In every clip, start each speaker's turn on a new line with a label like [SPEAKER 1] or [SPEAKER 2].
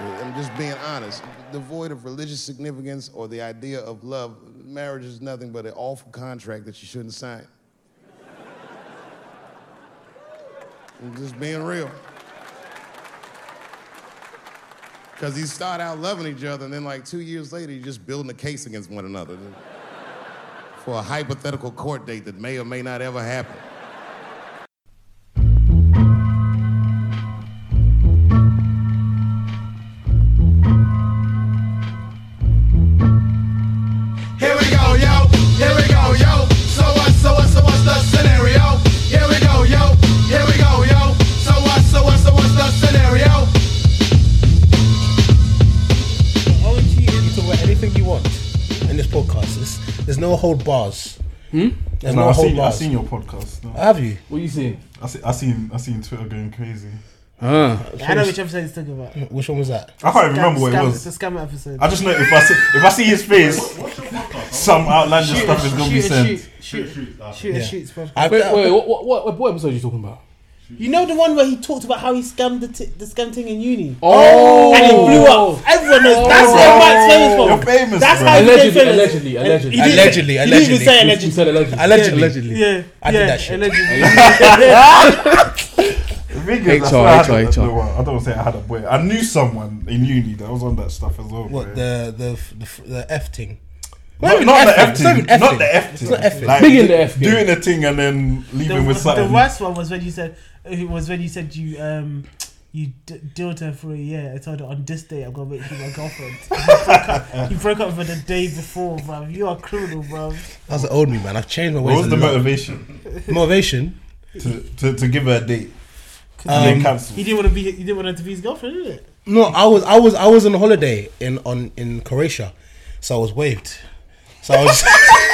[SPEAKER 1] I'm just being honest. Devoid of religious significance or the idea of love, marriage is nothing but an awful contract that you shouldn't sign. I'm just being real. Because you start out loving each other, and then like two years later, you're just building a case against one another for a hypothetical court date that may or may not ever happen.
[SPEAKER 2] Here we go, yo. Here we go, yo. So what? So what? So what's the scenario? Here we go, yo. Here we go, yo. So what? So what? So what's the scenario?
[SPEAKER 3] I'll let you you can wear anything you want in this podcast. It's, there's no whole bars. There's no,
[SPEAKER 4] I've
[SPEAKER 3] whole
[SPEAKER 4] seen, I've
[SPEAKER 3] bars.
[SPEAKER 4] seen your podcast. No.
[SPEAKER 3] Have you?
[SPEAKER 5] What you saying?
[SPEAKER 4] I see, I seen I seen Twitter going crazy.
[SPEAKER 6] I know which episode he's talking about.
[SPEAKER 3] Which one was that?
[SPEAKER 4] I can't even remember what it
[SPEAKER 6] Scam-
[SPEAKER 4] was.
[SPEAKER 6] It's a scam episode.
[SPEAKER 4] I just know if I see if I see his face, some outlandish stuff is gonna be sent.
[SPEAKER 6] shoot, shoot, shoot, shoot, shoots, bro.
[SPEAKER 3] I,
[SPEAKER 5] Wait,
[SPEAKER 3] I-
[SPEAKER 5] wait, what, what, what, what episode are you talking about?
[SPEAKER 6] You know the one where he talked about how he scammed the, t- the scam thing in uni?
[SPEAKER 5] Oh,
[SPEAKER 6] And it blew up. Everyone knows.
[SPEAKER 4] Oh!
[SPEAKER 6] that's where Mike's famous for.
[SPEAKER 4] You're famous,
[SPEAKER 6] That's
[SPEAKER 4] bro.
[SPEAKER 6] how he became
[SPEAKER 5] Allegedly,
[SPEAKER 6] famous.
[SPEAKER 5] allegedly, allegedly.
[SPEAKER 6] He didn't say-
[SPEAKER 3] Allegedly,
[SPEAKER 6] he didn't even
[SPEAKER 3] allegedly.
[SPEAKER 6] say
[SPEAKER 5] You- you
[SPEAKER 6] allegedly.
[SPEAKER 5] said allegedly.
[SPEAKER 3] Allegedly. Allegedly.
[SPEAKER 6] Yeah,
[SPEAKER 3] I
[SPEAKER 6] yeah,
[SPEAKER 3] did that shit.
[SPEAKER 6] Allegedly.
[SPEAKER 4] Figures, that's
[SPEAKER 5] HR,
[SPEAKER 4] why I, had
[SPEAKER 5] HR.
[SPEAKER 4] that- no, I don't want to say I had a boy. I knew someone in uni that was on that stuff as well. bro.
[SPEAKER 3] What the the f- the, f- the F thing?
[SPEAKER 4] Not,
[SPEAKER 3] even
[SPEAKER 4] not the
[SPEAKER 3] effing,
[SPEAKER 4] F
[SPEAKER 3] it's not
[SPEAKER 4] thing.
[SPEAKER 3] even
[SPEAKER 4] Not
[SPEAKER 3] effing.
[SPEAKER 4] the F
[SPEAKER 3] It's
[SPEAKER 4] thing.
[SPEAKER 3] not effing.
[SPEAKER 4] Like,
[SPEAKER 5] Big in the F game.
[SPEAKER 4] Doing a thing and then
[SPEAKER 6] the,
[SPEAKER 4] leaving with
[SPEAKER 6] the
[SPEAKER 4] something.
[SPEAKER 6] worst one was when you said it was when you said you um you d- dealt her for a year. I told her on this day I'm gonna make you my girlfriend. you, broke up, you broke up for the day before, bro. You are criminal, bro.
[SPEAKER 3] That's the old me, man. I've changed my
[SPEAKER 4] What
[SPEAKER 3] ways.
[SPEAKER 4] was
[SPEAKER 3] a
[SPEAKER 4] the
[SPEAKER 3] lot.
[SPEAKER 4] motivation
[SPEAKER 3] motivation?
[SPEAKER 4] to, to, to give her a date?
[SPEAKER 3] Um,
[SPEAKER 4] and then cancel.
[SPEAKER 6] He didn't want to be. He didn't want her to be his girlfriend, did it?
[SPEAKER 3] No, I was I was I was on holiday in on in Croatia, so I was waved. So I was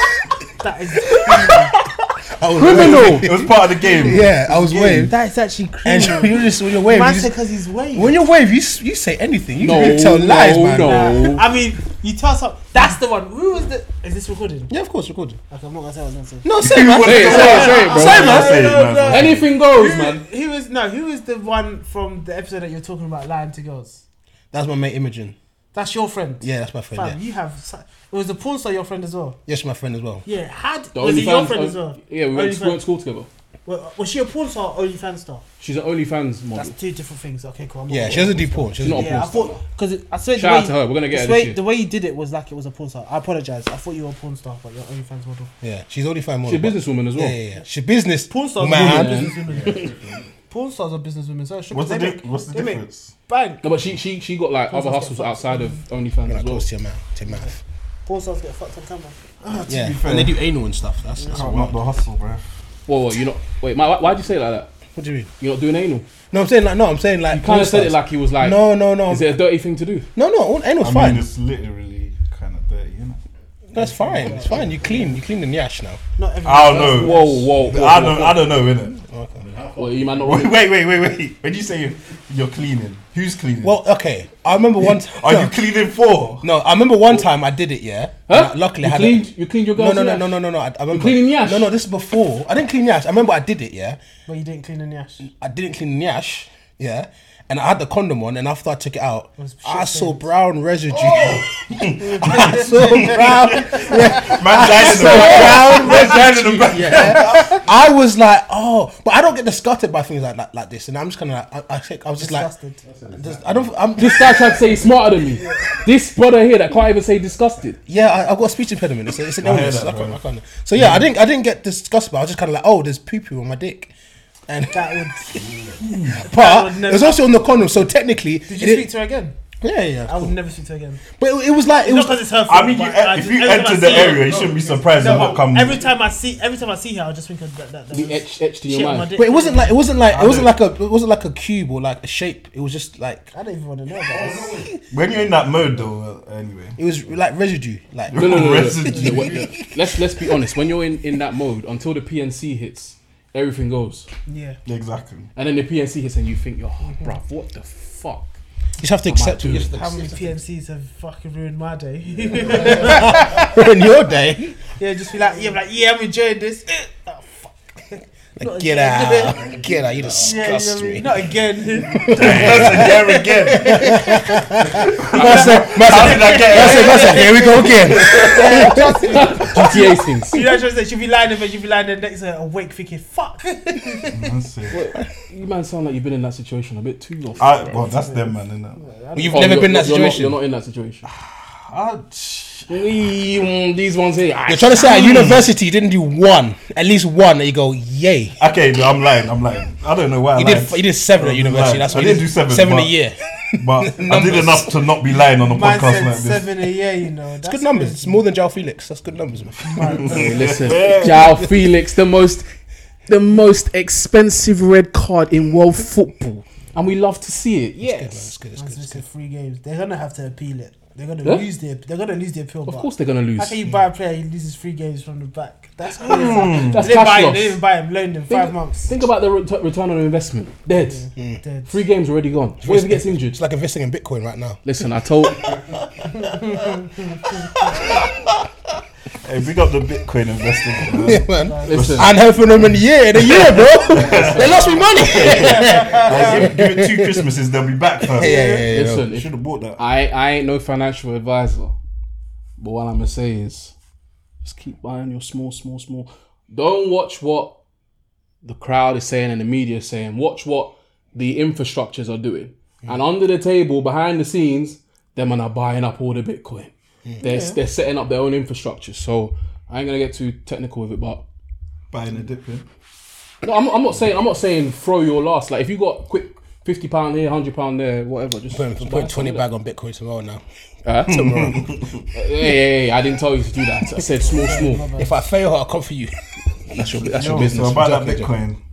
[SPEAKER 6] That is criminal.
[SPEAKER 3] I was
[SPEAKER 5] Criminal.
[SPEAKER 3] waved.
[SPEAKER 4] It was part of the game.
[SPEAKER 3] Yeah, I was waved.
[SPEAKER 6] that is actually
[SPEAKER 3] And
[SPEAKER 6] criminal.
[SPEAKER 3] you just when you're waved,
[SPEAKER 6] Man
[SPEAKER 3] you
[SPEAKER 6] said
[SPEAKER 3] just,
[SPEAKER 6] because he's way.
[SPEAKER 3] when you're waved, you s- you say anything. You
[SPEAKER 5] No,
[SPEAKER 3] can tell lies,
[SPEAKER 5] no,
[SPEAKER 3] man.
[SPEAKER 5] no.
[SPEAKER 6] I mean, you tell some. That's the one. Who was the? Is this recording?
[SPEAKER 3] Yeah, of course, record.
[SPEAKER 6] Okay, I'm not gonna say what I was gonna say.
[SPEAKER 3] No, say man.
[SPEAKER 5] Say it, say it, say it, bro.
[SPEAKER 3] Say it, man.
[SPEAKER 4] Say it,
[SPEAKER 6] No, no,
[SPEAKER 4] man.
[SPEAKER 6] no.
[SPEAKER 5] Anything goes,
[SPEAKER 6] Who-
[SPEAKER 5] man.
[SPEAKER 6] Who is no? Who is the one from the episode that you're talking about lying to girls?
[SPEAKER 3] That's my mate Imogen.
[SPEAKER 6] That's your friend.
[SPEAKER 3] Yeah, that's my friend.
[SPEAKER 6] Fam,
[SPEAKER 3] Yeah,
[SPEAKER 6] you have. su- It was the porn star your friend as well.
[SPEAKER 3] yeah, she's my friend as well.
[SPEAKER 6] Yeah, had
[SPEAKER 5] The
[SPEAKER 6] was it your
[SPEAKER 5] OnlyFans-
[SPEAKER 6] friend
[SPEAKER 5] oh,
[SPEAKER 6] as well?
[SPEAKER 5] Yeah, we went to
[SPEAKER 6] OnlyFans.
[SPEAKER 5] went to school together.
[SPEAKER 6] Wa- Was she a porn star or OnlyFans star?
[SPEAKER 5] She's an OnlyFans model.
[SPEAKER 6] That's two different things. Okay, cool. I'm not
[SPEAKER 3] Yeah,
[SPEAKER 6] gonna-
[SPEAKER 3] she doesn't do porn. She
[SPEAKER 5] She's
[SPEAKER 3] doesn't
[SPEAKER 5] not
[SPEAKER 3] do
[SPEAKER 5] a
[SPEAKER 6] Yeah, I
[SPEAKER 5] porn star.
[SPEAKER 6] thought because I swear the
[SPEAKER 5] Shout
[SPEAKER 6] way
[SPEAKER 5] out to her. We're gonna
[SPEAKER 6] the
[SPEAKER 5] get her
[SPEAKER 6] way-
[SPEAKER 5] this year.
[SPEAKER 6] the way you did it was like it was a porn star. I apologize. I thought you were a porn star, but you're OnlyFans model.
[SPEAKER 3] Yeah, she's only fine more.
[SPEAKER 5] She's a businesswoman as well.
[SPEAKER 3] Yeah, yeah, yeah. She's business.
[SPEAKER 6] Porn stars are
[SPEAKER 3] man.
[SPEAKER 6] businesswomen. Porn stars are businesswomen. So should
[SPEAKER 4] What's the,
[SPEAKER 6] they
[SPEAKER 4] di-
[SPEAKER 6] make-
[SPEAKER 4] what's the
[SPEAKER 6] they make
[SPEAKER 4] difference?
[SPEAKER 6] Bank.
[SPEAKER 5] No, but she she she got like other hustles outside of OnlyFans
[SPEAKER 3] Like,
[SPEAKER 5] as well.
[SPEAKER 3] close to your mouth. To your mouth.
[SPEAKER 6] Porn stars get fucked on camera.
[SPEAKER 3] Yeah,
[SPEAKER 4] be fair.
[SPEAKER 3] and they do anal and stuff. That's, that's
[SPEAKER 4] Can't knock
[SPEAKER 3] what,
[SPEAKER 4] the hustle, bro.
[SPEAKER 5] Whoa, whoa, you not wait, my, why would you say it like that?
[SPEAKER 3] what do you mean?
[SPEAKER 5] You're not doing anal.
[SPEAKER 3] No, I'm saying like no. I'm saying like
[SPEAKER 5] You kind
[SPEAKER 3] porn
[SPEAKER 5] of said it
[SPEAKER 3] stars.
[SPEAKER 5] like he was like,
[SPEAKER 3] no, no, no,
[SPEAKER 5] is it a dirty thing to do?
[SPEAKER 3] no, no. all- Anal's
[SPEAKER 4] I
[SPEAKER 3] fine.
[SPEAKER 4] mean, it's literally kind of dirty, isn't it?
[SPEAKER 3] that's fine. It's fine. You clean. You clean the nyash now.
[SPEAKER 6] Not every.
[SPEAKER 4] I don't know.
[SPEAKER 5] Whoa, whoa, whoa,
[SPEAKER 4] I
[SPEAKER 5] whoa,
[SPEAKER 4] don't.
[SPEAKER 5] whoa.
[SPEAKER 4] I don't know, innit?
[SPEAKER 5] Well, you might not.
[SPEAKER 4] Wait, wait, wait, wait, wait. When you say you're cleaning, who's cleaning?
[SPEAKER 3] Well, okay. I remember one. Time,
[SPEAKER 4] are you cleaning for?
[SPEAKER 3] No, I remember one time I did it. Yeah.
[SPEAKER 5] Huh?
[SPEAKER 3] And Luckily,
[SPEAKER 5] you
[SPEAKER 3] I had
[SPEAKER 5] cleaned,
[SPEAKER 3] it.
[SPEAKER 5] you cleaned your
[SPEAKER 3] No,
[SPEAKER 5] girl's
[SPEAKER 3] no, no,
[SPEAKER 5] yash?
[SPEAKER 3] no, no, no, no. I, I remember.
[SPEAKER 5] cleaning yash?
[SPEAKER 3] No, no. This is before. I didn't clean yash. I remember I did it. Yeah.
[SPEAKER 6] But you didn't clean any ash.
[SPEAKER 3] I didn't clean the Nyash, yeah, and I had the condom on, and after I took it out,
[SPEAKER 6] was Oh!
[SPEAKER 3] I
[SPEAKER 6] shit
[SPEAKER 3] saw brown residue. I saw brown,
[SPEAKER 4] Man died in the background. Man died in the background.
[SPEAKER 3] yeah. I was like, oh, but I don't get disgusted by things like that, like this, and I'm just kind of like, I, I, think- I was just
[SPEAKER 6] Disgusted.
[SPEAKER 3] like, just, I don't, I'm
[SPEAKER 5] This guy tried to say he's smarter than me. This brother here that can't even say disgusted.
[SPEAKER 3] yeah, I, I've got a speech impediment. It's, a- it's an
[SPEAKER 4] heard
[SPEAKER 3] illness.
[SPEAKER 4] that,
[SPEAKER 3] I can't-
[SPEAKER 4] bro.
[SPEAKER 3] I can't- so yeah, I didn't, I didn't get disgusted, but I was just kind of like, oh, there's poo poo on my dick. And
[SPEAKER 6] That would. I
[SPEAKER 3] but
[SPEAKER 6] would
[SPEAKER 3] it
[SPEAKER 6] never-
[SPEAKER 3] was also on the condom, so technically,
[SPEAKER 6] Did
[SPEAKER 3] it
[SPEAKER 6] you
[SPEAKER 3] didn't-
[SPEAKER 6] speak to her again?
[SPEAKER 3] yeah, yeah.
[SPEAKER 6] I would never speak to her again.
[SPEAKER 3] But it, it was like it
[SPEAKER 6] Not
[SPEAKER 3] was
[SPEAKER 6] because it's her fault.
[SPEAKER 4] I mean, you, eh,
[SPEAKER 6] but
[SPEAKER 4] if
[SPEAKER 6] just-
[SPEAKER 4] you
[SPEAKER 6] every time I
[SPEAKER 4] enter the
[SPEAKER 6] see her-
[SPEAKER 4] area, you shouldn't be surprised
[SPEAKER 6] No,
[SPEAKER 4] and not
[SPEAKER 6] but
[SPEAKER 4] come.
[SPEAKER 6] Every time I see, every time I see her, I just think of that. that, that
[SPEAKER 5] You
[SPEAKER 6] was
[SPEAKER 5] etched etched in
[SPEAKER 6] shit
[SPEAKER 5] your
[SPEAKER 6] on my
[SPEAKER 5] mind.
[SPEAKER 6] dick.
[SPEAKER 3] But it wasn't like it wasn't like it wasn't like a it wasn't like a cube or like a shape. It was just like
[SPEAKER 6] I don't even want to know about this.
[SPEAKER 4] when you're in that mode, though, uh, anyway.
[SPEAKER 3] it was like residue. Like
[SPEAKER 5] No, no, no, no, no.
[SPEAKER 4] Residue.
[SPEAKER 5] No, wait, no. Let's let's be honest. When you're in in that mode, until the PNC hits, everything goes,
[SPEAKER 6] Yeah.
[SPEAKER 4] Exactly.
[SPEAKER 5] and then the PNC hits, and you think, "Yo, oh, bruv, what the fuck?"
[SPEAKER 3] you just have to accept it. You just
[SPEAKER 6] How
[SPEAKER 3] have
[SPEAKER 6] many PMCs have fucking ruined my day?
[SPEAKER 3] to in your day.
[SPEAKER 6] yeah, just be like, yeah, be like, yeah, I'm enjoying this. Eh, oh, fuck. Not
[SPEAKER 3] Get
[SPEAKER 6] again.
[SPEAKER 3] out. Get out.
[SPEAKER 6] Yeah,
[SPEAKER 3] You
[SPEAKER 6] you know
[SPEAKER 3] disgust
[SPEAKER 6] what I mean?
[SPEAKER 3] me.
[SPEAKER 6] Not again.
[SPEAKER 4] There again.
[SPEAKER 3] Master,
[SPEAKER 4] How
[SPEAKER 3] master,
[SPEAKER 4] did I get
[SPEAKER 3] master, master, here we go again.
[SPEAKER 5] GTA things.
[SPEAKER 6] You know what I'm saying? She'll be lying there, she'll be lying there next to her awake thinking, fuck.
[SPEAKER 4] it?
[SPEAKER 5] You man sound like you've been in that situation a bit too long.
[SPEAKER 4] I, well, that's them, man, innit?
[SPEAKER 3] You've
[SPEAKER 5] Oh,
[SPEAKER 3] never
[SPEAKER 5] you're-
[SPEAKER 3] been in that
[SPEAKER 5] you're not-
[SPEAKER 3] situation.
[SPEAKER 5] You're
[SPEAKER 3] You're,
[SPEAKER 5] not in that situation.
[SPEAKER 4] I, sh-
[SPEAKER 5] Mm, These ones here. ah,
[SPEAKER 3] trying to say at university you didn't do one, at least one, and you go, yay.
[SPEAKER 4] okay, no, I'm lying. I'm lying. I don't know why. I
[SPEAKER 3] You
[SPEAKER 4] lied.
[SPEAKER 3] did, you did seven at
[SPEAKER 4] Right.
[SPEAKER 3] university. That's
[SPEAKER 4] I
[SPEAKER 3] what you
[SPEAKER 4] did do seven,
[SPEAKER 3] Seven a
[SPEAKER 4] but-
[SPEAKER 3] year.
[SPEAKER 4] But I did
[SPEAKER 3] Numbers.
[SPEAKER 4] enough to not be lying on a
[SPEAKER 6] Man
[SPEAKER 4] podcast
[SPEAKER 6] said
[SPEAKER 4] like this.
[SPEAKER 6] seven a year, you know. That's
[SPEAKER 3] Good numbers. It's more than Jao Felix. That's good numbers, man.
[SPEAKER 5] Listen, Jao Felix, the most, the most expensive red card in world football, and we love to see it. Yes,
[SPEAKER 3] That's good. That's
[SPEAKER 6] Man
[SPEAKER 3] good.
[SPEAKER 6] said it's three games. They're gonna have to appeal it. They're gonna
[SPEAKER 5] Huh?
[SPEAKER 6] lose their. They're gonna lose their appeal.
[SPEAKER 5] of
[SPEAKER 6] but
[SPEAKER 5] course they're gonna lose. Hmm.
[SPEAKER 6] How can you buy a player who loses three games from the back? That's crazy.
[SPEAKER 5] That's
[SPEAKER 6] they didn't
[SPEAKER 5] cash
[SPEAKER 6] buy him.
[SPEAKER 5] loss.
[SPEAKER 6] They didn't buy him. Loaned him
[SPEAKER 5] Think-
[SPEAKER 6] five months. Mm.
[SPEAKER 5] Think about the ret- return on investment. Dead.
[SPEAKER 6] Dead.
[SPEAKER 5] Three games already gone.
[SPEAKER 6] Mm.
[SPEAKER 5] What if he gets injured?
[SPEAKER 3] It's like investing in Bitcoin right now.
[SPEAKER 5] Listen, I told.
[SPEAKER 4] Hey, big up the Bitcoin investor. man.
[SPEAKER 3] man.
[SPEAKER 5] Listen,
[SPEAKER 3] And helping them in a year, in a year, bro. they lost me money. yeah,
[SPEAKER 4] Like, give, give it two Christmases, they'll be back. Fam.
[SPEAKER 3] yeah, yeah. yeah.
[SPEAKER 5] listen. if-
[SPEAKER 4] Should have bought that.
[SPEAKER 5] I I ain't no financial advisor, but what I'm gonna say is, just keep buying your small, small, small. Don't watch what the crowd is saying and the media is saying. Watch what the infrastructures are doing. And under the table, behind the scenes, them and are buying up all the Bitcoin. They're they're setting up their own infrastructure. So I ain't gonna get too technical with it, but
[SPEAKER 4] Buying a dip, yeah.
[SPEAKER 5] no, I'm, I'm not saying I'm not saying throw your last. Like if you got quick. Fifty pound here, hundred pound there, whatever. Just
[SPEAKER 3] I'm
[SPEAKER 5] just buy
[SPEAKER 3] putting 20 bag on Bitcoin tomorrow now.
[SPEAKER 5] Huh?
[SPEAKER 3] Tomorrow.
[SPEAKER 5] Hey, hey, hey, I didn't tell you to do that. I said small, small.
[SPEAKER 3] if I fail her, I'll come for you.
[SPEAKER 5] That's your, that's
[SPEAKER 4] Yo, so
[SPEAKER 5] your business.
[SPEAKER 4] I buy that
[SPEAKER 3] Exactly,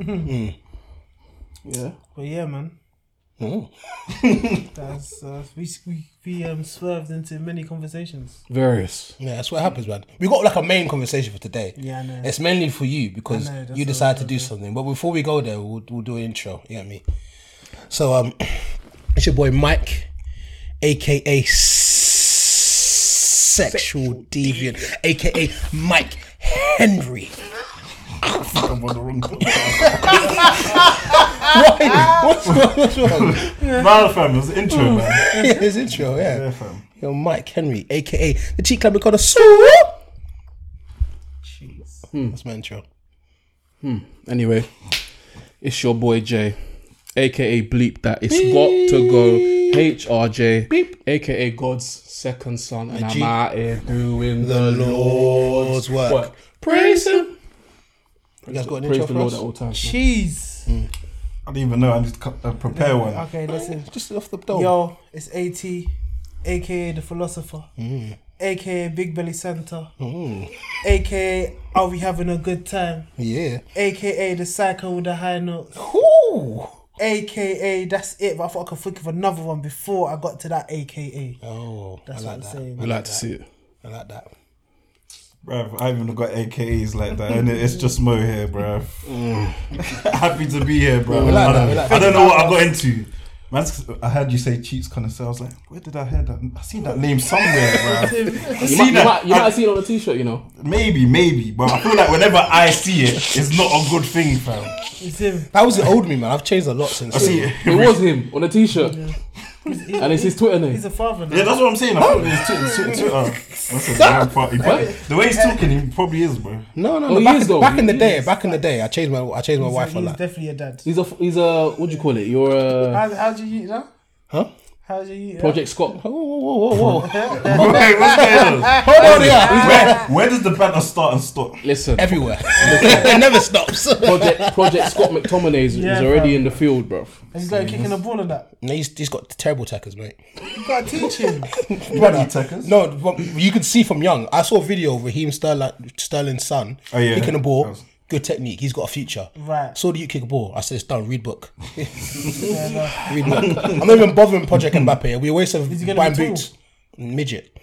[SPEAKER 4] Bitcoin.
[SPEAKER 5] Yeah.
[SPEAKER 6] But yeah, man.
[SPEAKER 5] Hmm.
[SPEAKER 6] That's uh, we we we um swerved into many conversations.
[SPEAKER 5] Various.
[SPEAKER 3] Yeah, that's what happens, man. We got like a main conversation for today.
[SPEAKER 6] Yeah, I know.
[SPEAKER 3] It's mainly for you because
[SPEAKER 6] I know, that's
[SPEAKER 3] you
[SPEAKER 6] what
[SPEAKER 3] decided
[SPEAKER 6] I
[SPEAKER 3] to do something. But before we go there, we'll, we'll do an intro. You get me? So, um, it's your boy Mike, aka Sexual Deviant, aka Mike Henry.
[SPEAKER 4] I'm on the wrong call.
[SPEAKER 3] Why? What's wrong? What's wrong?
[SPEAKER 4] Nah, fam, it was the intro, man.
[SPEAKER 3] yeah, his intro, yeah.
[SPEAKER 4] Yeah, fam.
[SPEAKER 3] Yo, Mike Henry, aka the Cheat Club, we call the Swoop.
[SPEAKER 6] Jeez.
[SPEAKER 3] Hmm, That's my intro.
[SPEAKER 5] Anyway, it's your boy Jay, aka Bleep That. It's got to go. HRJ, aka God's second son, and I'm
[SPEAKER 3] G-
[SPEAKER 5] out here doing the,
[SPEAKER 3] The
[SPEAKER 5] Lord's
[SPEAKER 3] Lord's work.
[SPEAKER 5] work. Praise Him.
[SPEAKER 3] You guys got an
[SPEAKER 5] Praise
[SPEAKER 3] intro
[SPEAKER 5] the
[SPEAKER 3] for
[SPEAKER 5] Lord
[SPEAKER 3] us?
[SPEAKER 5] at all times. man.
[SPEAKER 6] Jeez.
[SPEAKER 4] I didn't even know. I need to co- uh, prepare one.
[SPEAKER 6] Okay, listen.
[SPEAKER 3] Just off the dome.
[SPEAKER 6] Yo, it's AT, aka the philosopher,
[SPEAKER 3] Mm.
[SPEAKER 6] aka Big Belly Santa, aka Are We Having a Good Time,
[SPEAKER 3] Yeah.
[SPEAKER 6] aka the Psycho with the High Notes,
[SPEAKER 3] Ooh.
[SPEAKER 6] aka That's It. But I thought I could think of another one before I got to that aka.
[SPEAKER 3] Oh,
[SPEAKER 6] That's what
[SPEAKER 3] I like
[SPEAKER 6] I'm
[SPEAKER 3] that.
[SPEAKER 6] saying.
[SPEAKER 5] We like to see it.
[SPEAKER 3] I like that.
[SPEAKER 4] Bruv, I haven't even got AKs like that, and it's just Mo here, bruv. Happy to be here, bruv.
[SPEAKER 3] We like
[SPEAKER 4] I,
[SPEAKER 3] that,
[SPEAKER 4] don't,
[SPEAKER 3] we like
[SPEAKER 4] I don't know what I got into. Man, I heard you say cheats connoisseur. I was like, where did I hear that? I seen that name somewhere, bruv. I
[SPEAKER 5] You
[SPEAKER 4] seen
[SPEAKER 5] might, you
[SPEAKER 4] that.
[SPEAKER 5] might, you
[SPEAKER 4] I-
[SPEAKER 5] might see it on a t-shirt, you know.
[SPEAKER 4] Maybe, maybe, but I feel like whenever I see it, it's not a good thing, fam.
[SPEAKER 6] It's him.
[SPEAKER 3] That was the old me, man. I've changed a lot since.
[SPEAKER 4] I see it.
[SPEAKER 5] It was him on a t-shirt, and it's his Twitter name.
[SPEAKER 6] He's a father now.
[SPEAKER 4] Yeah, that's what I'm saying. I feel like it's Twitter. Twitter, Twitter. That's a damn party. But the way he's talking, he probably is, bro.
[SPEAKER 3] No, no,
[SPEAKER 5] Oh,
[SPEAKER 3] no.
[SPEAKER 5] he
[SPEAKER 3] Back,
[SPEAKER 5] is
[SPEAKER 3] in,
[SPEAKER 5] though.
[SPEAKER 3] back in the
[SPEAKER 5] He
[SPEAKER 3] day, back in the day, I changed my I changed my
[SPEAKER 6] He's
[SPEAKER 3] wife a
[SPEAKER 6] he's
[SPEAKER 3] lot.
[SPEAKER 6] definitely a dad.
[SPEAKER 5] He's a he's a what do you call it? You're a
[SPEAKER 6] How how'd you eat that?
[SPEAKER 3] Huh?
[SPEAKER 6] How'd you eat that?
[SPEAKER 5] Project Scott.
[SPEAKER 3] Whoa, whoa, whoa, whoa, whoa.
[SPEAKER 4] Wait, what's going on?
[SPEAKER 3] Hold on, Oh, yeah.
[SPEAKER 4] Where, where does the banter start and stop?
[SPEAKER 5] Listen,
[SPEAKER 3] Everywhere. it never stops. And
[SPEAKER 5] Project Project Scott McTominay is,
[SPEAKER 6] Yeah,
[SPEAKER 5] is already
[SPEAKER 6] fam.
[SPEAKER 5] in the field, bro.
[SPEAKER 6] He's like kicking a ball and that.
[SPEAKER 3] he's, he's got terrible tackers, mate.
[SPEAKER 6] You gotta teach him.
[SPEAKER 4] Bloody Tuckers.
[SPEAKER 3] No, but you could see from young. I saw a video of Raheem Sterling, Sterling's son
[SPEAKER 4] Oh, yeah.
[SPEAKER 3] kicking a ball.
[SPEAKER 4] Yes.
[SPEAKER 3] Good technique. He's got a future.
[SPEAKER 6] Right.
[SPEAKER 3] Saw the you kick a ball. I said it's done. Read book.
[SPEAKER 6] Yeah, no.
[SPEAKER 3] Read book. I'm not even bothering Project Mbappe. We always have
[SPEAKER 6] Is he gonna
[SPEAKER 3] buying
[SPEAKER 6] be tall?
[SPEAKER 3] boots. Midget.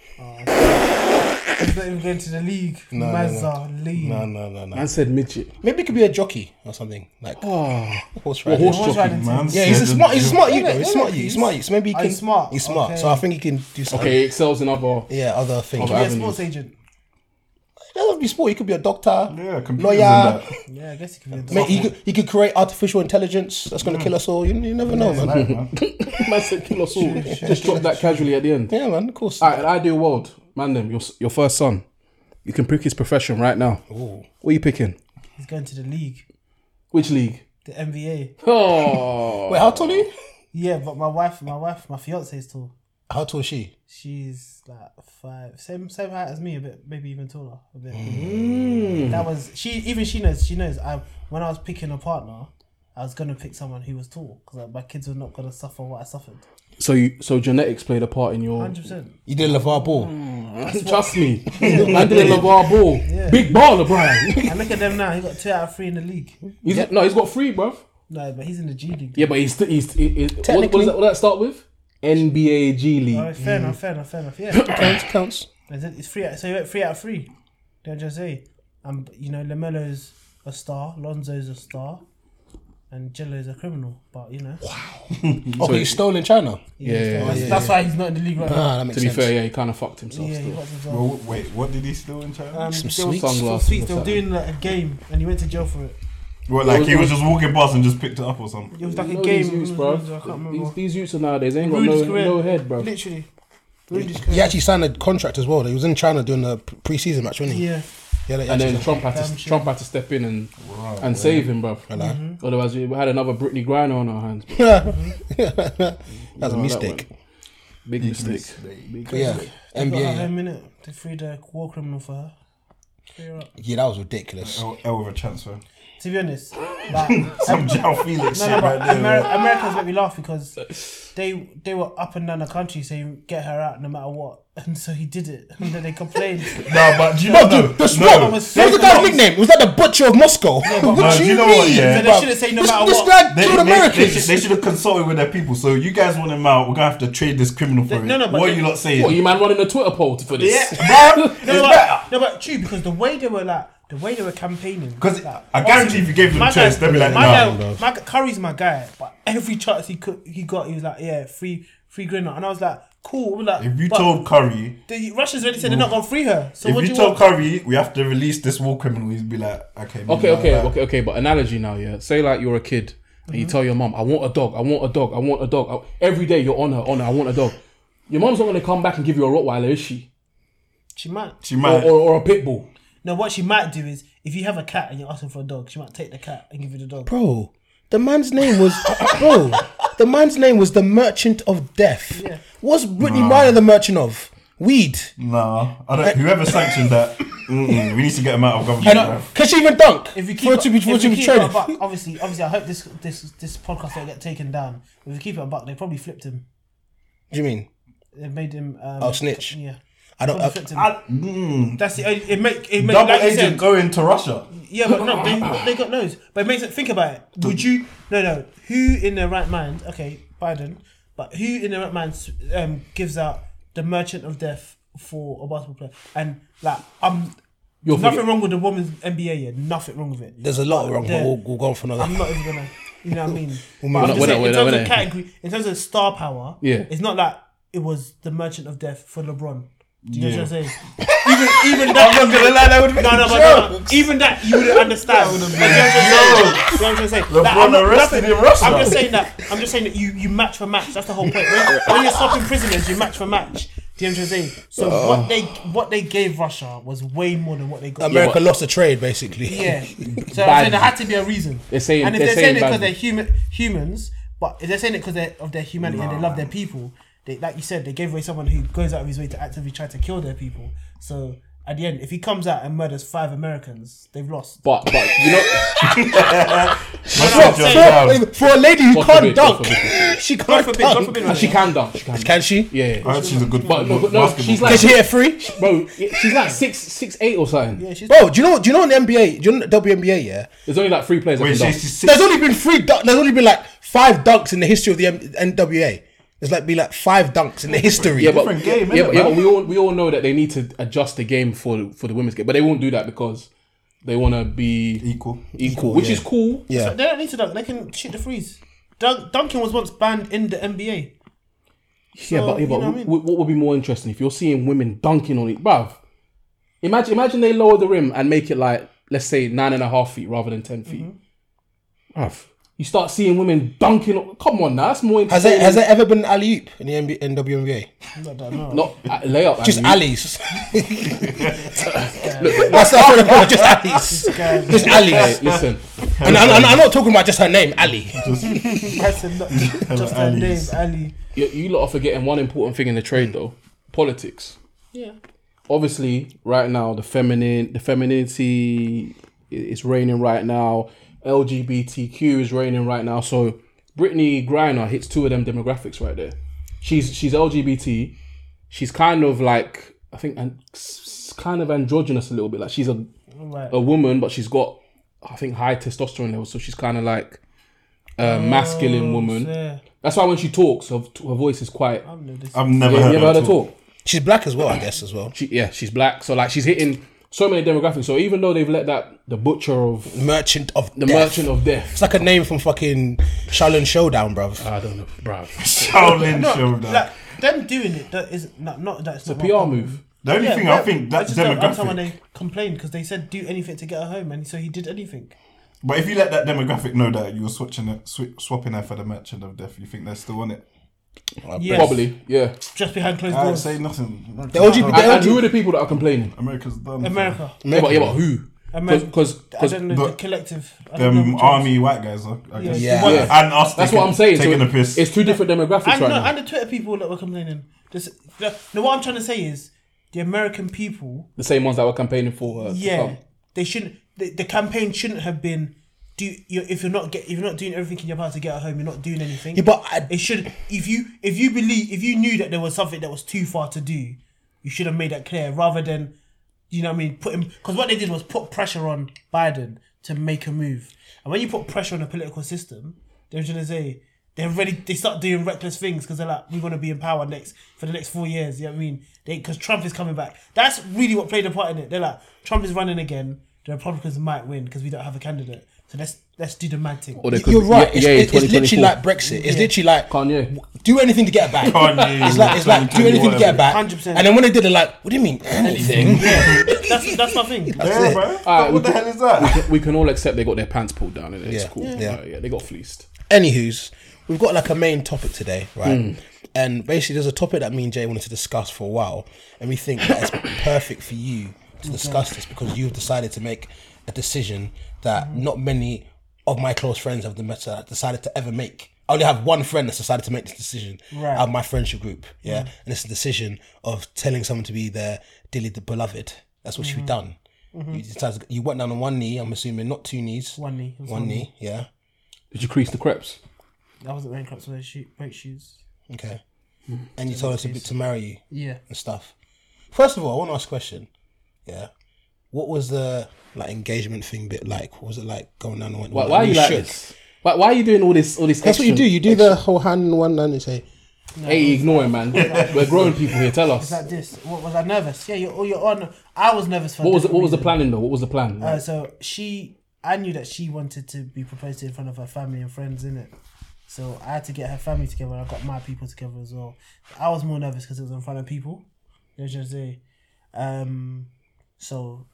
[SPEAKER 6] He's not even going to the league.
[SPEAKER 3] no, no.
[SPEAKER 6] Mazza league.
[SPEAKER 3] No, no, no, no.
[SPEAKER 5] Man said midget.
[SPEAKER 3] Maybe it could be a jockey or something like
[SPEAKER 5] Oh,
[SPEAKER 3] horse
[SPEAKER 5] well,
[SPEAKER 3] riding.
[SPEAKER 5] horse
[SPEAKER 6] Horse
[SPEAKER 5] jockey.
[SPEAKER 6] riding team.
[SPEAKER 4] Man
[SPEAKER 3] yeah, he's a
[SPEAKER 4] said-
[SPEAKER 3] smart. He's a smart
[SPEAKER 6] Isn't
[SPEAKER 3] youth. though.
[SPEAKER 6] it-
[SPEAKER 3] He's smart
[SPEAKER 6] isn't it?
[SPEAKER 3] youth. He's smart youth. So maybe he
[SPEAKER 6] Oh,
[SPEAKER 3] can.
[SPEAKER 6] he's smart.
[SPEAKER 3] He's smart.
[SPEAKER 6] Okay.
[SPEAKER 3] So I think he can do something.
[SPEAKER 5] Okay, he excels in other.
[SPEAKER 3] Yeah, other things.
[SPEAKER 5] Okay.
[SPEAKER 6] Yeah, sports agent.
[SPEAKER 3] It doesn't have to be sport. He could be a doctor.
[SPEAKER 4] Yeah, computers
[SPEAKER 3] lawyer.
[SPEAKER 4] and that.
[SPEAKER 6] Yeah, I guess you could be a
[SPEAKER 3] Mate, he could, he could create artificial intelligence that's going to kill us all. You, you never know, man.
[SPEAKER 4] Like, man.
[SPEAKER 5] Man said kill us all. Just drop that casually at the end.
[SPEAKER 3] Yeah, man, of course.
[SPEAKER 5] All right, an ideal world, man. Them your your first son. You can pick his profession right now. What are you picking?
[SPEAKER 6] He's going to the league,
[SPEAKER 5] Which league?
[SPEAKER 6] the NBA.
[SPEAKER 5] Oh,
[SPEAKER 3] Wait, how tall are you?
[SPEAKER 6] Yeah, but my wife, my wife, my fiance is tall.
[SPEAKER 3] How tall is she?
[SPEAKER 6] She's like five, same same height as me, a bit maybe even taller. A bit. That was she. Even she knows. She knows. I when I was picking a partner, I was gonna pick someone who was tall because like, my kids were not gonna suffer what I suffered.
[SPEAKER 5] so you so genetics played a part in your.
[SPEAKER 6] Hundred percent.
[SPEAKER 3] You did LeVar Ball.
[SPEAKER 5] Mm. Trust me, man did a LeVar ball, big ball, LeBron.
[SPEAKER 6] And look at them now. He got two out of three in the league.
[SPEAKER 5] He's- No, he's got three, bruv.
[SPEAKER 6] No, but he's in the G League.
[SPEAKER 5] Yeah, but he's st- he's, he- he- what, what,
[SPEAKER 3] Technically-
[SPEAKER 5] does that, what does that start with? NBA G League.
[SPEAKER 6] Oh, fair enough. Fair enough. Fair enough. Yeah,
[SPEAKER 3] Counts, counts.
[SPEAKER 6] Is it- it's three. Out, so he went three out of three. Don't just say. Um, you know, Lamelo's a star. Lonzo's a star. And Jello's a criminal, but you know,
[SPEAKER 3] Oh, he stole in China.
[SPEAKER 5] Mm. yeah, yeah, Oh, yeah.
[SPEAKER 6] that's, that's why he's not in the league right now.
[SPEAKER 3] Ah, that makes
[SPEAKER 5] To be
[SPEAKER 3] sense.
[SPEAKER 5] fair, yeah, he kind of fucked himself.
[SPEAKER 6] Yeah, he
[SPEAKER 5] still.
[SPEAKER 6] got some
[SPEAKER 4] Well, w- Oh, wait, what did he steal in China?
[SPEAKER 6] um,
[SPEAKER 3] Some
[SPEAKER 6] there was-
[SPEAKER 3] sweets.
[SPEAKER 6] some
[SPEAKER 5] Sunglasses
[SPEAKER 6] sweets.
[SPEAKER 5] or
[SPEAKER 6] They were doing like, a game, and he went to jail for it.
[SPEAKER 4] well, like he was just walking past and just picked it up or something.
[SPEAKER 6] It was like
[SPEAKER 5] You
[SPEAKER 6] a
[SPEAKER 5] know
[SPEAKER 6] game.
[SPEAKER 5] these youths,
[SPEAKER 6] it
[SPEAKER 5] bruv.
[SPEAKER 6] was- it was- I can't remember.
[SPEAKER 5] These, these youths nowadays ain't got
[SPEAKER 6] Ruined
[SPEAKER 5] no,
[SPEAKER 6] his career.
[SPEAKER 5] no head, bro.
[SPEAKER 6] Literally, Ruined his
[SPEAKER 3] He
[SPEAKER 6] career.
[SPEAKER 3] actually signed a contract as well. He was in China doing the p- pre-season match, wasn't he?
[SPEAKER 6] Yeah,
[SPEAKER 3] Yeah. like,
[SPEAKER 5] And
[SPEAKER 3] actually-
[SPEAKER 5] then Trump had to
[SPEAKER 6] Damn
[SPEAKER 5] Trump had to step in and
[SPEAKER 4] Wow,
[SPEAKER 5] and save him, bro.
[SPEAKER 3] Hello.
[SPEAKER 5] Otherwise, we had another Britney Griner on our hands. bruv.
[SPEAKER 3] that was a
[SPEAKER 5] that
[SPEAKER 3] mistake.
[SPEAKER 5] Big mistake. Big
[SPEAKER 3] But yeah,
[SPEAKER 5] mistake.
[SPEAKER 6] got her
[SPEAKER 3] NBA.
[SPEAKER 6] home minute to free the war criminal for her. Free her up.
[SPEAKER 3] Yeah, that was ridiculous.
[SPEAKER 4] Hell hell of a transfer.
[SPEAKER 6] To be honest, like,
[SPEAKER 4] Some Jao Felix
[SPEAKER 6] No, no,
[SPEAKER 4] shit
[SPEAKER 6] but
[SPEAKER 4] right there.
[SPEAKER 6] Ameri- Americans make me laugh because they they were up and down the country saying get her out no matter what, and so he did it, and then they complained.
[SPEAKER 4] No, but do you
[SPEAKER 3] No,
[SPEAKER 4] know, no,
[SPEAKER 3] dude, the
[SPEAKER 4] no,
[SPEAKER 3] swap.
[SPEAKER 6] I
[SPEAKER 3] What
[SPEAKER 6] was
[SPEAKER 3] was
[SPEAKER 6] so
[SPEAKER 3] the guy's
[SPEAKER 6] confused.
[SPEAKER 3] nickname? Was that the butcher of
[SPEAKER 4] no,
[SPEAKER 3] Moscow? What
[SPEAKER 4] do
[SPEAKER 3] you
[SPEAKER 4] you know what,
[SPEAKER 3] mean,
[SPEAKER 4] yeah?
[SPEAKER 6] So they
[SPEAKER 3] bruv?
[SPEAKER 6] should've said no
[SPEAKER 3] This-
[SPEAKER 6] matter
[SPEAKER 3] This
[SPEAKER 6] what.
[SPEAKER 3] guy
[SPEAKER 4] They,
[SPEAKER 3] killed
[SPEAKER 4] they,
[SPEAKER 3] Americans.
[SPEAKER 4] should, they should have consulted with their people. So you guys want him out? We're gonna have to trade this criminal for him.
[SPEAKER 6] no, no, but
[SPEAKER 4] what
[SPEAKER 6] they-
[SPEAKER 4] are you not saying?
[SPEAKER 5] What, you man running a Twitter poll for this?
[SPEAKER 4] yeah, bro, it's better.
[SPEAKER 6] no, but, no, but true because the way they were like the way they were campaigning.
[SPEAKER 4] Because
[SPEAKER 6] like,
[SPEAKER 4] I guarantee if you gave them a choice, they'd be like,
[SPEAKER 6] my
[SPEAKER 4] no.
[SPEAKER 6] guy, my guy- Curry's my guy, but every chance he could, he got, he was like, yeah, free, free Grenada, and I was like, cool. I'm like,
[SPEAKER 4] If you
[SPEAKER 6] but
[SPEAKER 4] told Curry,
[SPEAKER 6] the Russians already said they're not gonna free her, so what
[SPEAKER 4] if
[SPEAKER 6] do
[SPEAKER 4] you
[SPEAKER 6] you
[SPEAKER 4] told
[SPEAKER 6] want?
[SPEAKER 4] Curry, we have to release this war criminal, he'd be like, okay, maybe
[SPEAKER 5] Okay,
[SPEAKER 4] not,
[SPEAKER 5] okay,
[SPEAKER 4] like-
[SPEAKER 5] okay, okay. But analogy now, yeah. Say like you're a kid and
[SPEAKER 6] Mm-hmm.
[SPEAKER 5] you tell your mom, "I want a dog. I want a dog. I want a dog." I- Every day you're on her, on her. I want a dog. Your mom's not gonna come back and give you a Rottweiler, is she?
[SPEAKER 6] She might.
[SPEAKER 4] She
[SPEAKER 5] Or,
[SPEAKER 4] might.
[SPEAKER 5] or, or a pit bull?
[SPEAKER 6] No, what she might do is if you have a cat and you're asking for a dog, she might take the cat and give you the dog.
[SPEAKER 3] Bro, the man's name was bro. The man's name was the Merchant of Death.
[SPEAKER 6] Yeah.
[SPEAKER 3] What's Brittany Griner the Merchant of? Weed.
[SPEAKER 4] Nah, I don't. Whoever sanctioned that, mm-mm, we need to get him out of government.
[SPEAKER 3] And
[SPEAKER 4] bro.
[SPEAKER 3] can she even dunk?
[SPEAKER 6] If you
[SPEAKER 3] for
[SPEAKER 6] keep,
[SPEAKER 3] her to be,
[SPEAKER 6] if
[SPEAKER 3] for her
[SPEAKER 6] you
[SPEAKER 3] to be
[SPEAKER 6] keep it
[SPEAKER 3] training.
[SPEAKER 6] a buck, obviously, obviously, I hope this this this podcast don't get taken down. If you keep it a buck, they probably flipped him.
[SPEAKER 3] What do you mean?
[SPEAKER 6] They made him. Um,
[SPEAKER 3] Oh, snitch.
[SPEAKER 6] Yeah.
[SPEAKER 3] I don't.
[SPEAKER 6] Probably
[SPEAKER 3] I,
[SPEAKER 6] flipped him.
[SPEAKER 4] I- mm,
[SPEAKER 6] That's the only- it. Make it make
[SPEAKER 4] double
[SPEAKER 6] like you
[SPEAKER 4] agent
[SPEAKER 6] said,
[SPEAKER 4] going to Russia.
[SPEAKER 6] Yeah, but no, they, they got loads. But it makes it think about it. Would you? No, no. Who in their right mind? Okay, Biden. But who in their right mind um, gives out the Merchant of Death for a basketball player? And like, I'm
[SPEAKER 5] You're
[SPEAKER 6] nothing
[SPEAKER 5] forget-
[SPEAKER 6] wrong with the woman's NBA. Yeah, nothing wrong with it.
[SPEAKER 3] there's a lot wrong,
[SPEAKER 6] Yeah.
[SPEAKER 3] but we'll, we'll go on for another.
[SPEAKER 6] I'm not even gonna. You know what I mean?
[SPEAKER 3] move
[SPEAKER 6] I'm
[SPEAKER 3] on.
[SPEAKER 6] just
[SPEAKER 5] We're not-
[SPEAKER 6] saying,
[SPEAKER 5] we're
[SPEAKER 6] in
[SPEAKER 5] not-
[SPEAKER 6] terms
[SPEAKER 5] we're
[SPEAKER 6] of
[SPEAKER 5] not.
[SPEAKER 6] category, in terms of star power,
[SPEAKER 5] Yeah.
[SPEAKER 6] it's not like it was the Merchant of Death for LeBron. Do you know what I'm saying?
[SPEAKER 4] Even that, I'm not gonna lie, that would be
[SPEAKER 6] No, no, but no, no. even that you wouldn't understand. You know what I'm saying? You know what I'm trying to say? Like, I'm
[SPEAKER 4] LeBron
[SPEAKER 6] not-
[SPEAKER 4] arrested
[SPEAKER 6] nothing-
[SPEAKER 4] in Russia.
[SPEAKER 6] I'm just saying that. I'm just saying that you, you match for match. That's the whole point. When, when you're stopping prisoners, you match for match. Do you know what I'm saying? So
[SPEAKER 4] Uh.
[SPEAKER 6] what they what they gave Russia was way more than what they got.
[SPEAKER 3] America lost a trade, basically.
[SPEAKER 6] Yeah. So I'm saying
[SPEAKER 5] Bad.
[SPEAKER 6] there had to be a reason.
[SPEAKER 5] They're saying-
[SPEAKER 6] and if
[SPEAKER 5] they're
[SPEAKER 6] they're, saying,
[SPEAKER 5] saying
[SPEAKER 6] it because
[SPEAKER 5] bad.
[SPEAKER 6] they're human humans, but if they're saying it because they're of their humanity and they love their people, they like you said, they gave away someone who goes out of his way to actively try to kill their people. So at the end, if he comes out and murders five Americans, they've lost.
[SPEAKER 5] But but you know.
[SPEAKER 3] For,
[SPEAKER 4] Just
[SPEAKER 3] for, for a lady who
[SPEAKER 5] God
[SPEAKER 3] can't
[SPEAKER 5] forbid, God
[SPEAKER 3] dunk,
[SPEAKER 5] forbid.
[SPEAKER 3] she can't
[SPEAKER 6] forbid, God
[SPEAKER 3] dunk.
[SPEAKER 6] forbid.
[SPEAKER 5] And Ah, she can dunk. She can. dunk.
[SPEAKER 3] Can she?
[SPEAKER 5] Yeah, yeah.
[SPEAKER 4] I heard she's a good
[SPEAKER 5] But no, but no,
[SPEAKER 4] basketball
[SPEAKER 5] she's
[SPEAKER 4] player.
[SPEAKER 5] like,
[SPEAKER 3] Can she hit a free?
[SPEAKER 5] bro, she's like six, six, eight or something.
[SPEAKER 6] Yeah, she's
[SPEAKER 3] Bro, do you know? Do you know in the NBA? Do you know in the WNBA? Yeah,
[SPEAKER 5] There's only like three players.
[SPEAKER 4] Wait,
[SPEAKER 5] that can
[SPEAKER 4] she's,
[SPEAKER 5] dunk.
[SPEAKER 4] she's six.
[SPEAKER 3] there's only been three. Dunk, there's only been like five dunks in the history of the M- NWA. There's like be like five dunks in the history.
[SPEAKER 5] yeah, but,
[SPEAKER 4] different game,
[SPEAKER 5] yeah,
[SPEAKER 4] innit,
[SPEAKER 5] but, yeah,
[SPEAKER 4] man?
[SPEAKER 5] but we all we all know that they need to adjust the game for for the women's game, but they won't do that because they want to be
[SPEAKER 4] Equal.
[SPEAKER 5] equal, which is cool.
[SPEAKER 3] yeah.
[SPEAKER 6] They don't need to dunk. They can shoot the threes. Dunk, dunking was once banned in the NBA.
[SPEAKER 5] yeah, but, yeah, but
[SPEAKER 6] you know what I
[SPEAKER 5] w-
[SPEAKER 6] mean?
[SPEAKER 5] what would be more interesting if you're seeing women dunking on it, bruv? Imagine, imagine they lower the rim and make it like, let's say, nine and a half feet rather than ten feet. Bruv, you start seeing women dunking. Come on, now that's more
[SPEAKER 3] Has
[SPEAKER 5] entertaining.
[SPEAKER 3] there, has there ever been an alley oop in the NBA, in WNBA?
[SPEAKER 5] not uh, layup?
[SPEAKER 3] Just
[SPEAKER 5] alley.
[SPEAKER 3] alleys. that's that's what I'm calling just alleys. Just
[SPEAKER 5] Hey,
[SPEAKER 3] alleys.
[SPEAKER 5] listen,
[SPEAKER 3] And, I- and I'm not talking about just her name, Ali.
[SPEAKER 6] That's a lot. Just her name,
[SPEAKER 4] Ali's.
[SPEAKER 6] Ali.
[SPEAKER 5] you, you lot are forgetting one important thing in the trade though: politics. Yeah. Obviously, right now the feminine, the femininity i- is reigning right now. LGBTQ is reigning right now. So Brittany Griner hits two of them demographics right there. She's she's LGBT. She's kind of like I think and s- s- kind of androgynous a little bit. Like she's a
[SPEAKER 6] Right.
[SPEAKER 5] a woman, but she's got I think high testosterone levels, so she's kind of like a masculine woman.
[SPEAKER 6] Yeah.
[SPEAKER 5] That's why when she talks, her, her voice is quiet.
[SPEAKER 4] I've never
[SPEAKER 5] You
[SPEAKER 4] heard,
[SPEAKER 5] ever heard her
[SPEAKER 4] talk.
[SPEAKER 5] talk?
[SPEAKER 3] She's black as well, I guess, as well.
[SPEAKER 5] She, yeah, she's black, so like she's hitting so many demographics. So even though they've let that the butcher of
[SPEAKER 3] Merchant of
[SPEAKER 5] the
[SPEAKER 3] Death.
[SPEAKER 5] merchant of death,
[SPEAKER 3] It's like a name from fucking Shaolin Showdown, bruv.
[SPEAKER 5] I don't know, bruv. It's
[SPEAKER 4] Shaolin shoulder.
[SPEAKER 6] Like, them doing it, that is not, not that's
[SPEAKER 5] a
[SPEAKER 6] not my
[SPEAKER 5] PR
[SPEAKER 6] problem.
[SPEAKER 5] move.
[SPEAKER 4] the only
[SPEAKER 6] Yeah,
[SPEAKER 4] thing I
[SPEAKER 6] but
[SPEAKER 4] think
[SPEAKER 6] I
[SPEAKER 4] that's
[SPEAKER 6] just don't understand
[SPEAKER 4] demographic.
[SPEAKER 6] why they complained because they said do anything to get her home, and so he did anything.
[SPEAKER 4] But if you let that demographic know that you're switching it, swi- swapping her for the merchant of death, you think they're still on it? Uh,
[SPEAKER 6] Yes.
[SPEAKER 5] Probably, yeah.
[SPEAKER 6] just behind
[SPEAKER 3] Uh,
[SPEAKER 6] closed
[SPEAKER 4] I
[SPEAKER 6] doors.
[SPEAKER 4] say nothing.
[SPEAKER 3] The OG
[SPEAKER 5] And, and who are the people that are complaining?
[SPEAKER 4] America's done.
[SPEAKER 6] America,
[SPEAKER 5] Yeah, but, yeah, but who?
[SPEAKER 6] America.
[SPEAKER 5] Because
[SPEAKER 6] I don't know the
[SPEAKER 4] but
[SPEAKER 6] collective. I don't know
[SPEAKER 4] Them
[SPEAKER 6] which ones.
[SPEAKER 4] army white guys, I I guess.
[SPEAKER 3] Yeah.
[SPEAKER 6] Yeah.
[SPEAKER 4] And us.
[SPEAKER 5] that's
[SPEAKER 4] taking-
[SPEAKER 5] what I'm saying. So
[SPEAKER 4] Taking a
[SPEAKER 5] it-
[SPEAKER 4] piss.
[SPEAKER 5] it's two different demographics
[SPEAKER 6] And,
[SPEAKER 5] right
[SPEAKER 6] no,
[SPEAKER 5] now.
[SPEAKER 6] and the Twitter people that were complaining. This, the, no, what I'm trying to say is the American people.
[SPEAKER 5] the same ones that were campaigning for her. Oh, to
[SPEAKER 6] Yeah,
[SPEAKER 5] come.
[SPEAKER 6] they shouldn't. The, the campaign shouldn't have been. Do you, if you're not get if you're not doing everything in your power to get her home, you're not doing anything.
[SPEAKER 3] Yeah, but I-
[SPEAKER 6] it should if you if you believe if you knew that there was something that was too far to do, you should have made that clear rather than, you know, what I mean, put him because what they did was put pressure on Biden to make a move, and when you put pressure on the political system, they're gonna say they're ready. They start doing reckless things because they're like, we want to be in power next for the next four years. You know what I mean? They because Trump is coming back. That's really what played a part in it. They're like, Trump is running again. The Republicans might win because we don't have a candidate. So let's let's do the mad thing.
[SPEAKER 5] Or they could
[SPEAKER 3] You're
[SPEAKER 5] be-
[SPEAKER 3] right.
[SPEAKER 5] yeah,
[SPEAKER 3] It's,
[SPEAKER 5] yeah,
[SPEAKER 3] it's, it's
[SPEAKER 5] 2024.
[SPEAKER 3] literally like Brexit. It's literally like
[SPEAKER 5] Kanye.
[SPEAKER 3] do anything to get back.
[SPEAKER 4] Kanye,
[SPEAKER 3] It's like it's like do anything to get back.
[SPEAKER 6] 100%.
[SPEAKER 3] And then when they did it, like, what do you mean anything?
[SPEAKER 6] that's that's my thing.
[SPEAKER 4] yeah, bro.
[SPEAKER 5] Alright, we
[SPEAKER 4] what the
[SPEAKER 5] can-
[SPEAKER 4] hell is that?
[SPEAKER 5] we can all accept they got their pants pulled down and it's
[SPEAKER 3] Yeah.
[SPEAKER 5] cool.
[SPEAKER 3] Yeah.
[SPEAKER 5] Yeah.
[SPEAKER 3] Yeah.
[SPEAKER 5] yeah, they got fleeced.
[SPEAKER 3] Anywho's, we've got like a main topic today, right?
[SPEAKER 6] Hmm.
[SPEAKER 3] And basically, there's a topic that me and Jay wanted to discuss for a while, and we think that it's perfect for you to discuss this because you've decided to make a decision that
[SPEAKER 6] Hmm.
[SPEAKER 3] not many of my close friends have dem- uh, decided to ever make. I only have one friend that's decided to make this decision
[SPEAKER 6] Right. Hmm.
[SPEAKER 3] out of my friendship group, yeah. And it's the decision of telling someone to be their dearly beloved. That's what
[SPEAKER 6] Mm-hmm.
[SPEAKER 3] you've done. You decided you went down on one knee. I'm assuming not two knees.
[SPEAKER 6] One knee. It was
[SPEAKER 3] One,
[SPEAKER 6] one
[SPEAKER 3] knee. Yeah.
[SPEAKER 5] Did you crease the crepes?
[SPEAKER 6] I wasn't wearing crops with shoe, boat shoes.
[SPEAKER 3] Okay. And you told her to, be- to marry you
[SPEAKER 6] Mm. Yeah.
[SPEAKER 3] and stuff. First of all, I want to ask a question. Yeah. What was the like engagement thing bit like? What was it like going down the one?
[SPEAKER 5] Why, why are you like this? Why, why are you doing all this? All this?
[SPEAKER 3] That's what you do.
[SPEAKER 5] extra-
[SPEAKER 3] You do the whole hand in one hand and say,
[SPEAKER 5] Hey, ignore it, man. We're grown people here. Tell us.
[SPEAKER 6] Like this. What was I nervous? Yeah, you're, oh, you're on. I was nervous for. a
[SPEAKER 5] What was the,
[SPEAKER 6] different
[SPEAKER 5] what was the
[SPEAKER 6] reason.
[SPEAKER 5] planning though? What was the plan?
[SPEAKER 6] Uh, so she, I knew that she wanted to be proposed to in front of her family and friends, in it. So I had to get her family together, and I got my people together as well. I was more nervous because it was in front of people. Let's just say, um, so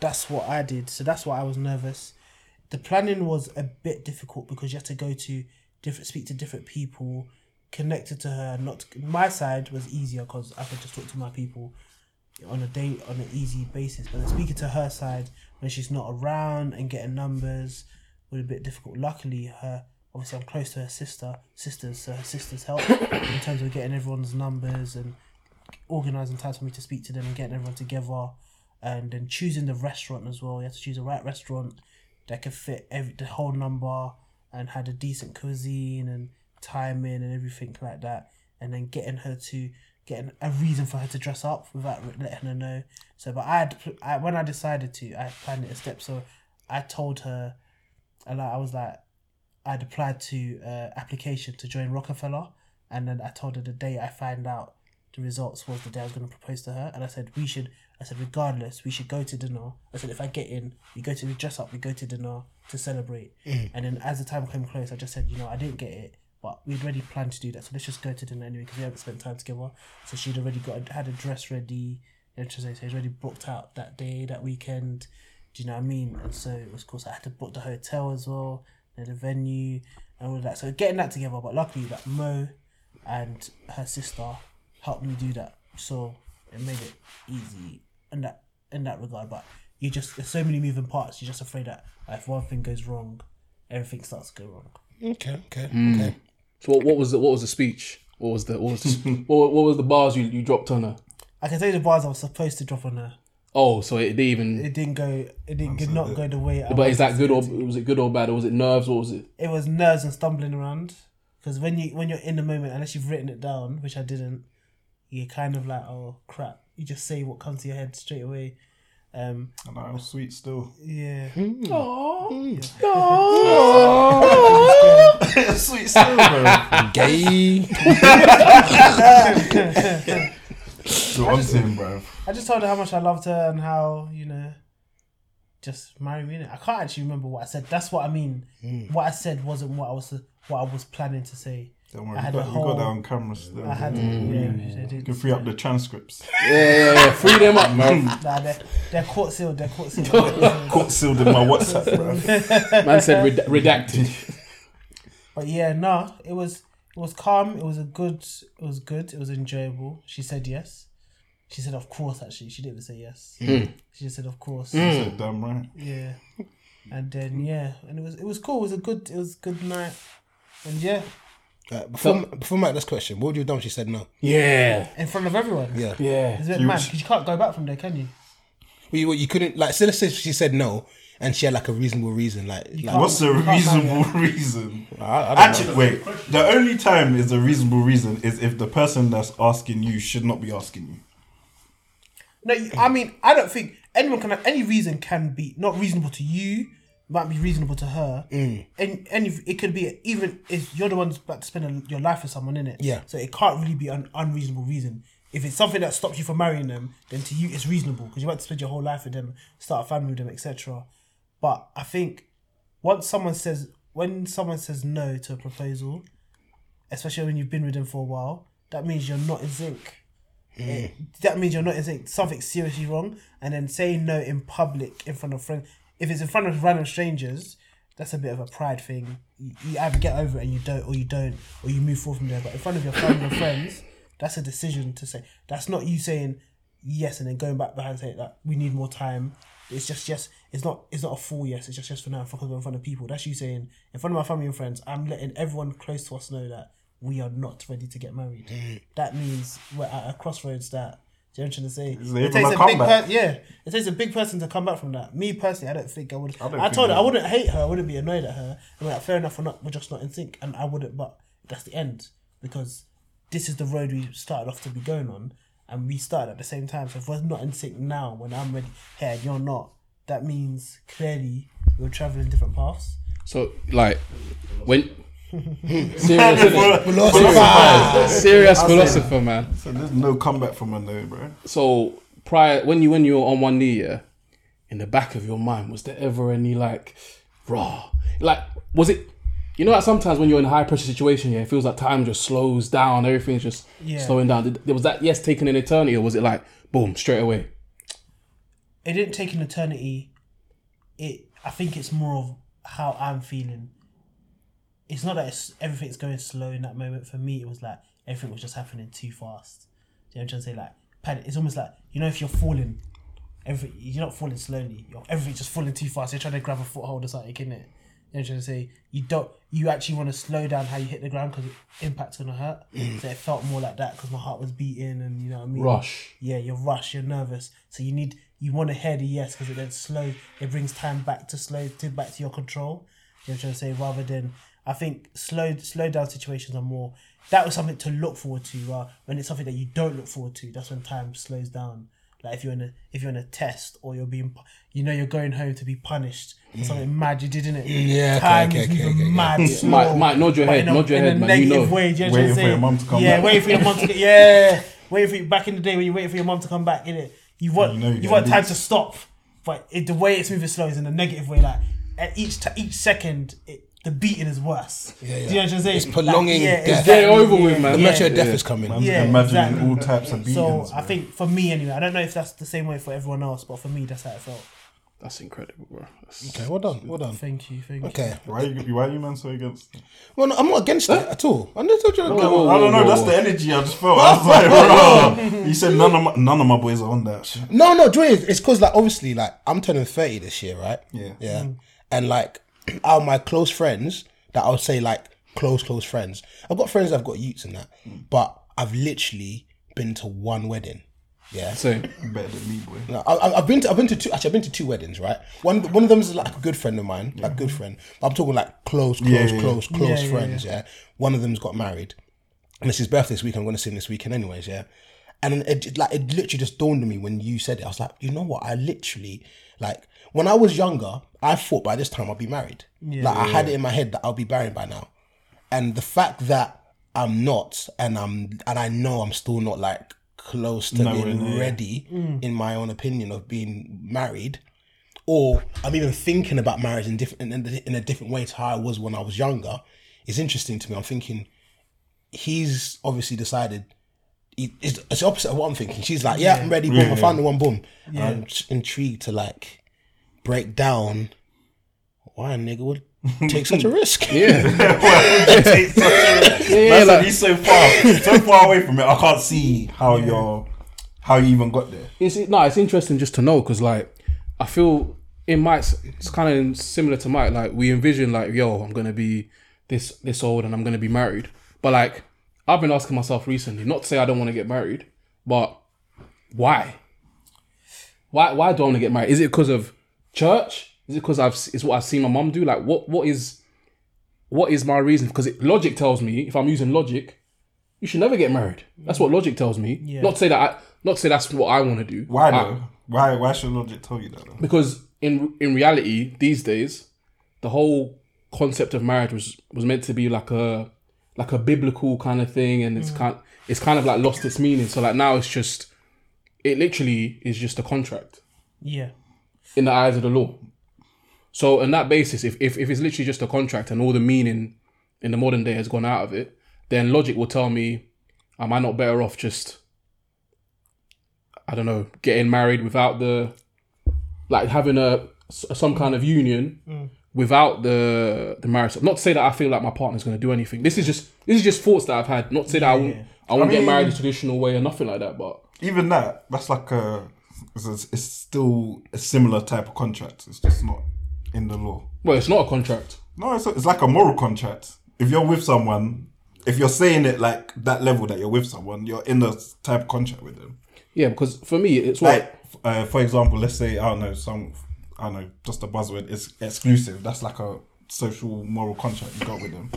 [SPEAKER 6] that's what I did. So that's why I was nervous. The planning was a bit difficult because you had to go to different, speak to different people, connected to her. Not my side was easier because I could just talk to my people on a day on an easy basis. But then speaking to her side when she's not around and getting numbers was a bit difficult. Luckily, her obviously I'm close to her sister sisters, so her sisters help in terms of getting everyone's numbers and organising times for me to speak to them and getting everyone together, and then choosing the restaurant as well. You have to choose the right restaurant that could fit every, the whole number and had a decent cuisine and timing and everything like that. And then getting her to getting a reason for her to dress up without re- letting her know. So, but I had pl- I, when I decided to, I planned it a step. So I told her, and I I was like, I'd applied to uh, application to join Rockefeller, and then I told her the day I found out the results was the day I was going to propose to her, and I said we should. I said regardless, we should go to dinner. I said if I get in, we go to we dress up, we go to dinner to celebrate. And then as the time came close, I just said you know I didn't get it, but we'd already planned to do that, so let's just go to dinner anyway because we haven't spent time together. So she'd already got had a dress ready It's just like, so he's already booked out that day, that weekend. Do you know what I mean? And so, of course, I had to book the hotel as well, then the venue, and all of that. So getting that together, but luckily that Mo and her sister helped me do that, so it made it easy in that in that regard. But you just there's so many moving parts. You're just afraid that if one thing goes wrong, everything starts to go wrong.
[SPEAKER 3] Okay, okay, okay.
[SPEAKER 5] So what, what was the, what was the speech? What was the what was the, what, what was the bars you, you dropped on her?
[SPEAKER 6] I can tell you the bars I was supposed to drop on her.
[SPEAKER 5] Oh, so it, they even.
[SPEAKER 6] It didn't go. It didn't did not go the way. I
[SPEAKER 5] But is
[SPEAKER 6] wanted
[SPEAKER 5] that good or was it good or bad or was it nerves or was it?
[SPEAKER 6] it was nerves and stumbling around because when you when you're in the moment unless you've written it down which i didn't you're kind of like oh crap you just say what comes to your head straight away um
[SPEAKER 4] And I was sweet still.
[SPEAKER 6] yeah
[SPEAKER 4] sweet still, bro.
[SPEAKER 3] Gay.
[SPEAKER 4] So I'm saying, bro.
[SPEAKER 6] i just told her how much i loved her and how you know just marry me innit? i can't actually remember what i said that's what i mean what i said wasn't what i was what i was planning to say
[SPEAKER 4] Don't worry,
[SPEAKER 6] I
[SPEAKER 4] we
[SPEAKER 6] had
[SPEAKER 4] got,
[SPEAKER 6] a
[SPEAKER 4] we got that
[SPEAKER 6] whole-
[SPEAKER 4] on camera still.
[SPEAKER 6] i had yeah, I
[SPEAKER 4] You
[SPEAKER 6] did.
[SPEAKER 4] can free up the transcripts.
[SPEAKER 5] Yeah, yeah, yeah. Free them up, man.
[SPEAKER 6] Nah, they're, they're court sealed they're court sealed They're court sealed.
[SPEAKER 4] Got sealed in my WhatsApp, bro.
[SPEAKER 5] Man said red- redacted.
[SPEAKER 6] But yeah, no, it was it was calm. It was a good. It was good. It was enjoyable. She said yes. She said of course. Actually, she didn't say yes. She just said of course.
[SPEAKER 4] So damn right.
[SPEAKER 6] Yeah. And then yeah, and it was it was cool. It was a good. It was a good night. And yeah,
[SPEAKER 3] Uh, before, before my next question, what would you have done if she said no?
[SPEAKER 5] Yeah,
[SPEAKER 6] in front of everyone.
[SPEAKER 3] Yeah.
[SPEAKER 5] yeah.
[SPEAKER 6] It's a bit mad 'cause you can't go back from there, can you?
[SPEAKER 3] Well, you, well, you couldn't, like, so let's say she said no and she had, like, a reasonable reason. Like, like
[SPEAKER 4] What's a
[SPEAKER 6] You can't
[SPEAKER 4] reasonable reason?
[SPEAKER 3] I, I don't know.
[SPEAKER 4] Actually, wait. The only time is a reasonable reason is if the person that's asking you should not be asking you.
[SPEAKER 6] No, you- I mean, I don't think anyone can have any reason can be not reasonable to you, might be reasonable to her. Mm. And any it could be even if you're the one that's about to spend a- your life with someone in it.
[SPEAKER 3] Yeah.
[SPEAKER 6] So it can't really be an unreasonable reason. If it's something that stops you from marrying them, then to you it's reasonable because you want to spend your whole life with them, start a family with them, etc. But I think once someone says when someone says no to a proposal, especially when you've been with them for a while, that means you're not in sync Eh, that means you're not saying something seriously wrong and then saying no in public in front of friends if it's in front of random strangers that's a bit of a pride thing you, you either get over it and you don't or you don't or you move forward from there but in front of your family and friends that's a decision to say that's not you saying yes and then going back behind and saying that we need more time it's just yes it's not it's not a full yes it's just yes for now because we're in front of people that's you saying in front of my family and friends i'm letting everyone close to us know that we are not ready to get married that means we're at a crossroads that do you know what I'm trying to
[SPEAKER 4] Is
[SPEAKER 6] say?
[SPEAKER 4] there
[SPEAKER 6] It
[SPEAKER 4] even
[SPEAKER 6] takes
[SPEAKER 4] a
[SPEAKER 6] a big
[SPEAKER 4] comeback?
[SPEAKER 6] per- yeah, it takes a big person to come back from that. Me personally, I don't think I would. I,
[SPEAKER 4] don't think
[SPEAKER 6] told her
[SPEAKER 4] you
[SPEAKER 6] I wouldn't hate her. I wouldn't be annoyed at her. I'm like, fair enough, we're not. We're just not in sync, and I wouldn't. But that's the end because this is the road we started off to be going on, and we started at the same time. So if we're not in sync now, when I'm ready here and you're not, that means clearly we're traveling different paths.
[SPEAKER 5] So like when serious, innit? serious philosopher, man.
[SPEAKER 4] So there's no comeback from a no, bro.
[SPEAKER 5] So prior when you when you were on one knee, yeah, in the back of your mind, was there ever any like raw? Like was it you know that sometimes when you're in a high pressure situation, yeah, it feels like time just slows down, everything's just
[SPEAKER 6] Yeah.
[SPEAKER 5] slowing down. Did, was that yes taken an eternity or was it like boom, straight away?
[SPEAKER 6] it didn't take an eternity. It I think it's more of how I'm feeling. It's not that it's, everything's going slow in that moment. For me, it was like everything was just happening too fast. Do you know what I'm trying to say? Like panic. It's almost like you know if you're falling, every you're not falling slowly. You're, everything's just falling too fast. You're trying to grab a foothold or something, isn't it? You know what I'm trying to say? You don't. You actually want to slow down how you hit the ground because impact's gonna hurt. So it felt more like that because my heart was beating and you know what I mean.
[SPEAKER 5] Rush.
[SPEAKER 6] Yeah, you're rushed, you're nervous, so you need you want to hear the yes because it then slow. It brings time back to slow to back to your control. You know what I'm trying to say? Rather than I think slow slow down situations are more. That was something to look forward to. Uh, when it's something that you don't look forward to, that's when time slows down. Like if you're in a if you're in a test or you're being pu- you know you're going home to be punished
[SPEAKER 4] Mm.
[SPEAKER 6] for something mad you did in it.
[SPEAKER 3] Yeah, okay,
[SPEAKER 6] time
[SPEAKER 3] okay,
[SPEAKER 6] is
[SPEAKER 3] okay,
[SPEAKER 6] moving
[SPEAKER 3] okay, okay.
[SPEAKER 6] mad slow.
[SPEAKER 5] Mike- Mike, nod your
[SPEAKER 6] But
[SPEAKER 5] head,
[SPEAKER 6] in a-
[SPEAKER 5] nod your
[SPEAKER 6] in a
[SPEAKER 5] head, man, you
[SPEAKER 6] negative
[SPEAKER 5] know.
[SPEAKER 6] way, do you know what
[SPEAKER 4] Waiting
[SPEAKER 6] I'm
[SPEAKER 4] for your
[SPEAKER 6] saying?
[SPEAKER 4] mum to come
[SPEAKER 6] yeah,
[SPEAKER 4] back.
[SPEAKER 6] waiting waiting for your mum to get yeah. Waiting for you back in the day when you waiting for your mum to come back in it. You want
[SPEAKER 4] You
[SPEAKER 6] you,
[SPEAKER 4] know you're
[SPEAKER 6] want
[SPEAKER 4] gonna
[SPEAKER 6] time
[SPEAKER 4] lose.
[SPEAKER 6] to stop, but it, the way it's moving slow is in a negative way. Like at each t- each second, it, the the beating is worse.
[SPEAKER 3] yeah.
[SPEAKER 6] Do you know what I'm saying?
[SPEAKER 3] It's prolonging death.
[SPEAKER 5] Get it over
[SPEAKER 6] yeah,
[SPEAKER 5] with, man.
[SPEAKER 3] The
[SPEAKER 5] Yeah.
[SPEAKER 3] metro
[SPEAKER 6] yeah.
[SPEAKER 3] of death is coming.
[SPEAKER 4] I'm
[SPEAKER 6] Yeah,
[SPEAKER 4] imagining
[SPEAKER 6] exactly.
[SPEAKER 4] all types of beatings.
[SPEAKER 6] So I
[SPEAKER 4] bro.
[SPEAKER 6] think for me anyway, I don't know if that's the same way for everyone else, but for me that's how it felt.
[SPEAKER 5] That's incredible, bro. That's-
[SPEAKER 3] Okay, well done, well done.
[SPEAKER 6] Thank you, thank you.
[SPEAKER 3] Okay.
[SPEAKER 4] Why are you, why are you man so against?
[SPEAKER 3] Well, no, I'm not against that at all. I never told you.
[SPEAKER 5] Whoa, whoa,
[SPEAKER 4] I
[SPEAKER 5] whoa,
[SPEAKER 4] don't know.
[SPEAKER 5] whoa,
[SPEAKER 4] That's
[SPEAKER 5] whoa.
[SPEAKER 4] the energy I just felt. I was like, bro. You said none of my, none of my boys are on that shit.
[SPEAKER 3] No, no, Dre, it's because like obviously like I'm turning thirty this year, right?
[SPEAKER 4] Yeah.
[SPEAKER 3] yeah.
[SPEAKER 6] Mm.
[SPEAKER 3] And like, out of my close friends that I would say like close close friends, I've got friends that've got youths and that,
[SPEAKER 4] Mm.
[SPEAKER 3] but I've literally been to one wedding. Yeah,
[SPEAKER 5] Same.
[SPEAKER 4] Better than me, boy.
[SPEAKER 3] No, I, I- I've been to I've been to two actually I've been to two weddings right. One one of them is like a good friend of mine, like good friend. But I'm talking like close, close,
[SPEAKER 4] Yeah, yeah, yeah.
[SPEAKER 3] close,
[SPEAKER 6] Yeah,
[SPEAKER 3] close
[SPEAKER 6] yeah,
[SPEAKER 3] friends. Yeah, One of them's got married, and it's his birthday this week. I'm going to see him this weekend, anyways. Yeah, and it, it like it literally just dawned on me when you said it. I was like, you know what? I literally like when I was younger, I thought by this time I'd be married. like I had it in my head that I'll be married by now, and the fact that I'm not, and I'm and I know I'm still not like close to
[SPEAKER 4] Nowhere
[SPEAKER 3] being
[SPEAKER 4] near. Mm.
[SPEAKER 3] ready in my own opinion of being married or I'm even thinking about marriage in different in, in a different way to how I was when I was younger is interesting to me. I'm thinking he's obviously decided he, it's, it's the opposite of what I'm thinking. She's like, yeah, I'm ready, boom, I found the one, boom. And I'm just intrigued to like break down why a nigga would take such a risk.
[SPEAKER 5] Yeah.
[SPEAKER 4] yeah, like, he's so far, so far away from it. I can't see how you're, how you even got there.
[SPEAKER 5] It's it- no, it's interesting just to know because like I feel in Mike's it's kind of similar to Mike. Like we envision like yo, I'm gonna be this this old and I'm gonna be married. But like I've been asking myself recently, not to say I don't want to get married, but why? Why why do I want to get married? Is it because of church? Is it because I've s- it's what I've seen my mum do? Like what what is what is my reason? Because it, logic tells me if I'm using logic, you should never get married. That's what logic tells me. Not to say that I not to say that's what I want to do.
[SPEAKER 4] Why
[SPEAKER 5] I-
[SPEAKER 4] though? Why why should logic tell you that though?
[SPEAKER 5] because in in reality these days the whole concept of marriage was was meant to be like a like a biblical kind of thing and it's kind it's kind of like lost its meaning so like now it's just it literally is just a contract
[SPEAKER 6] Yeah.
[SPEAKER 5] in the eyes of the law so on that basis if if, if it's literally just a contract and all the meaning in the modern day has gone out of it then logic will tell me am i not better off just i don't know getting married without the like having a s- some kind of union without the the marriage. Not to say that I feel like my partner's going to do anything. This is just this is just thoughts that I've had. Not to say that I won't I won't get
[SPEAKER 4] mean-
[SPEAKER 5] married the traditional way or nothing like that. But
[SPEAKER 4] Even that, that's like a, it's, it's still a similar type of contract. It's just not in the law.
[SPEAKER 5] well, it's not a contract.
[SPEAKER 4] No, it's it's like a moral contract. If you're with someone, if you're saying it like that level that you're with someone, you're in a type of contract with them.
[SPEAKER 5] Yeah, because for me it's what
[SPEAKER 4] Like, uh, for example, let's say I don't know some, I don't know, just a buzzword. It's exclusive. That's like a social moral contract you got with them.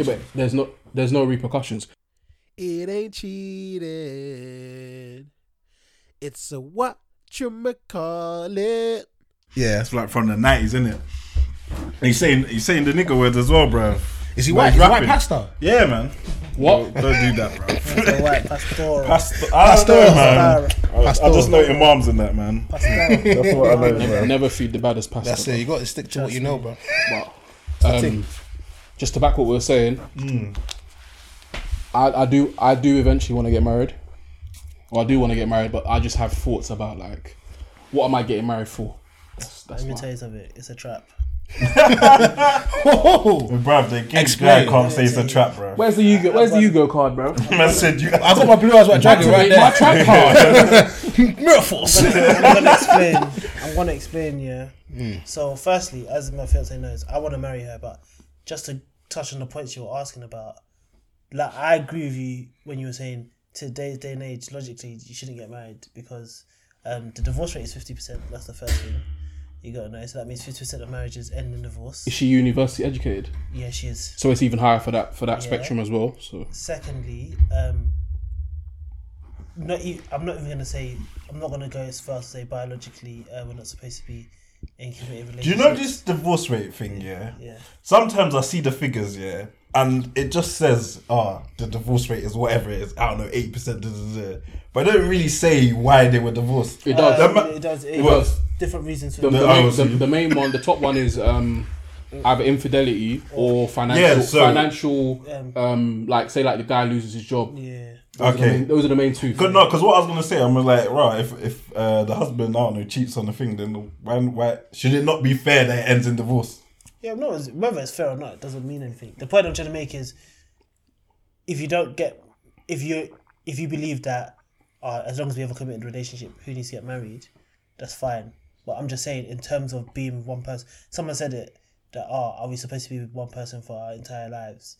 [SPEAKER 5] yeah, but there's no there's no repercussions.
[SPEAKER 7] It ain't cheating. It's a what you call it.
[SPEAKER 4] Yeah, it's like from the nineties, isn't it? And you saying you saying the nigga word as well, bro.
[SPEAKER 3] Is he
[SPEAKER 4] Like
[SPEAKER 3] white? Is he white
[SPEAKER 4] rapping.
[SPEAKER 3] pastor?
[SPEAKER 4] Yeah, man. Don't
[SPEAKER 5] What?
[SPEAKER 4] do that, bro.
[SPEAKER 8] The white pastoral.
[SPEAKER 4] Pastor, I don't know, man. I, I
[SPEAKER 3] Pastor.
[SPEAKER 4] just know imams in that, man.
[SPEAKER 8] pastoral.
[SPEAKER 4] That's what I know, man.
[SPEAKER 5] Never feed the baddest pasta.
[SPEAKER 3] That's it. You got to stick to what you know, bro.
[SPEAKER 5] Um, just to back what we were saying,
[SPEAKER 4] Hmm.
[SPEAKER 5] I, I do I do eventually want to get married. Well, I do want to get married, but I just have thoughts about like, what am I getting married for? That's, that's
[SPEAKER 8] Let me
[SPEAKER 5] my-
[SPEAKER 8] tell you something. It's a trap.
[SPEAKER 3] Whoa.
[SPEAKER 4] Bruv, the gay guy
[SPEAKER 3] Explain.
[SPEAKER 4] can't say it's a trap, bro.
[SPEAKER 5] Where's the Yugo? Where's the Yugo card, bro?
[SPEAKER 4] Man said you.
[SPEAKER 3] I got my blue eyes white dragon right
[SPEAKER 5] Activate my
[SPEAKER 3] there.
[SPEAKER 5] trap card.
[SPEAKER 3] Mirror force.
[SPEAKER 8] I'm gonna explain. I'm gonna explain. Yeah. So, firstly, as my fiance knows, I want to marry her. But just to touch on the points you were asking about, like I agree with you when you were saying today's day and age, logically, you shouldn't get married because um, the divorce rate is fifty percent. That's the first thing you gotta know. So that means fifty percent of marriages end in divorce.
[SPEAKER 5] Is she university educated?
[SPEAKER 8] Yeah, she is.
[SPEAKER 5] So it's even higher for that for that spectrum as well. So
[SPEAKER 8] Secondly, um, not e- I'm not even gonna say I'm not gonna go as far as to say biologically uh, we're not supposed to be in committed relationships.
[SPEAKER 4] Do you know this divorce rate thing, yeah?
[SPEAKER 8] Yeah.
[SPEAKER 4] Sometimes I see the figures, yeah, and it just says, ah, the divorce rate is whatever it is, I don't know, 8%, da, da, da. but it don't really say why they were divorced.
[SPEAKER 5] it does.
[SPEAKER 4] The
[SPEAKER 8] Um,
[SPEAKER 4] ma-
[SPEAKER 8] it does. It
[SPEAKER 4] Well,
[SPEAKER 8] has different reasons for
[SPEAKER 5] the,
[SPEAKER 8] it.
[SPEAKER 5] the
[SPEAKER 4] I
[SPEAKER 5] main,
[SPEAKER 4] was-
[SPEAKER 5] the, the main one, the top one is um, either infidelity or financial,
[SPEAKER 4] Yeah, so-
[SPEAKER 5] financial,
[SPEAKER 8] Um,
[SPEAKER 5] um, like say like the guy loses his job.
[SPEAKER 8] Yeah.
[SPEAKER 5] Those are the
[SPEAKER 4] Okay.
[SPEAKER 5] main- those are the main two.
[SPEAKER 4] Cause, no, because what I was gonna say, I'm like, right, if if uh, the husband I don't know cheats on the thing, then why why should it not be fair that it ends in divorce?
[SPEAKER 8] Yeah, no, it's- whether it's fair or not, it doesn't mean anything. The point I'm trying to make is, if you don't get, if you if you believe that, uh, as long as we have a committed relationship, who needs to get married, that's fine. But I'm just saying, in terms of being with one person, someone said it that oh, are we supposed to be with one person for our entire lives?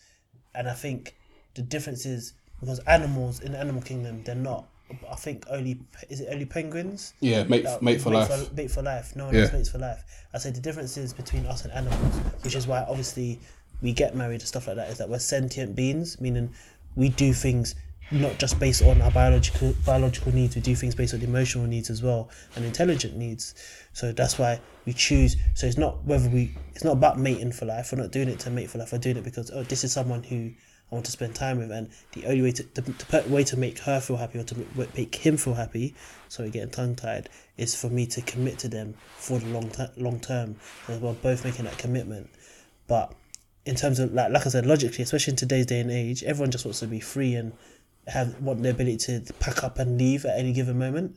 [SPEAKER 8] And I think the difference is because animals in the animal kingdom, they're not. I think only is it only penguins
[SPEAKER 5] Yeah, mate,
[SPEAKER 8] that
[SPEAKER 5] mate for
[SPEAKER 8] mate
[SPEAKER 5] life.
[SPEAKER 8] For, mate for life. No one
[SPEAKER 5] Yeah.
[SPEAKER 8] else mates for life. I say the difference is between us and animals, which is why obviously we get married and stuff like that. Is that we're sentient beings, meaning we do things not just based on our biological biological needs. We do things based on emotional needs as well and intelligent needs. So that's why we choose. So it's not whether we. It's not about mating for life. We're not doing it to mate for life. We're doing it because oh, this is someone who I want to spend time with, and the only way to the, the per- way to make her feel happy or to m- make him feel happy, sorry, getting tongue tied, is for me to commit to them for the long ter- long term. So we're both making that commitment, but in terms of like like I said, logically, especially in today's day and age, everyone just wants to be free and have want the ability to pack up and leave at any given moment.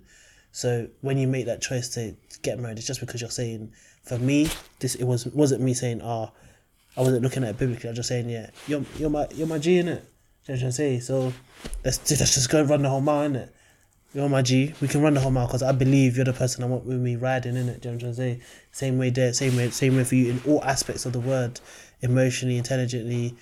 [SPEAKER 8] So when you make that choice to get married, it's just because you're saying, for me, this it was wasn't me saying, ah, I wasn't looking at it biblically. I was just saying, yeah, you're you're my you're my G in it. You know what I'm saying? So let's let's just go and run the whole mile in it. You're my G. We can run the whole mile because I believe you're the person I want with me riding in it. Do you know what I'm trying to say? Same way there, same way, same way for you in all aspects of the word, emotionally, intelligently,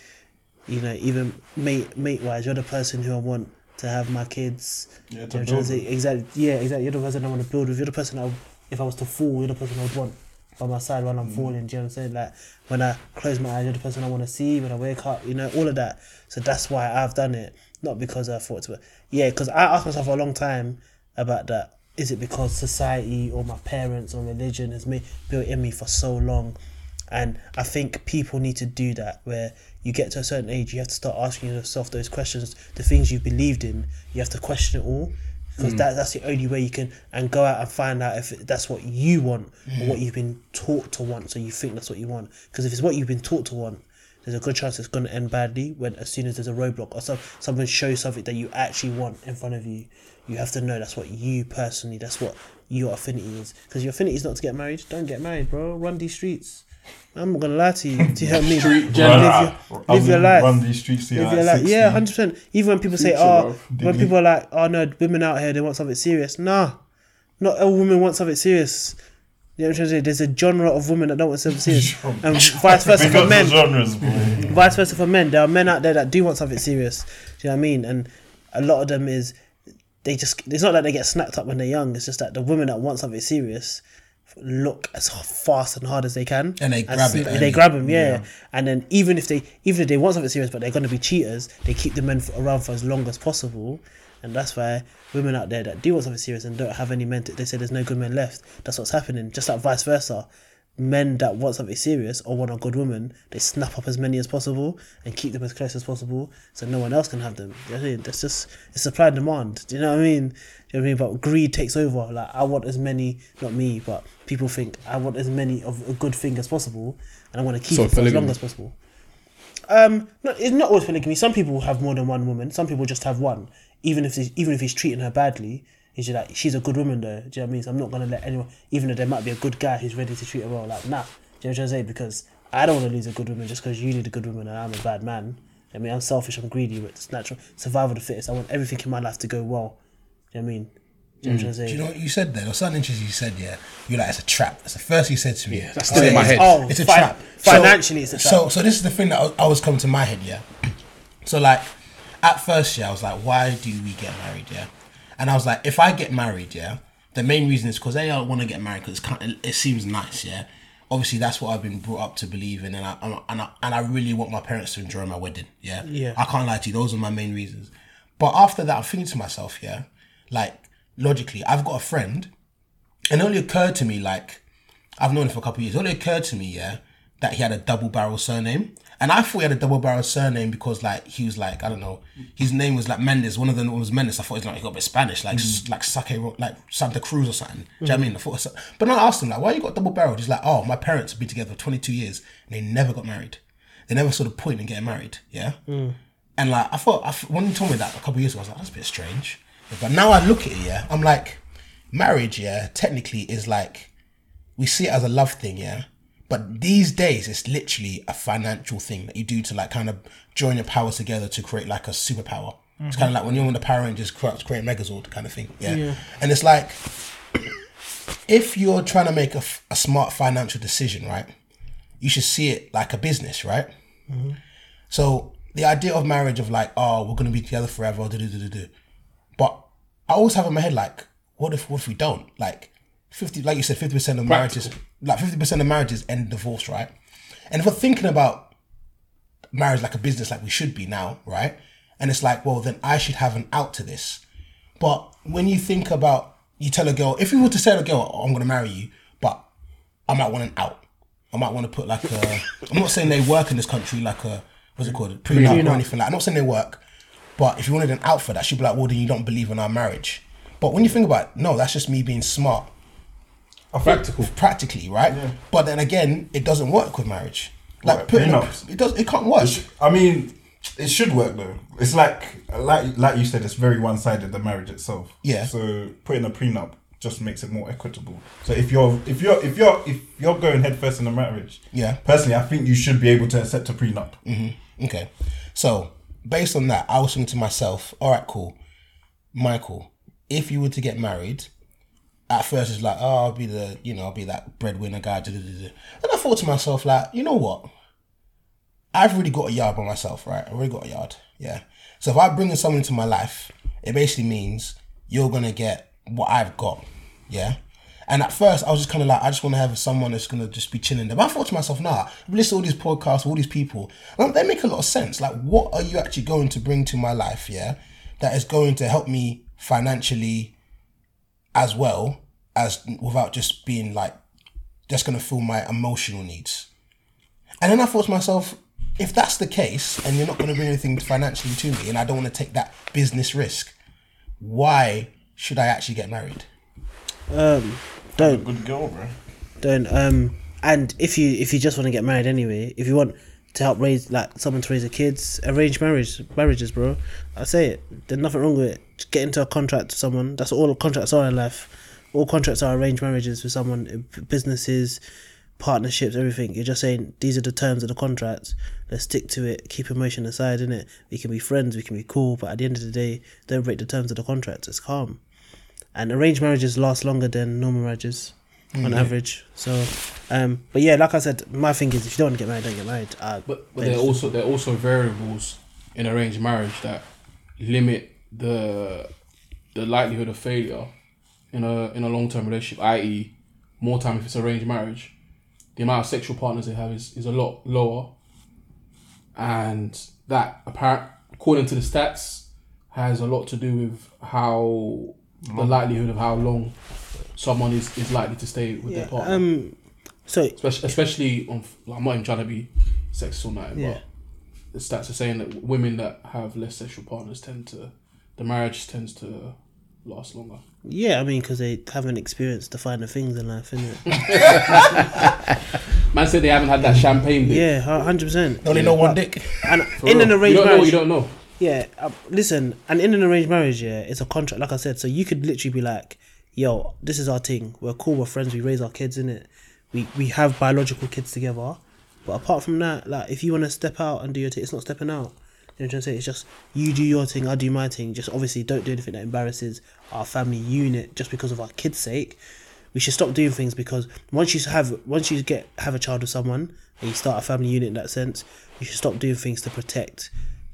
[SPEAKER 8] you know, even mate mate wise. You're the person who I want to have my kids.
[SPEAKER 4] Yeah, to
[SPEAKER 8] Do you know what I'm trying
[SPEAKER 4] build
[SPEAKER 8] to say? Exactly. Yeah, exactly. You're the person I want to build with. You're the person I, if I was to fall, you're the person I'd want by my side when I'm
[SPEAKER 4] Mm.
[SPEAKER 8] falling. Do you know what I'm saying? Like when I close my eyes, you're the person I want to see. When I wake up, you know, all of that. So that's why I've done it, not because I thought to. Yeah, because I asked myself for a long time about that. Is it because society or my parents or religion has made, built in me for so long? And I think people need to do that where you get to a certain age, you have to start asking yourself those questions, the things you believed in, you have to question it all. Because that, that's the only way you can, and go out and find out if that's what you want or what you've been taught to want. So you think that's what you want. Because if it's what you've been taught to want, there's a good chance it's going to end badly when as soon as there's a roadblock or some, someone shows something that you actually want in front of you you have to know that's what you personally that's what your affinity is because your affinity is not to get married don't get married bro run these streets i'm not gonna lie to you do you know what i mean live your,
[SPEAKER 4] Run- I
[SPEAKER 8] live your
[SPEAKER 4] wouldn't
[SPEAKER 8] life
[SPEAKER 4] Run these streets. See,
[SPEAKER 8] Live
[SPEAKER 4] like
[SPEAKER 6] your
[SPEAKER 8] like,
[SPEAKER 4] 60.
[SPEAKER 8] yeah 100% even when people say
[SPEAKER 5] Future,
[SPEAKER 8] oh
[SPEAKER 4] bro.
[SPEAKER 8] when people are like oh no women out here they want something serious nah not all women want something serious you know what I'm trying to say? There's a genre of women that don't want something serious, and vice versa
[SPEAKER 4] Big up
[SPEAKER 8] for
[SPEAKER 4] to
[SPEAKER 8] men
[SPEAKER 4] genres, boy.
[SPEAKER 8] vice versa for men. There are men out there that do want something serious. Do you know what I mean? And a lot of them is they just it's not that they get snapped up when they're young. It's just that the women that want something serious look as fast and hard as they can
[SPEAKER 3] And they grab
[SPEAKER 8] sn-
[SPEAKER 3] it
[SPEAKER 8] They
[SPEAKER 3] early.
[SPEAKER 8] grab them, yeah. And then even if they even if they want something serious, but they're going to be cheaters, they keep the men for, around for as long as possible. And that's why women out there that do want something serious and don't have any men, to, they say there's no good men left. That's what's happening. Just like vice versa men that want something serious or want a good woman, they snap up as many as possible and keep them as close as possible so no one else can have them. Do you know what I mean? That's just it's supply and demand. Do you know what I mean? Do you know what I mean? But greed takes over. Like I want as many not me, but people think I want as many of a good thing as possible and I want to keep
[SPEAKER 5] So
[SPEAKER 8] it for as long
[SPEAKER 5] polygamy.
[SPEAKER 8] as possible. Um, no, it's not always polygamy. Some people have more than one woman. Some people just have one. Even if he's, even if he's treating her badly, he's just like she's a good woman though. Do you know what I mean? So I'm not gonna let anyone. Even though there might be a good guy who's ready to treat her well, like nah. Do you know what I'm saying? Because I don't want to lose a good woman just because you need a good woman and I'm a bad man. I mean, I'm selfish. I'm greedy, but it's natural. Survival of the fittest. I want everything in my life to go well. Do you know what I mean? Do you know what I'm trying to say?
[SPEAKER 3] Mm. Do you know what you said there? There was something interesting you said, yeah. You're like, it's a trap. That's the first you said to me.
[SPEAKER 5] that's still in my head.
[SPEAKER 3] Oh, it's a
[SPEAKER 8] fi-
[SPEAKER 3] trap.
[SPEAKER 8] financially, it's a trap.
[SPEAKER 3] So, so this is the thing that al- always come to my head, yeah. So, like, at first, yeah, I was like, why do we get married, yeah? And I was like, if I get married, yeah, the main reason is because they don't want to get married because it seems nice, yeah. Obviously, that's what I've been brought up to believe in, and I, and I- and I and I really want my parents to enjoy my wedding, yeah.
[SPEAKER 8] Yeah.
[SPEAKER 3] I can't lie to you; those are my main reasons. But after that, I'm thinking to myself, yeah, like logically, I've got a friend and it only occurred to me like I've known him for a couple of years. It only occurred to me, yeah, that he had a double barrel surname. And I thought he had a double barrel surname because like he was like I don't know his name was like Mendes. One of them was Mendes. I thought he's like he got a bit Spanish, like s- like Sake, Ro- like Santa Cruz or something. Do you know what I mean? I thought, so- but then I asked him like, why you got double barreled? He's like, oh, my parents have been together for 22 years and they never got married. They never saw the point in getting married. Yeah. And like I thought, I, th- when he told me that a couple of years ago, I was like, that's a bit strange. But now I look at it, yeah, I'm like, marriage, yeah, technically is like we see it as a love thing, yeah. But these days, it's literally a financial thing that you do to like kind of join your powers together to create like a superpower. It's kind of like when you're in the Power Rangers cra- create Megazord kind of thing, yeah. And it's like if you're trying to make a, f- a smart financial decision, right, you should see it like a business, right? So the idea of marriage of like, oh, we're gonna be together forever, do do do do do. But I always have in my head like, what if what if we don't? Like fifty, like you said, fifty percent of marriages, like fifty percent of marriages end in divorce, right? And if we're thinking about marriage like a business, like we should be now, right? And it's like, well, then I should have an out to this. But when you think about, you tell a girl, if you were to tell a girl, oh, I'm gonna marry you, but I might want an out. I might want to put like a. I'm not saying they work in this country like a what's it called prenup or anything like. I'm not saying they work, but if you wanted an out for that, she'd be like, well, then you don't believe in our marriage. But when you think about, it, no, that's just me being smart
[SPEAKER 5] Practical.
[SPEAKER 3] practically, right? But then again, it doesn't work with marriage. Like
[SPEAKER 4] Right,
[SPEAKER 3] putting up,
[SPEAKER 4] prenups.
[SPEAKER 3] it does, it can't work.
[SPEAKER 4] I mean, it should work though. It's like like like you said, it's very one sided the marriage itself.
[SPEAKER 3] Yeah.
[SPEAKER 4] So putting a prenup just makes it more equitable. So if you're if you're if you're if you're going head first in a marriage,
[SPEAKER 3] Yeah.
[SPEAKER 4] Personally, I think you should be able to accept a prenup.
[SPEAKER 3] Okay. So, based on that, I was thinking to myself, all right, cool. Michael, if you were to get married, at first it's like, oh, I'll be the, you know, I'll be that breadwinner guy. da, da, da, da. And I thought to myself, like, you know what? I've already got a yard by myself, right? I've already got a yard. Yeah. So if I bring in someone into my life, it basically means you're gonna get what I've got. Yeah. And at first I was just kinda like, I just wanna have someone that's gonna just be chilling there. But I thought to myself, nah, I've listened to all these podcasts, all these people, and they make a lot of sense. Like, what are you actually going to bring to my life, yeah? That is going to help me financially as well as without just being like that's gonna fill my emotional needs. And then I thought to myself, if that's the case, and you're not going to bring anything financially to me, and I don't want to take that business risk, why should I actually get married?
[SPEAKER 8] Um, don't
[SPEAKER 4] Good girl, bro.
[SPEAKER 8] don't. Um, and if you if you just want to get married anyway, if you want to help raise like someone to raise the kids, arrange marriage marriages, bro. I say it. There's nothing wrong with it. Just get into a contract with someone. That's all contracts are in life. All contracts are arranged marriages with someone, uh, businesses, partnerships, everything. You're just saying these are the terms of the contract. Let's stick to it. Keep emotion aside, innit? We can be friends. We can be cool. But at the end of the day, don't break the terms of the contract. It's calm. and arranged marriages last longer than normal marriages
[SPEAKER 3] Mm-hmm.
[SPEAKER 8] on average. So, um, but yeah, like I said, my thing is if you don't want to get married, don't get married. Uh,
[SPEAKER 5] But, but there are also there are also variables in arranged marriage that limit the the likelihood of failure in a in a long term relationship, i.e., more time if it's arranged marriage. The amount of sexual partners they have is, is a lot lower, and that apparent according to the stats has a lot to do with how the likelihood of how long someone is, is likely to stay with their partner.
[SPEAKER 8] um, so
[SPEAKER 5] Especially, especially on. Like, I'm not even trying to be sexist or nothing,
[SPEAKER 8] Yeah.
[SPEAKER 5] but the stats are saying that women that have less sexual partners tend to, the marriage tends to last longer.
[SPEAKER 8] yeah, I mean, because they haven't experienced the finer things in life, innit?
[SPEAKER 5] Man said they haven't had that champagne. Bit.
[SPEAKER 8] yeah, hundred percent.
[SPEAKER 3] Only know one dick.
[SPEAKER 8] And
[SPEAKER 5] For
[SPEAKER 8] in
[SPEAKER 5] real.
[SPEAKER 8] an arranged
[SPEAKER 5] you don't
[SPEAKER 8] marriage,
[SPEAKER 5] know, you don't know.
[SPEAKER 8] Yeah, uh, listen, and in an arranged marriage, yeah, it's a contract, like I said. So you could literally be like, "Yo, this is our thing. We're cool. We're friends. We raise our kids in it. We we have biological kids together." But apart from that, like, if you want to step out and do your thing, it's not stepping out. You know what I'm trying to say? It's just you do your thing, I do my thing. Just obviously don't do anything that embarrasses our family unit just because of our kids' sake. We should stop doing things because once you have once you get have a child with someone and you start a family unit in that sense, you should stop doing things to protect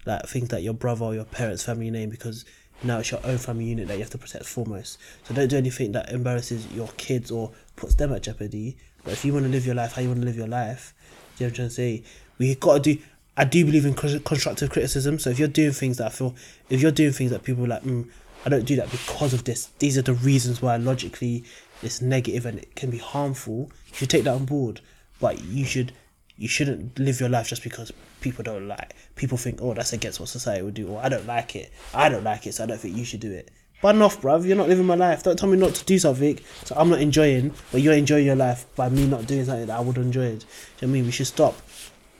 [SPEAKER 8] like things that your brother or your parents' family name because now it's your own family unit that you have to protect foremost. So don't do anything that embarrasses your kids or puts them at jeopardy. But if you want to live your life, how you want to live your life, do you know what I'm trying to say? We got to do. I do believe in cr- constructive criticism. So if you're doing things that I feel, if you're doing things that people are like, mm, I don't do that because of this. These are the reasons why logically it's negative and it can be harmful. You should take that on board, but you should
[SPEAKER 9] you shouldn't live your life just because people don't like. People think, oh, that's against what society would do, or I don't like it. I don't like it, so I don't think you should do it. Bun off, bruv. You're not living my life. Don't tell me not to do something, so I'm not enjoying, but you're enjoying your life by me not doing something that I would enjoy. Do you know what I mean? We should stop.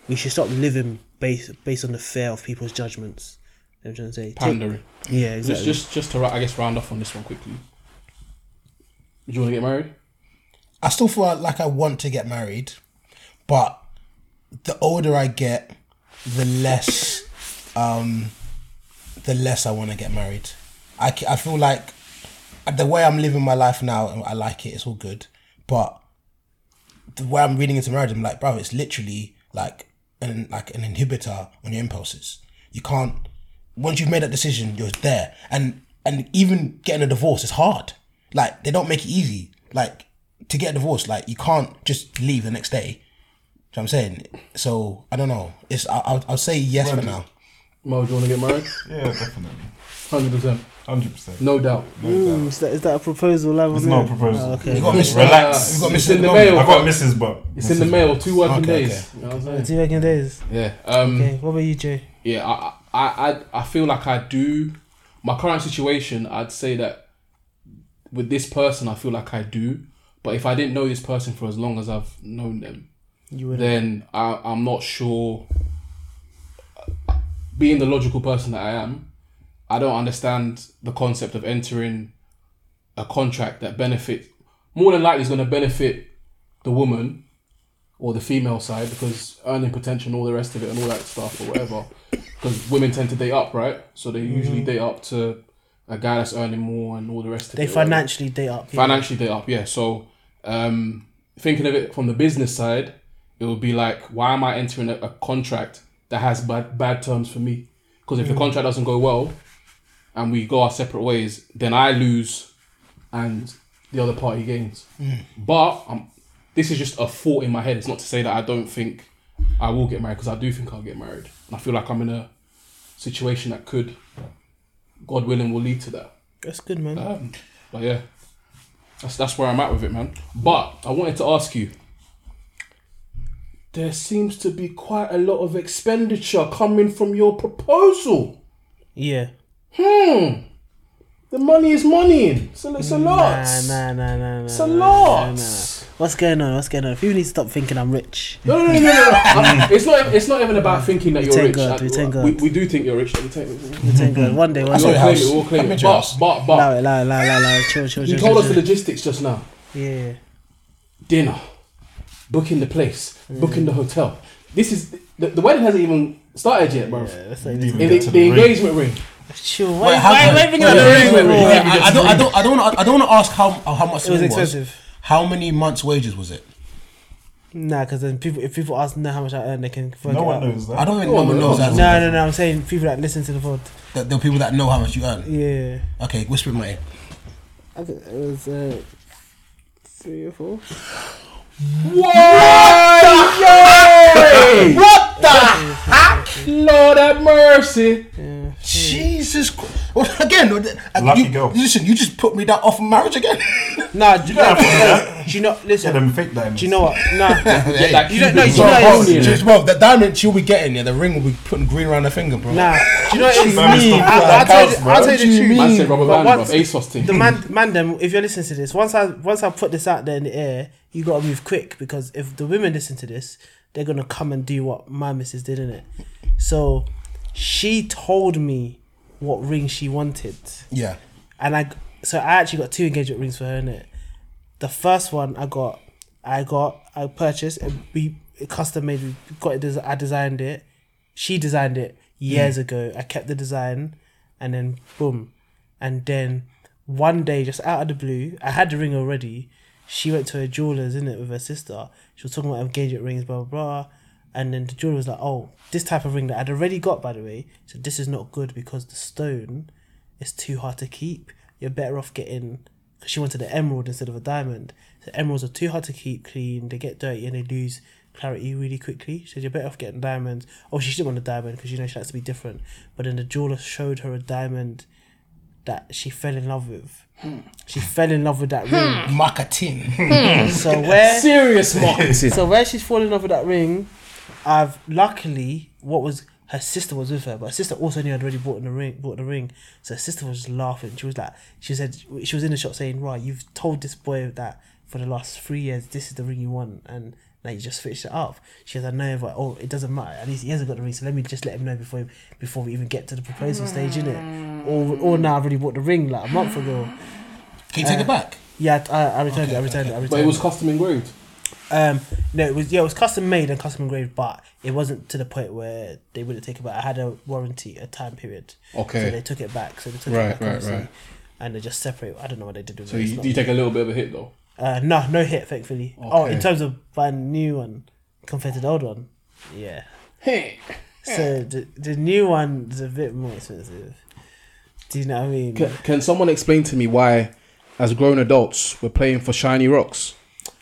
[SPEAKER 9] We should stop living based based on the fear of people's judgments. You know what I'm trying to say? Take-
[SPEAKER 5] Pandering.
[SPEAKER 9] yeah,
[SPEAKER 5] Just,
[SPEAKER 9] exactly.
[SPEAKER 5] just, just to, ra- I guess, round off on this one quickly. Do you want to get married?
[SPEAKER 3] I still feel like I want to get married, but the older I get, the less, um, the less I want to get married. I, c- I feel like the way I'm living my life now, I like it. It's all good, but the way I'm reading into marriage, I'm like, bro, it's literally like an like an inhibitor on your impulses. You can't once you've made that decision, you're there. And and even getting a divorce is hard. Like they don't make it easy. Like to get a divorce, like you can't just leave the next day. Do you know what I'm saying? So I don't know. It's I, I'll, I'll say yes for now.
[SPEAKER 5] Mo, do you want to get married?
[SPEAKER 4] Yeah, definitely.
[SPEAKER 5] Hundred percent,
[SPEAKER 4] 100%.
[SPEAKER 5] no doubt.
[SPEAKER 8] Mm, is, that, is that a proposal live
[SPEAKER 4] There's
[SPEAKER 8] on
[SPEAKER 4] no
[SPEAKER 8] air?
[SPEAKER 4] proposal.
[SPEAKER 8] Oh, okay.
[SPEAKER 3] You got Miss
[SPEAKER 5] Uh,
[SPEAKER 4] Relax.
[SPEAKER 3] You got
[SPEAKER 5] it's
[SPEAKER 3] Miss
[SPEAKER 5] in the
[SPEAKER 3] Longman.
[SPEAKER 5] mail.
[SPEAKER 4] I got Mrs. But.
[SPEAKER 5] It's in the mail. Two working
[SPEAKER 3] Okay,
[SPEAKER 5] days. You know what I'm saying?
[SPEAKER 8] Two working days.
[SPEAKER 5] Yeah. Um,
[SPEAKER 8] Okay, what about you, Jay?
[SPEAKER 5] yeah, I, I, I, I feel like I do. My current situation, I'd say that with this person, I feel like I do. But if I didn't know this person for as long as I've known them,
[SPEAKER 8] You would
[SPEAKER 5] then I, I'm not sure. Being the logical person that I am, I don't understand the concept of entering a contract that benefits. More than likely, is going to benefit the woman or the female side because earning potential and all the rest of it and all that stuff or whatever. Because women tend to date up, right? So they usually date up to a guy that's earning more and all the rest of
[SPEAKER 8] Mm. They
[SPEAKER 5] it. whatever
[SPEAKER 8] financially date up. Yeah.
[SPEAKER 5] financially they up yeah so um thinking of it from the business side it would be like why am i entering a, a contract that has bad bad terms for me because if the contract doesn't go well and we go our separate ways then i lose and the other party gains but um, this is just a thought in my head it's not to say that i don't think i will get married because i do think i'll get married and i feel like i'm in a situation that could god willing will lead to that
[SPEAKER 8] That's good, man.
[SPEAKER 5] um, but yeah, that's that's where I'm at with it, man. But I wanted to ask you. There seems to be quite a lot of expenditure coming from your proposal.
[SPEAKER 8] yeah.
[SPEAKER 5] Hmm. The money is money. So it's a lot.
[SPEAKER 8] Nah, nah, nah, nah, nah.
[SPEAKER 5] It's a lot.
[SPEAKER 8] What's going on? What's going on? People need to stop thinking I'm rich.
[SPEAKER 5] No, no, no, no, no. no. I- it's not. It's not even about thinking that you're
[SPEAKER 8] thank
[SPEAKER 5] rich.
[SPEAKER 8] God, we thank
[SPEAKER 5] We,
[SPEAKER 8] God.
[SPEAKER 5] we do think you're rich. We thank. We
[SPEAKER 8] Thank God. One day, one
[SPEAKER 5] all
[SPEAKER 8] day.
[SPEAKER 5] claim it.
[SPEAKER 3] house.
[SPEAKER 5] We all claim
[SPEAKER 3] I'm
[SPEAKER 5] it.
[SPEAKER 3] rich, house.
[SPEAKER 5] But, but,
[SPEAKER 8] Allow
[SPEAKER 5] but.
[SPEAKER 8] it, allow it, allow it, allow it. Chill, chill, chill.
[SPEAKER 5] You told
[SPEAKER 8] chill,
[SPEAKER 5] us the
[SPEAKER 8] chill.
[SPEAKER 5] logistics just now.
[SPEAKER 8] Yeah.
[SPEAKER 5] dinner, booking the place, booking the hotel. This is the, the wedding hasn't even started yet, bro.
[SPEAKER 4] Even
[SPEAKER 5] the,
[SPEAKER 4] get to the
[SPEAKER 5] the
[SPEAKER 4] ring.
[SPEAKER 5] engagement ring.
[SPEAKER 8] Chill.
[SPEAKER 3] Wait,
[SPEAKER 8] Why,
[SPEAKER 3] how
[SPEAKER 8] why,
[SPEAKER 3] come-
[SPEAKER 8] why even
[SPEAKER 3] wait,
[SPEAKER 5] the
[SPEAKER 3] wait,
[SPEAKER 5] ring,
[SPEAKER 3] wait,
[SPEAKER 5] ring,
[SPEAKER 3] wait,
[SPEAKER 5] ring.
[SPEAKER 3] wait, I I don't, I don't, I don't, wanna- I don't want to ask how how much
[SPEAKER 8] It was
[SPEAKER 3] it
[SPEAKER 8] expensive.
[SPEAKER 3] How many months wages was it?
[SPEAKER 8] Nah, because then people, if people ask now how much I earn, they can work
[SPEAKER 4] No
[SPEAKER 8] it
[SPEAKER 4] one
[SPEAKER 8] out.
[SPEAKER 4] knows that.
[SPEAKER 3] I don't think no one
[SPEAKER 5] no,
[SPEAKER 3] knows that.
[SPEAKER 8] No, no, no. I'm saying people that listen to the pod.
[SPEAKER 3] There there are people that know how much you earn.
[SPEAKER 8] Yeah.
[SPEAKER 3] Okay, whisper in my ear.
[SPEAKER 8] I think it was uh, three or four.
[SPEAKER 5] What? what the heck? Lord have mercy.
[SPEAKER 3] Jesus Christ. Well, again, uh,
[SPEAKER 4] Lucky
[SPEAKER 3] you,
[SPEAKER 4] girl.
[SPEAKER 3] Listen, you just put me that off marriage again.
[SPEAKER 8] Nah, do
[SPEAKER 4] don't
[SPEAKER 8] you know?
[SPEAKER 4] have to do that.
[SPEAKER 8] Do you not
[SPEAKER 4] Get
[SPEAKER 8] listen?
[SPEAKER 4] them fake diamonds.
[SPEAKER 8] do you know what? Nah,
[SPEAKER 3] Hey,
[SPEAKER 5] Like
[SPEAKER 8] you don't know. You
[SPEAKER 3] bro,
[SPEAKER 8] know
[SPEAKER 3] bro,
[SPEAKER 8] what it is?
[SPEAKER 3] just, bro, the diamond she'll be getting, yeah, the ring will be putting green around her finger, bro.
[SPEAKER 8] Nah, do you know what it is?
[SPEAKER 4] Man, it's not
[SPEAKER 8] I- I'll
[SPEAKER 4] that
[SPEAKER 8] tell you,
[SPEAKER 4] counts, bro.
[SPEAKER 8] I'll tell you the truth.
[SPEAKER 5] Man said rubber band,
[SPEAKER 8] But
[SPEAKER 5] bro.
[SPEAKER 8] once-
[SPEAKER 5] ASOS team.
[SPEAKER 8] the man, man, them. If you're listening to this, once I once I put this out there in the air, you gotta move quick because if the women listen to this, they're gonna come and do what my missus did in it. So, she told me what ring she wanted,
[SPEAKER 3] Yeah.
[SPEAKER 8] and I so I actually got two engagement rings for her in it. The first one I got, I got, I purchased and we custom made. We got it. des- I designed it. She designed it years ago. I kept the design, and then boom, and then one day, just out of the blue, I had the ring already. She went to her jeweler's in it with her sister. She was talking about engagement rings, blah blah blah. And then the jeweler was like, "Oh, this type of ring that I'd already got, by the way. So this is not good because the stone it's too hard to keep. You're better off getting because she wanted an emerald instead of a diamond. So emeralds are too hard to keep clean. They get dirty and they lose clarity really quickly. She said you're better off getting diamonds. Oh, she didn't want a diamond because you know she likes to be different. But then the jeweler showed her a diamond that she fell in love with. She fell in love with that ring.
[SPEAKER 3] Marketing.
[SPEAKER 8] So where
[SPEAKER 5] Serious marketing.
[SPEAKER 8] so where she's falling in love with that ring, I've luckily what was her sister was with her, but her sister also knew I'd already bought in the ring. Bought the ring, so her sister was just laughing. She was like, she said she was in the shop saying, "Right, you've told this boy that for the last three years this is the ring you want, and now you just finished it up." She goes, "I know, but oh, it doesn't matter. At least he hasn't got the ring, so let me just let him know before before we even get to the proposal stage, innit? Or or now I've already bought the ring like a month ago.
[SPEAKER 3] Can you take it back?
[SPEAKER 8] Yeah, I, I returned it. I returned it. I returned
[SPEAKER 5] But it was
[SPEAKER 8] it.
[SPEAKER 5] custom engraved.
[SPEAKER 8] Um, no, it was yeah, it was custom made and custom engraved, but it wasn't to the point where they wouldn't take it back. I had a warranty, a time period.
[SPEAKER 5] Okay.
[SPEAKER 8] So they took it back. So they took
[SPEAKER 5] Right,
[SPEAKER 8] it back,
[SPEAKER 5] right,
[SPEAKER 8] obviously,
[SPEAKER 5] right.
[SPEAKER 8] And they just separate. I don't know what they did with
[SPEAKER 5] So
[SPEAKER 8] it. It's
[SPEAKER 5] you,
[SPEAKER 8] not-
[SPEAKER 5] you take a little bit of a hit though.
[SPEAKER 8] uh, no, no hit, thankfully. Oh, in
[SPEAKER 5] Okay.
[SPEAKER 8] terms of buying a new one compared to the old one, yeah.
[SPEAKER 5] Hey.
[SPEAKER 8] So the the new one's a bit more expensive. Do you know what I mean?
[SPEAKER 5] Can, can someone explain to me why, as grown adults, we're playing for shiny rocks?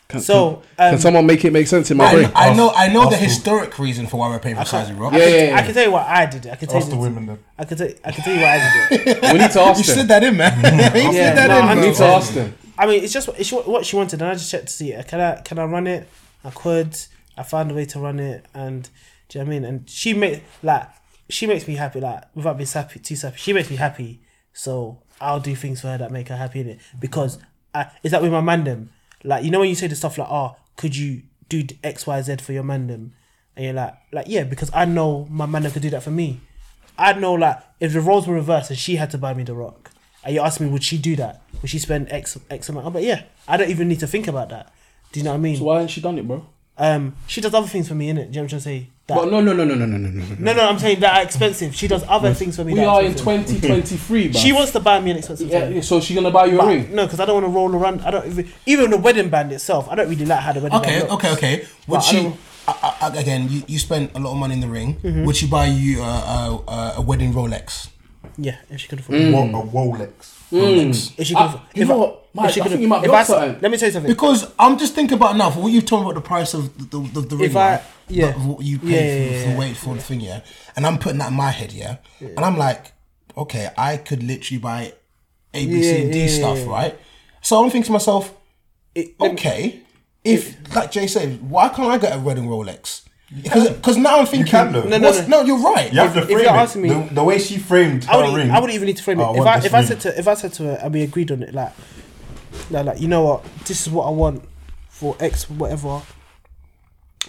[SPEAKER 5] Can,
[SPEAKER 8] So,
[SPEAKER 5] can, can
[SPEAKER 8] um,
[SPEAKER 5] someone make it make sense in my brain?
[SPEAKER 3] I, I know, I know the historic reason for why we're paying for Sizing Rock.
[SPEAKER 5] yeah, yeah,
[SPEAKER 8] I can tell you what I did. I can tell
[SPEAKER 4] Ask
[SPEAKER 8] you.
[SPEAKER 4] the women then.
[SPEAKER 8] I can tell. I can tell you what I did.
[SPEAKER 5] yeah. we need to
[SPEAKER 3] You
[SPEAKER 5] ask
[SPEAKER 3] slid
[SPEAKER 5] them.
[SPEAKER 3] that in, man. you
[SPEAKER 8] Yeah,
[SPEAKER 3] slid that
[SPEAKER 8] no,
[SPEAKER 3] in,
[SPEAKER 8] I
[SPEAKER 5] We
[SPEAKER 3] bro.
[SPEAKER 5] need to ask them.
[SPEAKER 8] I mean, it's just it's what she wanted, and I just checked to see, uh, can I can I run it? I could. I found a way to run it, and do you know what I mean? And she made like she makes me happy, like without being sappy, too sappy. She makes me happy, so I'll do things for her that make her happy in it because I, it's like with my mandem. Like you know when you say the stuff like, "Oh, could you do d- X Y Z for your mandem?" and you're like, like yeah, because I know my mandem could do that for me. I know like if the roles were reversed and she had to buy me the rock, and you ask me, would she do that? Would she spend X X amount? I'm like, yeah, I don't even need to think about that. Do you know what I mean?
[SPEAKER 5] Why hasn't she done it, bro?
[SPEAKER 8] um, she does other things for me, innit? Do you know what I'm trying to say? That,
[SPEAKER 5] But no, no, no, no, no, no, no, no. no.
[SPEAKER 8] no, no, I'm saying that are expensive. She does other things for me.
[SPEAKER 5] We
[SPEAKER 8] that
[SPEAKER 5] are in
[SPEAKER 8] expensive.
[SPEAKER 5] 2023, bro.
[SPEAKER 8] She wants to buy me an expensive
[SPEAKER 5] Yeah,
[SPEAKER 8] thing.
[SPEAKER 5] yeah, so she's gonna buy you a
[SPEAKER 8] But
[SPEAKER 5] ring.
[SPEAKER 8] no, because I don't want to roll around. I don't even, even the wedding band itself. I don't really like how the wedding
[SPEAKER 3] Okay,
[SPEAKER 8] band. looks.
[SPEAKER 3] okay, okay. Would
[SPEAKER 8] But I
[SPEAKER 3] she?
[SPEAKER 8] don't-
[SPEAKER 3] I, I, again, you, you spent a lot of money in the ring. Would she buy you a, a, a- a wedding Rolex?
[SPEAKER 8] Yeah, if she could afford.
[SPEAKER 3] Mm.
[SPEAKER 4] Wo- a Rolex.
[SPEAKER 3] Rolex.
[SPEAKER 8] If she could.
[SPEAKER 5] I-
[SPEAKER 8] afford-
[SPEAKER 5] Mm. Ah, you
[SPEAKER 8] if
[SPEAKER 5] know what, Mike, I
[SPEAKER 8] could-
[SPEAKER 5] think you might be
[SPEAKER 8] if I-
[SPEAKER 5] onto something.
[SPEAKER 8] Let me tell you something.
[SPEAKER 3] Because I'm just thinking about now for what you've told me about the price of the the, the ring,
[SPEAKER 8] If I-
[SPEAKER 3] right?
[SPEAKER 8] yeah.
[SPEAKER 3] That- what you paid
[SPEAKER 8] Yeah,
[SPEAKER 3] for,
[SPEAKER 8] yeah,
[SPEAKER 3] for
[SPEAKER 8] yeah,
[SPEAKER 3] wait for the thing, yeah. And I'm putting that in my head, yeah. And I'm like, okay, I could literally buy A, B, C, and D stuff, right? So I'm thinking to myself, okay, if like Jay said, why can't I get a wedding Rolex? Because now I'm thinking,
[SPEAKER 4] can, though. No,
[SPEAKER 8] no,
[SPEAKER 3] what's-
[SPEAKER 8] no.
[SPEAKER 3] you're right.
[SPEAKER 4] You have to
[SPEAKER 8] if
[SPEAKER 4] frame
[SPEAKER 8] you're
[SPEAKER 4] it.
[SPEAKER 8] asking me-
[SPEAKER 4] the, the way she framed her
[SPEAKER 8] I wouldn't,
[SPEAKER 4] ring.
[SPEAKER 8] I wouldn't even need to frame it.
[SPEAKER 4] Oh, I
[SPEAKER 8] if
[SPEAKER 4] want
[SPEAKER 8] I
[SPEAKER 4] this
[SPEAKER 8] if I
[SPEAKER 4] ring.
[SPEAKER 8] said to if I said to her and we agreed on it, like, like, like you know what, this is what I want for X whatever.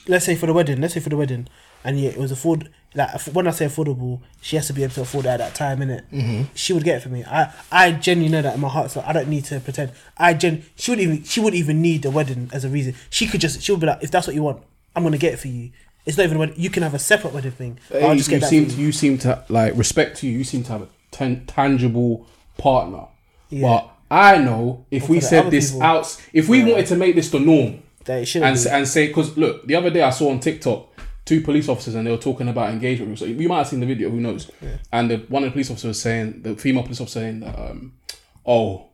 [SPEAKER 8] Let's say for the wedding. Let's say for the wedding, and yeah, it was afford. Like aff- when I say affordable, she has to be able to afford it at that time, innit? Mm-hmm. She would get it for me. I I genuinely know that in my heart, so I don't need to pretend. I gen she would even she would even need the wedding as a reason. She could just she would be like, if that's what you want, I'm gonna get it for you. It's not even a wedding. You can have a separate wedding thing. but
[SPEAKER 5] Hey,
[SPEAKER 8] I'll just
[SPEAKER 5] you
[SPEAKER 8] get that.
[SPEAKER 5] seem
[SPEAKER 8] for
[SPEAKER 5] to,
[SPEAKER 8] you.
[SPEAKER 5] you seem to like respect to you. You seem to have a tan- tangible partner. But I know if we
[SPEAKER 8] for the
[SPEAKER 5] said
[SPEAKER 8] other
[SPEAKER 5] this
[SPEAKER 8] people-
[SPEAKER 5] out, if we wanted to make this the norm,
[SPEAKER 8] That it
[SPEAKER 5] and
[SPEAKER 8] shouldn't
[SPEAKER 5] s-
[SPEAKER 8] be.
[SPEAKER 5] and say because look, the other day I saw on TikTok two police officers and they were talking about engagement rooms. So you might have seen the video, who knows? And the, one of the police officers was saying the female police officer saying that um, oh,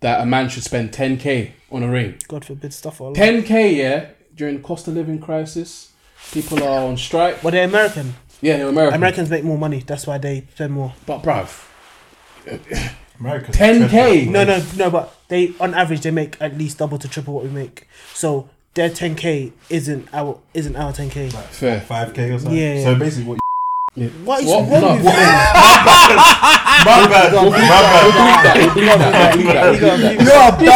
[SPEAKER 5] that a man should spend ten k on a ring.
[SPEAKER 8] God forbid stuff. Or
[SPEAKER 5] 10k, yeah, during the cost of living crisis, people are on strike.
[SPEAKER 8] Well, they're American.
[SPEAKER 5] Yeah, they're American.
[SPEAKER 8] Americans make more money. That's why they spend more.
[SPEAKER 5] But bruv,
[SPEAKER 4] America's
[SPEAKER 5] 10k.
[SPEAKER 8] No, no, no. But they, on average, they make at least double to triple what we make. So their 10k isn't our isn't our 10k.
[SPEAKER 5] Fair.
[SPEAKER 4] 5k or something.
[SPEAKER 8] Yeah, yeah.
[SPEAKER 4] So basically, what
[SPEAKER 8] What is
[SPEAKER 5] What?
[SPEAKER 8] wrong
[SPEAKER 5] No.
[SPEAKER 8] with you?
[SPEAKER 4] My bad. My
[SPEAKER 5] We'll
[SPEAKER 4] bad.
[SPEAKER 5] leave that. We'll leave that. We'll leave that.
[SPEAKER 8] You gotta be-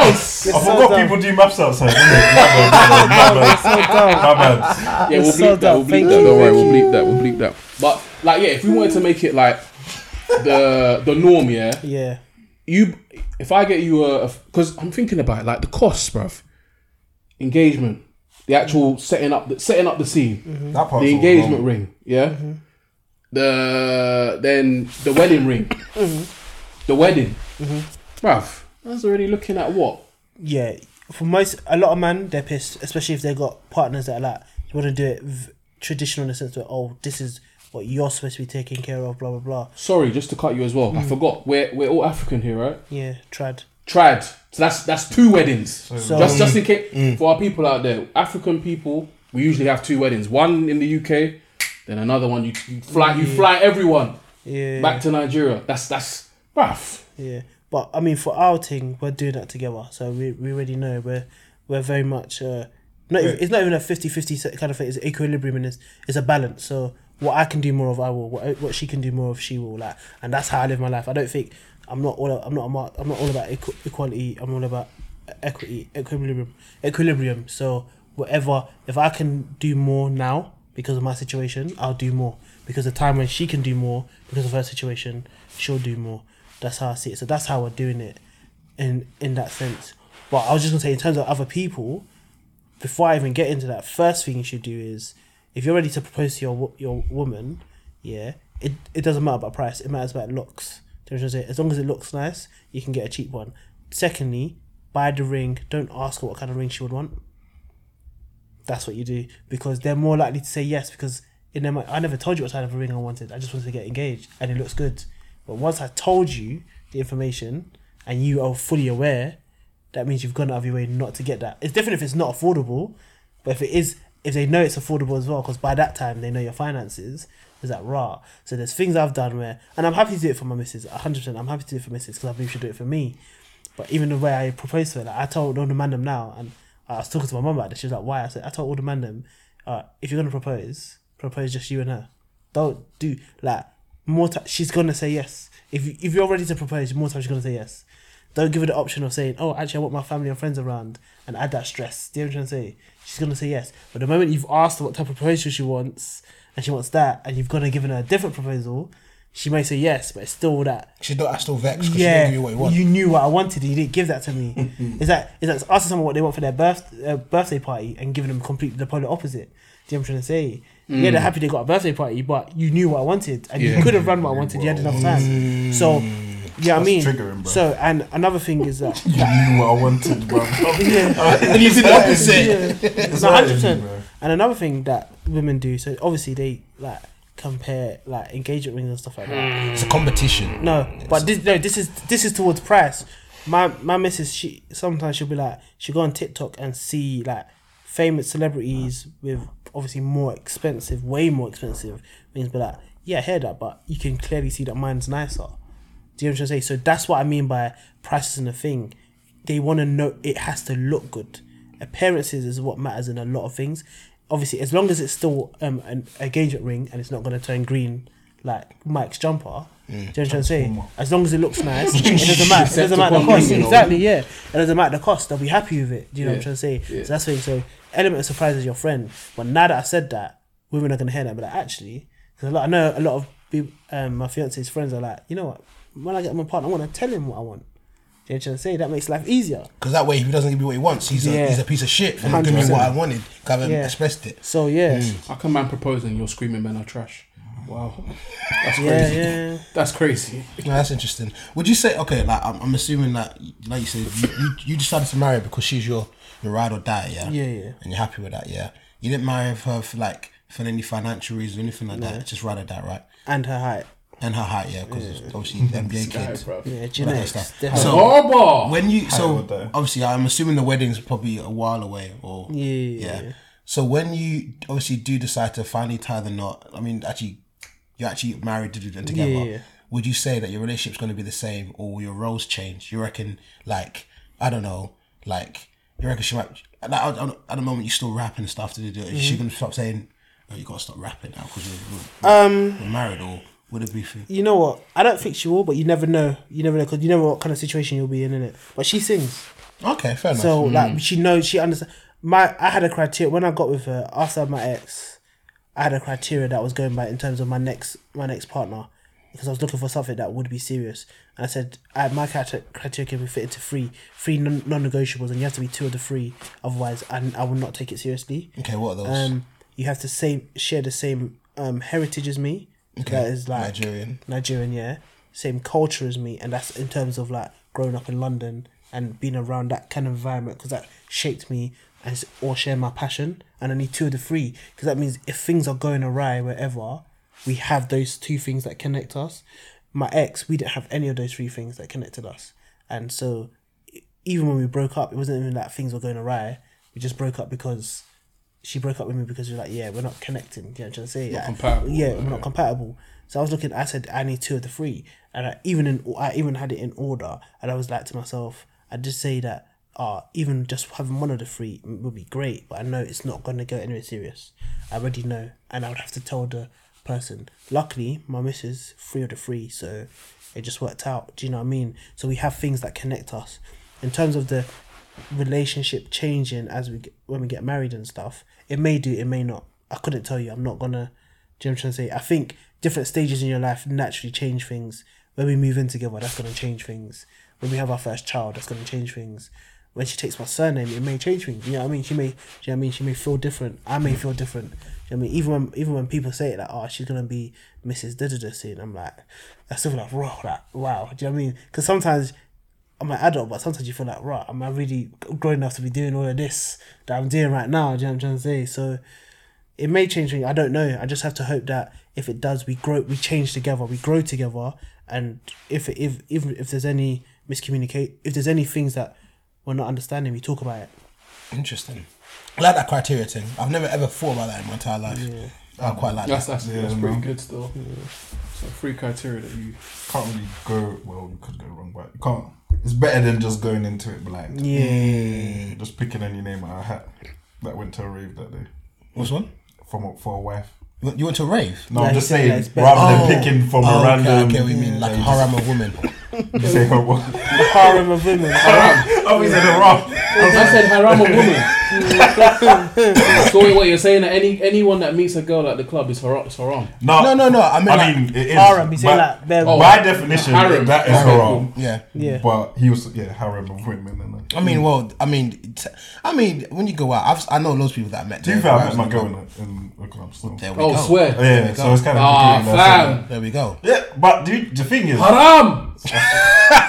[SPEAKER 4] I
[SPEAKER 8] so
[SPEAKER 4] forgot
[SPEAKER 8] dumb.
[SPEAKER 4] people do maps outside. Didn't they? My bad. My bad. My bad. My bad.
[SPEAKER 5] Yeah, we'll
[SPEAKER 8] It's so
[SPEAKER 5] bleep that. We'll
[SPEAKER 8] dumb. Thank
[SPEAKER 5] bleep that.
[SPEAKER 8] you,
[SPEAKER 5] Don't worry,
[SPEAKER 8] thank
[SPEAKER 5] we'll bleep that. We'll bleep that. But like, yeah, if we wanted to make it like the the norm, yeah,
[SPEAKER 8] yeah.
[SPEAKER 5] you if I get you a because I'm thinking about it, like the costs, bruv, engagement, the actual setting up the setting up the scene,
[SPEAKER 4] That part.
[SPEAKER 5] the engagement ring, yeah, the then the wedding ring, the wedding, bruv. That's already looking at what
[SPEAKER 8] yeah, for most a lot of men, they're pissed, especially if they got partners that are like you want to do it v- traditional in the sense that oh, this is what you're supposed to be taking care of, blah blah blah.
[SPEAKER 5] Sorry, just to cut you as well. I forgot. We're we're all African here, right?
[SPEAKER 8] Yeah, trad.
[SPEAKER 5] Tried. So that's that's two weddings.
[SPEAKER 8] So- mm.
[SPEAKER 5] just just in case for our people out there, African people, we usually have two weddings. One in the UK, then another one. You, you fly you fly everyone
[SPEAKER 8] Mm. Yeah.
[SPEAKER 5] back to Nigeria. That's that's rough.
[SPEAKER 8] Yeah, but I mean, for our thing, we're doing that together, so we, we already know we're we're very much uh, not. Even, it's not even a 50-50 kind of thing. It's equilibrium and it's, it's a balance. So what I can do more of, I will. What, what she can do more of, she will. Like, and that's how I live my life. I don't think I'm not all. I'm not. a mar- I'm not all about equ- equality. I'm all about equity, equilibrium, equilibrium. So whatever, if I can do more now because of my situation, I'll do more. Because the time when she can do more because of her situation, she'll do more. That's how I see it. So that's how we're doing it, in in that sense. But I was just gonna say in terms of other people, before I even get into that, first thing you should do is if you're ready to propose to your wo- your woman, yeah, it, it doesn't matter about price. It matters about looks. There's just it. As long as it looks nice, you can get a cheap one. Secondly, buy the ring. Don't ask her what kind of ring she would want. That's what you do because they're more likely to say yes because in their mind, I never told you what kind of ring I wanted. I just wanted to get engaged and it looks good. But once I told you the information and you are fully aware, that means you've gone out of your way not to get that. It's different if it's not affordable, but if it is, if they know it's affordable as well, because by that time they know your finances, is that raw? So there's things I've done where, and I'm happy to do it for my missus, 100%. I'm happy to do it for missus because I believe she'll do it for me. But even the way I proposed to her, like, I told all the man them now, and I was talking to my mum about this, she was like, why? I said, I told all the man them, uh, if you're going to propose, propose just you and her. Don't do, like, more time, she's going to say yes. If, you, if you're ready to propose, more time she's going to say yes. Don't give her the option of saying, "Oh, actually, I want my family and friends around," and add that stress. Do you know what I'm trying to say? She's gonna say yes, but the moment you've asked her what type of proposal she wants, and she wants that, and you've gone and given her a different proposal, she may say yes, but it's still that.
[SPEAKER 3] She's not that's still vexed because
[SPEAKER 8] Yeah,
[SPEAKER 3] she didn't give you what you want.
[SPEAKER 8] you knew what I wanted, and you didn't give that to me. is that is that asking someone what they want for their birth uh, birthday party and giving them completely the polar opposite? Do you know what I'm trying to say? Yeah, they're happy they got a birthday party, but you knew what I wanted, and you could have run what I wanted. You had enough time, so. Yeah, I
[SPEAKER 4] That's
[SPEAKER 8] mean,
[SPEAKER 4] triggering, bro.
[SPEAKER 8] so and another thing is that
[SPEAKER 4] You knew what I wanted, bro.
[SPEAKER 3] and you did the opposite.
[SPEAKER 8] Yeah.
[SPEAKER 4] It's
[SPEAKER 8] No,
[SPEAKER 4] not
[SPEAKER 8] 100%.
[SPEAKER 4] easy, bro.
[SPEAKER 8] And another thing that women do, so obviously they like compare like engagement rings and stuff like that.
[SPEAKER 3] It's a competition.
[SPEAKER 8] No, but this no, this is this is towards price. My my missus, she sometimes she'll be like she'll go on TikTok and see like famous celebrities with obviously more expensive, way more expensive rings, but like yeah, I hear that, but you can clearly see that mine's nicer. Do you know what I'm trying to say? So that's what I mean by price isn't a thing. They want to know it has to look good. Appearances is what matters in a lot of things. Obviously, as long as it's still um, an engagement ring and it's not going to turn green like Mike's jumper. Do you know what I'm trying to say? As long as it looks nice, it doesn't matter. It doesn't matter the cost. Exactly, yeah. It doesn't matter the cost. They'll be happy with it. Do you know what I'm
[SPEAKER 5] Yeah.
[SPEAKER 8] trying to say?
[SPEAKER 5] Yeah.
[SPEAKER 8] So that's what. So element of surprise is your friend. But now that I said that, women are gonna hear that. But like, actually, because a lot, I know a lot of people, um, my fiance's friends are like, you know what? When I get my partner, I want to tell him what I want. Do you know what I'm trying to say? That makes life easier.
[SPEAKER 3] Because that way, if he doesn't give me what he wants, he's,
[SPEAKER 8] Yeah.
[SPEAKER 3] a, he's a piece of shit for not giving me what I
[SPEAKER 8] 100%.
[SPEAKER 3] wanted. 'cause I haven't
[SPEAKER 8] Yeah.
[SPEAKER 3] expressed it.
[SPEAKER 8] So yeah,
[SPEAKER 5] How come man proposing you're screaming men are trash? Wow. That's crazy.
[SPEAKER 8] yeah, yeah.
[SPEAKER 5] That's crazy.
[SPEAKER 3] No, that's interesting. Would you say okay? Like I'm, I'm assuming that, like you said, you, you, you decided to marry her because she's your your ride or die, yeah.
[SPEAKER 8] Yeah, yeah.
[SPEAKER 3] And you're happy with that, yeah. You didn't marry her for like for any financial reason or anything like that. Just ride or die, right?
[SPEAKER 8] And her height,
[SPEAKER 3] And her height, yeah, because obviously NBA kids.
[SPEAKER 5] bro.
[SPEAKER 8] yeah,
[SPEAKER 3] all that
[SPEAKER 8] genetics.
[SPEAKER 3] stuff.
[SPEAKER 8] they're-
[SPEAKER 3] So
[SPEAKER 5] Barber!
[SPEAKER 3] when you so
[SPEAKER 4] or die.
[SPEAKER 3] obviously I'm assuming the wedding's probably a while away or
[SPEAKER 8] Yeah, yeah, yeah.
[SPEAKER 3] So when you obviously do decide to finally tie the knot, I mean actually you're actually married to do them together.
[SPEAKER 8] Yeah, yeah.
[SPEAKER 3] Would you say that your relationship's going to be the same or will your roles change? You reckon like I don't know, like you reckon she might at, at, at- at the moment you still rapping and stuff to do. Is
[SPEAKER 8] Mm-hmm.
[SPEAKER 3] she going to stop saying oh, you got to stop rapping now because you're, you're,
[SPEAKER 8] Um,
[SPEAKER 3] you're married or would it be for
[SPEAKER 8] you know what? I don't think she will, but you never know. You never know because you never know what kind of situation you'll be in, innit? But she sings.
[SPEAKER 3] Okay, fair enough.
[SPEAKER 8] So like she knows she understands. My I had a criteria when I got with her after my ex. I had a criteria that I was going by in terms of my next my next partner because I was looking for something that would be serious. And I said I, my criteria, criteria can be fit into three three non negotiables, and you have to be two of the three. Otherwise, I, I will not take it seriously.
[SPEAKER 3] okay, what are those?
[SPEAKER 8] Um, you have to same share the same um heritage as me. That is like
[SPEAKER 3] Nigerian.
[SPEAKER 8] Nigerian, yeah. Same culture as me, and that's in terms of like growing up in London and being around that kind of environment because that shaped me as or share my passion. And I need two of the three because that means if things are going awry wherever, we have those two things that connect us. My ex, we didn't have any of those three things that connected us, and so e- even when we broke up, it wasn't even that things were going awry. We just broke up because she broke up with me because we're like, yeah, we're not connecting. Do you know what I'm trying to say? Not
[SPEAKER 5] compatible,
[SPEAKER 8] Yeah, we're not compatible. So I was looking. I said I need two of the three, and I even in I even had it in order, and I was like to myself, I just say that oh, even just having one of the three would be great, but I know it's not going to go anywhere serious. I already know, and I would have to tell the person. Luckily, my missus, three of the three, so it just worked out. Do you know what I mean? So we have things that connect us. In terms of the relationship changing as we get, when we get married and stuff, it may do, it may not. I couldn't tell you. I'm not gonna. Do you know what I'm trying to say? I think different stages in your life naturally change things. When we move in together, that's gonna change things. When we have our first child, that's gonna change things. When she takes my surname, it may change things. You know what I mean? She may, do you know what I mean? She may feel different. I may feel different. Do you know what I mean? Even when even when people say it like, oh, she's gonna be Mrs. Da-da-da soon, I'm like, I still feel like, wow, like, wow. Do you know what I mean? Because sometimes I'm an adult, but sometimes you feel like, right, am I really grown enough to be doing all of this that I'm doing right now? Do you know what I'm trying to say? So it may change me. I don't know. I just have to hope that if it does, we grow, we change together, we grow together, and if if if if there's any miscommunicate, if there's any things that we're not understanding, we talk about it.
[SPEAKER 3] Interesting. I like that criteria thing. I've never ever thought about that in my entire life. I quite like
[SPEAKER 5] That's
[SPEAKER 3] that.
[SPEAKER 5] that's, that's pretty good still. So three criteria that you
[SPEAKER 4] Can't really go well. You could go wrong, but you can't. It's better than just going into it blind.
[SPEAKER 8] Yeah.
[SPEAKER 4] Just picking any name out of a hat that went to a rave that day
[SPEAKER 3] What's one?
[SPEAKER 4] from a, for a wife.
[SPEAKER 3] You went- You went to a rave?
[SPEAKER 4] No,
[SPEAKER 8] Yeah,
[SPEAKER 4] I'm just
[SPEAKER 8] he said
[SPEAKER 4] saying,
[SPEAKER 8] that's better.
[SPEAKER 4] rather
[SPEAKER 3] Oh.
[SPEAKER 4] than picking from
[SPEAKER 3] Oh,
[SPEAKER 4] a
[SPEAKER 3] okay,
[SPEAKER 4] random.
[SPEAKER 3] okay, we mean like a haram of women.
[SPEAKER 4] You say her what?
[SPEAKER 8] Harem of women.
[SPEAKER 4] Oh, he said haram.
[SPEAKER 5] I said haram a woman. so what you're saying that any anyone that meets a girl at the club is haram. Is haram.
[SPEAKER 4] No,
[SPEAKER 3] No, no, no. I mean,
[SPEAKER 4] I
[SPEAKER 3] like,
[SPEAKER 4] mean, it is.
[SPEAKER 8] Haram, you say
[SPEAKER 4] by-
[SPEAKER 8] like, bare-
[SPEAKER 5] Oh.
[SPEAKER 4] By definition,
[SPEAKER 5] Haram.
[SPEAKER 4] that is haram.
[SPEAKER 3] yeah.
[SPEAKER 8] yeah.
[SPEAKER 4] But he was, yeah, haram of women. And that.
[SPEAKER 3] I mean, well, I mean, t- I mean, when you go out, I've, si know loads of people that I met.
[SPEAKER 4] Do you
[SPEAKER 3] there.
[SPEAKER 4] think I met my girl in a, in a club still?
[SPEAKER 3] There we
[SPEAKER 5] Oh,
[SPEAKER 3] go.
[SPEAKER 5] swear.
[SPEAKER 4] Yeah, so it's kind of.
[SPEAKER 5] Ah, fam.
[SPEAKER 3] There we go.
[SPEAKER 4] Yeah, but dude, the thing is,
[SPEAKER 5] Haram.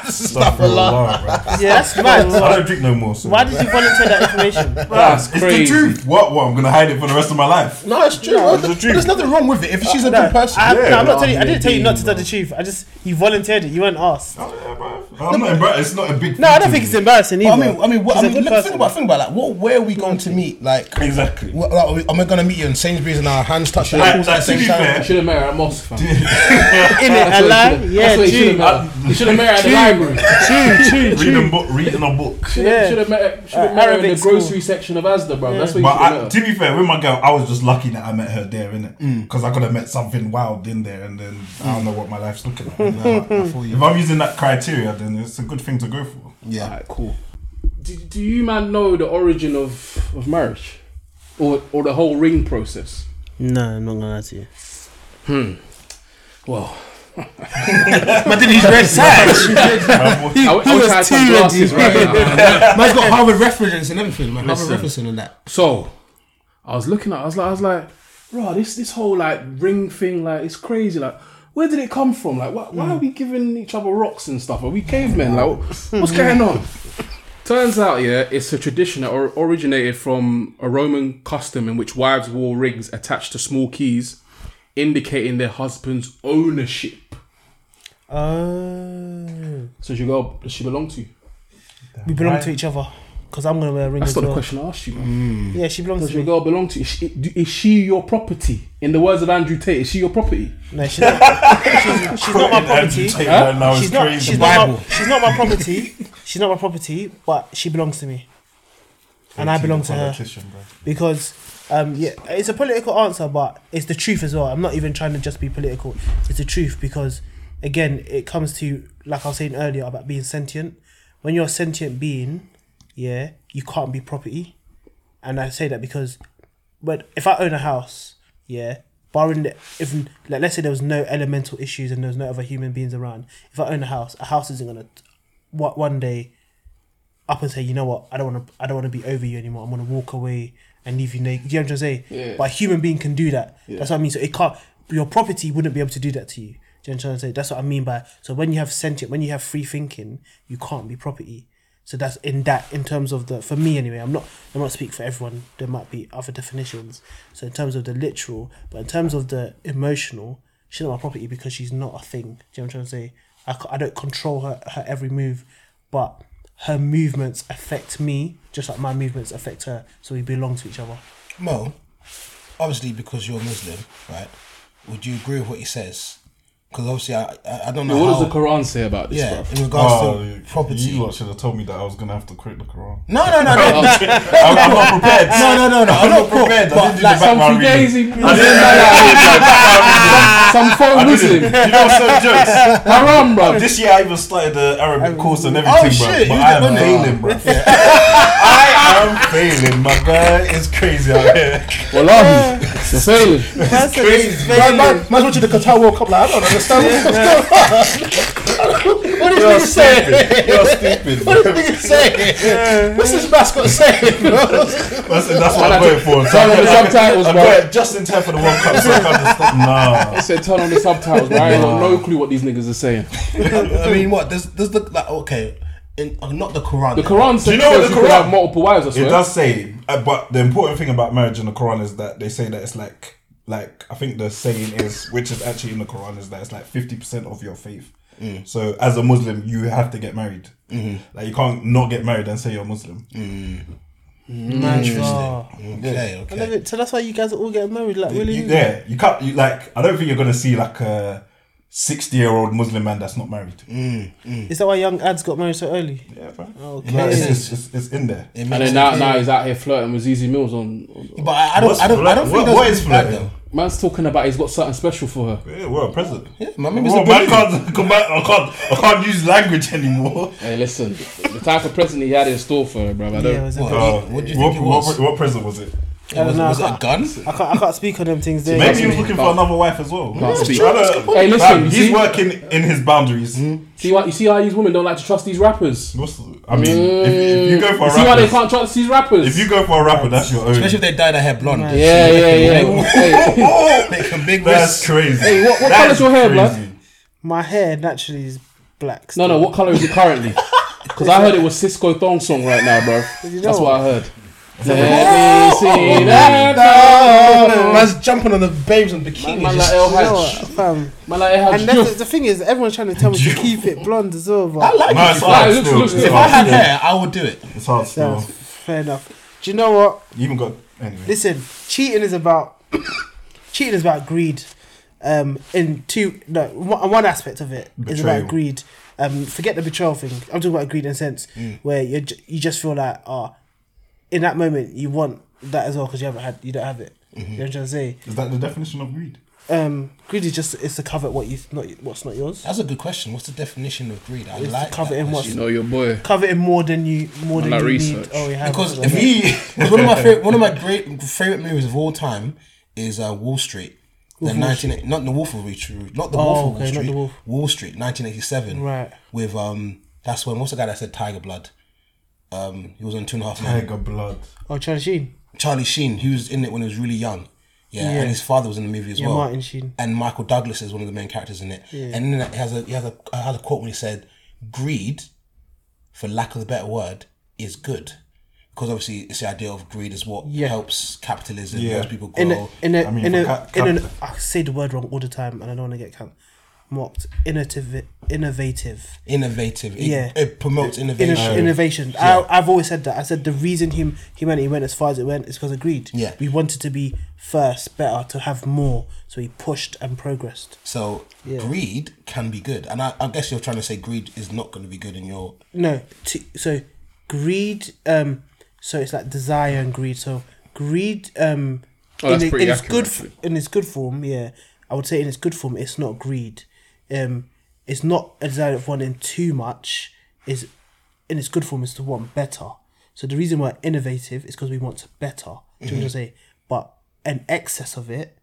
[SPEAKER 4] Astaghfirullah, bro.
[SPEAKER 8] Yeah, that's mad.
[SPEAKER 4] I don't drink no more. So.
[SPEAKER 6] Why did you volunteer that information?
[SPEAKER 5] That's
[SPEAKER 4] it's
[SPEAKER 5] crazy.
[SPEAKER 4] the truth. What? What? I'm gonna hide it for the rest of my life.
[SPEAKER 3] No, it's true. Well, th-
[SPEAKER 4] it's true.
[SPEAKER 3] There's nothing wrong with it if
[SPEAKER 4] Uh,
[SPEAKER 3] she's a
[SPEAKER 8] No,
[SPEAKER 3] good person.
[SPEAKER 8] I, no, I'm not telling you. I
[SPEAKER 4] yeah,
[SPEAKER 8] didn't tell you not to
[SPEAKER 4] bro.
[SPEAKER 8] tell the truth. I just you volunteered it. You weren't asked.
[SPEAKER 4] Oh, yeah, bro. I'm not embarrassed. It's not a big.
[SPEAKER 8] No, I don't think it's embarrassing either.
[SPEAKER 3] But I mean, I mean, what,
[SPEAKER 8] She's
[SPEAKER 3] I
[SPEAKER 8] a
[SPEAKER 3] mean
[SPEAKER 8] good
[SPEAKER 3] look, think
[SPEAKER 8] person.
[SPEAKER 3] about, think about like, what, where are we going to meet? Like,
[SPEAKER 4] Exactly.
[SPEAKER 3] what, like, are we- am I going to meet you in Sainsbury's and our hands touch our
[SPEAKER 4] Like,
[SPEAKER 3] nipples at the
[SPEAKER 4] like, to
[SPEAKER 3] same
[SPEAKER 4] be
[SPEAKER 3] time?
[SPEAKER 4] fair-
[SPEAKER 5] Should have married at mosque, fam.
[SPEAKER 8] in it
[SPEAKER 5] That's
[SPEAKER 8] and
[SPEAKER 5] what
[SPEAKER 8] lie.
[SPEAKER 5] he shoulda-
[SPEAKER 8] Yeah,
[SPEAKER 5] that's what he
[SPEAKER 8] true.
[SPEAKER 5] should have married. He should have married at the library.
[SPEAKER 8] True, true,
[SPEAKER 4] Reading
[SPEAKER 8] true.
[SPEAKER 4] book. Reading a book.
[SPEAKER 5] Should
[SPEAKER 8] Yeah.
[SPEAKER 5] have married, should have
[SPEAKER 8] Uh,
[SPEAKER 5] married in
[SPEAKER 8] Arabic
[SPEAKER 5] the grocery section of Asda, bro. That's what you
[SPEAKER 4] But
[SPEAKER 5] should
[SPEAKER 4] I,
[SPEAKER 5] have
[SPEAKER 4] to be fair, with my girl, I was just lucky that I met her there,
[SPEAKER 8] Mm.
[SPEAKER 4] innit? Because I could have met something wild in there, and then I don't know what my life's looking like. if I'm using that criteria, then it's a good thing to go for.
[SPEAKER 3] Yeah, cool.
[SPEAKER 5] do, do you man know the origin of, of marriage? Or, or the whole ring process?
[SPEAKER 8] No, I'm not gonna lie to you.
[SPEAKER 5] Well,
[SPEAKER 3] But then he's red sad.
[SPEAKER 5] I, wish I wish I had some glasses right now.
[SPEAKER 3] Man's got Harvard references and everything. Man, Harvard
[SPEAKER 5] Listen.
[SPEAKER 3] referencing and that.
[SPEAKER 5] So, I was looking at. I was like, I was like, bro, this this whole like ring thing, like it's crazy. Like, where did it come from? Like, why, why are we giving each other rocks and stuff? Are we cavemen? Like, what's going on? Turns out, yeah, it's a tradition that or- originated from a Roman custom in which wives wore rings attached to small keys, indicating their husband's ownership.
[SPEAKER 8] Oh,
[SPEAKER 5] So she go, does she belong to you?
[SPEAKER 8] we belong to each other. Cause I'm gonna wear a ring
[SPEAKER 5] That's
[SPEAKER 8] as
[SPEAKER 5] not the
[SPEAKER 8] well.
[SPEAKER 5] question I asked you. Man.
[SPEAKER 8] Yeah, she belongs
[SPEAKER 5] Does
[SPEAKER 8] to
[SPEAKER 5] your
[SPEAKER 8] me.
[SPEAKER 5] girl belong to you? Is she, is she your property? In the words of Andrew Tate, is she your property?
[SPEAKER 8] No, she's not. She's, she's not my property.
[SPEAKER 4] Take that now, it's
[SPEAKER 8] She's not.
[SPEAKER 4] crazy.
[SPEAKER 8] She's not, my, she's not my property. She's not my property, but she belongs to me, and I belong to her.
[SPEAKER 4] Politician, bro.
[SPEAKER 8] because um, yeah, it's a political answer, but it's the truth as well. I'm not even trying to just be political. It's the truth because, again, it comes to like I was saying earlier about being sentient. When you're a sentient being, yeah, you can't be property, and I say that because, but if I own a house, yeah, barring the, if like let's say there was no elemental issues and there was no other human beings around, if I own a house, a house isn't gonna, what one day up and say, you know what, I don't want to, I don't want to be over you anymore. I'm gonna walk away and leave you naked. Do you know what I'm trying to say?
[SPEAKER 5] Yeah.
[SPEAKER 8] But a human being can do that. That's what I mean. So it can't. Your property wouldn't be able to do that to you. Do you know what I'm trying to say? That's what I mean by. So when you have sentient, when you have free thinking, you can't be property. So that's in that in terms of the for me anyway. I'm not. I might speak for everyone. There might be other definitions. So in terms of the literal, but in terms of the emotional, she's not my property because she's not a thing. Do you know what I'm trying to say? I, c- I don't control her her every move, but her movements affect me just like my movements affect her. So we belong to each other.
[SPEAKER 3] Mo, obviously because you're Muslim, right? Would you agree with what he says? because obviously I, I I don't know
[SPEAKER 5] What
[SPEAKER 3] how.
[SPEAKER 5] does the Quran say about this,
[SPEAKER 3] yeah,
[SPEAKER 5] bruv?
[SPEAKER 3] in regards
[SPEAKER 4] Oh,
[SPEAKER 3] to property.
[SPEAKER 4] You lot should have told me that I was gonna have to quote the Quran.
[SPEAKER 3] No, no, no, no,
[SPEAKER 4] I'm,
[SPEAKER 3] no,
[SPEAKER 4] I'm not prepared.
[SPEAKER 3] no, no, no. I'm
[SPEAKER 4] I'm
[SPEAKER 3] not
[SPEAKER 4] not
[SPEAKER 3] cool,
[SPEAKER 4] prepared. I didn't
[SPEAKER 3] But
[SPEAKER 4] do
[SPEAKER 3] like,
[SPEAKER 4] the background
[SPEAKER 5] Some
[SPEAKER 4] reading.
[SPEAKER 5] fugazi, please.
[SPEAKER 4] I didn't do that.
[SPEAKER 5] Some
[SPEAKER 4] I
[SPEAKER 5] foreign
[SPEAKER 4] didn't.
[SPEAKER 5] Muslim.
[SPEAKER 4] You know, some jokes.
[SPEAKER 5] Haram, bruv.
[SPEAKER 4] This year I even started the Arabic course and everything,
[SPEAKER 3] Oh,
[SPEAKER 4] bro.
[SPEAKER 3] shit,
[SPEAKER 4] But
[SPEAKER 3] you
[SPEAKER 4] I
[SPEAKER 3] did,
[SPEAKER 4] am
[SPEAKER 3] wasn't it?
[SPEAKER 4] failing, bro. I am failing, my guy. It's crazy out here.
[SPEAKER 5] Wallahi. You're failing.
[SPEAKER 10] That's
[SPEAKER 4] Crazy.
[SPEAKER 3] Man, man, might as well do the Qatar World Cup. Like, I don't understand what
[SPEAKER 4] You're
[SPEAKER 3] this nigga saying.
[SPEAKER 4] stupid. You're stupid.
[SPEAKER 3] What
[SPEAKER 4] bro.
[SPEAKER 3] this nigga saying? What's this mascot saying? bro?
[SPEAKER 4] That's, that's what I'm going for. So I'm
[SPEAKER 5] Turn on the
[SPEAKER 4] going- I'm
[SPEAKER 5] subtitles,
[SPEAKER 4] I'm
[SPEAKER 5] bro.
[SPEAKER 4] going just in time for the World Cup, so I can't just stop. Nah.
[SPEAKER 5] I said turn on the subtitles, but I ain't got no clue what these niggas are saying.
[SPEAKER 3] I mean, what? There's, there's the like, okay, in, uh, not the Quran.
[SPEAKER 5] The Quran says
[SPEAKER 4] you know what
[SPEAKER 5] says
[SPEAKER 4] the
[SPEAKER 5] you can
[SPEAKER 4] Quran-
[SPEAKER 5] have multiple wives, I
[SPEAKER 4] It
[SPEAKER 5] swear.
[SPEAKER 4] does say, uh, but the important thing about marriage in the Quran is that they say that it's like, like I think the saying is, which is actually in the Quran, is that it's like fifty percent of your faith.
[SPEAKER 5] Mm.
[SPEAKER 4] So as a Muslim, you have to get married.
[SPEAKER 5] Mm-hmm.
[SPEAKER 4] Like you can't not get married and say you're Muslim. Mm.
[SPEAKER 5] Oh.
[SPEAKER 3] Okay,
[SPEAKER 6] I love
[SPEAKER 3] okay.
[SPEAKER 6] it. So that's why you guys are all getting married, like really.
[SPEAKER 4] You- yeah, you can't. You like, I don't think you're gonna see like a sixty-year-old Muslim man that's not married.
[SPEAKER 5] Mm.
[SPEAKER 6] Is that why young ads got married so early?
[SPEAKER 4] Yeah, bro.
[SPEAKER 6] Okay.
[SPEAKER 4] Like, it's, it's, it's, it's in there.
[SPEAKER 3] It
[SPEAKER 5] and
[SPEAKER 3] makes
[SPEAKER 5] then now,
[SPEAKER 3] sense.
[SPEAKER 5] now he's out here flirting with Zizi Mills on. on-
[SPEAKER 3] but I, I don't,
[SPEAKER 4] What's
[SPEAKER 3] I don't, I don't
[SPEAKER 4] flirt- what-
[SPEAKER 3] think
[SPEAKER 4] what
[SPEAKER 3] that's
[SPEAKER 4] is
[SPEAKER 3] bad,
[SPEAKER 4] flirting?
[SPEAKER 3] though.
[SPEAKER 5] Man's talking about he's got something special for her.
[SPEAKER 4] Yeah, we're a president.
[SPEAKER 3] Yeah, man, maybe it's
[SPEAKER 4] Well,
[SPEAKER 3] a
[SPEAKER 4] man
[SPEAKER 3] balloon.
[SPEAKER 4] can't, come back, I can't, I can't use language anymore.
[SPEAKER 5] Hey, listen, the type of present he had in store for her, bruv. I don't.
[SPEAKER 6] Yeah, it was a-
[SPEAKER 3] What,
[SPEAKER 4] Uh,
[SPEAKER 3] what do you think it
[SPEAKER 4] What,
[SPEAKER 3] was?
[SPEAKER 4] what present was it?
[SPEAKER 6] I don't
[SPEAKER 3] was,
[SPEAKER 6] know,
[SPEAKER 3] was it
[SPEAKER 6] I
[SPEAKER 3] a gun?
[SPEAKER 6] I can't, I can't speak on them things. There.
[SPEAKER 4] Maybe he
[SPEAKER 5] Can't
[SPEAKER 4] was
[SPEAKER 5] speak.
[SPEAKER 4] looking for another wife as well.
[SPEAKER 5] Can't speak.
[SPEAKER 4] I don't-
[SPEAKER 5] Hey, listen,
[SPEAKER 4] Fam,
[SPEAKER 5] you
[SPEAKER 4] he's
[SPEAKER 5] see- Hmm?
[SPEAKER 4] working in his boundaries.
[SPEAKER 5] See why you see how these women don't like to trust these rappers.
[SPEAKER 4] What's- I mean, if, if you go for
[SPEAKER 5] Hmm. You
[SPEAKER 4] a
[SPEAKER 5] see why they
[SPEAKER 4] rapper,
[SPEAKER 5] can't trust these rappers.
[SPEAKER 4] if you go for a rapper, that's your
[SPEAKER 3] Especially
[SPEAKER 4] own.
[SPEAKER 3] if they dyed their hair blonde.
[SPEAKER 5] yeah, yeah, yeah. hey,
[SPEAKER 3] Make a big
[SPEAKER 4] That's
[SPEAKER 3] risk.
[SPEAKER 4] crazy.
[SPEAKER 5] Hey, what- what
[SPEAKER 4] That
[SPEAKER 5] colour's
[SPEAKER 4] is
[SPEAKER 5] your hair, blood?
[SPEAKER 4] crazy.
[SPEAKER 6] My hair naturally is black.
[SPEAKER 5] no,
[SPEAKER 6] still.
[SPEAKER 5] no. What color is it currently? Because I heard it was Cisco Thong song right now, bro. That's what I heard. Let me see that.
[SPEAKER 3] Oh, man's jumping on the babes and bikinis.
[SPEAKER 5] Man like
[SPEAKER 3] just-
[SPEAKER 5] El
[SPEAKER 6] You know what,
[SPEAKER 5] Hajj.
[SPEAKER 6] fam?
[SPEAKER 5] Man like El
[SPEAKER 6] And that's,
[SPEAKER 5] Hajj.
[SPEAKER 6] the thing is, everyone's trying to tell me to keep it blonde as well. But
[SPEAKER 3] I like
[SPEAKER 4] No,
[SPEAKER 3] it.
[SPEAKER 4] it's
[SPEAKER 5] Nah,
[SPEAKER 4] hard
[SPEAKER 5] it looks-
[SPEAKER 4] still.
[SPEAKER 5] looks-
[SPEAKER 4] It's
[SPEAKER 5] if
[SPEAKER 3] If I
[SPEAKER 4] hard
[SPEAKER 3] had
[SPEAKER 4] still.
[SPEAKER 3] hair, I would do it.
[SPEAKER 4] It's hard still.
[SPEAKER 6] that's fair enough. Do you know what?
[SPEAKER 4] You even got anyway.
[SPEAKER 6] Listen, cheating is about cheating is about greed. Um, in two no one one aspect of it is
[SPEAKER 4] Betrayal.
[SPEAKER 6] about greed. Um, forget the betrayal thing. I'm talking about greed in a sense
[SPEAKER 4] Mm.
[SPEAKER 6] where you you just feel like ah, in that moment you want that as well because you haven't had you don't have it.
[SPEAKER 4] Mm-hmm.
[SPEAKER 6] You know what I'm trying to say?
[SPEAKER 4] Is that the definition of greed?
[SPEAKER 6] Um, greed is just it's to cover what you not what's not yours.
[SPEAKER 3] That's a good question. What's the definition of greed? I
[SPEAKER 6] It's
[SPEAKER 3] like
[SPEAKER 6] coveting
[SPEAKER 3] that
[SPEAKER 6] what's-
[SPEAKER 5] You
[SPEAKER 3] question.
[SPEAKER 5] know your boy.
[SPEAKER 6] Cover it more than you more than
[SPEAKER 5] Like
[SPEAKER 6] you
[SPEAKER 5] research.
[SPEAKER 6] need. Oh, you have
[SPEAKER 3] because
[SPEAKER 6] it.
[SPEAKER 3] if you, because one of my favorite, one of my great favorite movies of all time is uh, Wall Street. The nineteen not the Wolf of Wall Street, not the
[SPEAKER 6] Oh,
[SPEAKER 3] Wolf of Wall
[SPEAKER 6] okay, not
[SPEAKER 3] Street,
[SPEAKER 6] the Wolf.
[SPEAKER 3] Wall Street, nineteen eighty seven.
[SPEAKER 6] Right.
[SPEAKER 3] With um, that's when what's the guy that said Tiger Blood? Um, he was on Two and a Half Men.
[SPEAKER 4] Tiger blood.
[SPEAKER 6] oh Charlie Sheen,
[SPEAKER 3] Charlie Sheen, he was in it when he was really young. Yeah,
[SPEAKER 6] Yeah.
[SPEAKER 3] and his father was in the movie as
[SPEAKER 6] yeah,
[SPEAKER 3] well.
[SPEAKER 6] Martin Sheen.
[SPEAKER 3] and Michael Douglas is one of the main characters in it. And then it has a he has a I had a quote when he said, "Greed, for lack of a better word, is good." Because obviously, it's the idea of greed is what
[SPEAKER 6] Yeah.
[SPEAKER 3] helps capitalism,
[SPEAKER 4] Yeah.
[SPEAKER 3] helps people grow.
[SPEAKER 6] in a in a
[SPEAKER 4] I mean,
[SPEAKER 6] in
[SPEAKER 4] for
[SPEAKER 6] a
[SPEAKER 4] cap-
[SPEAKER 6] in an
[SPEAKER 4] capital.
[SPEAKER 6] I say the word wrong all the time, and I don't want to get can- mocked. Innovative, innovative,
[SPEAKER 3] innovative, it,
[SPEAKER 6] Yeah.
[SPEAKER 3] it promotes
[SPEAKER 6] Inno-
[SPEAKER 3] innovation.
[SPEAKER 6] innovation. I, I've always said that. I said the reason hum- humanity went as far as it went is because of greed.
[SPEAKER 3] Yeah.
[SPEAKER 6] we wanted to be first, better, to have more, so we pushed and progressed.
[SPEAKER 3] So greed can be good, and I, I guess you're trying to say greed is not going to be good in your.
[SPEAKER 6] No, t- so greed. Um, so it's like desire and greed. So greed. Um,
[SPEAKER 5] Oh, that's
[SPEAKER 6] in,
[SPEAKER 5] pretty
[SPEAKER 6] in its
[SPEAKER 5] accurate,
[SPEAKER 6] good f-
[SPEAKER 5] actually.
[SPEAKER 6] in its good form, yeah, I would say in its good form, it's not greed. Um, it's not a desire of wanting too much. Is in its good form is to want better. So the reason we're innovative is because we want to better. Do
[SPEAKER 5] Mm-hmm.
[SPEAKER 6] you know what I'm saying? But an excess of it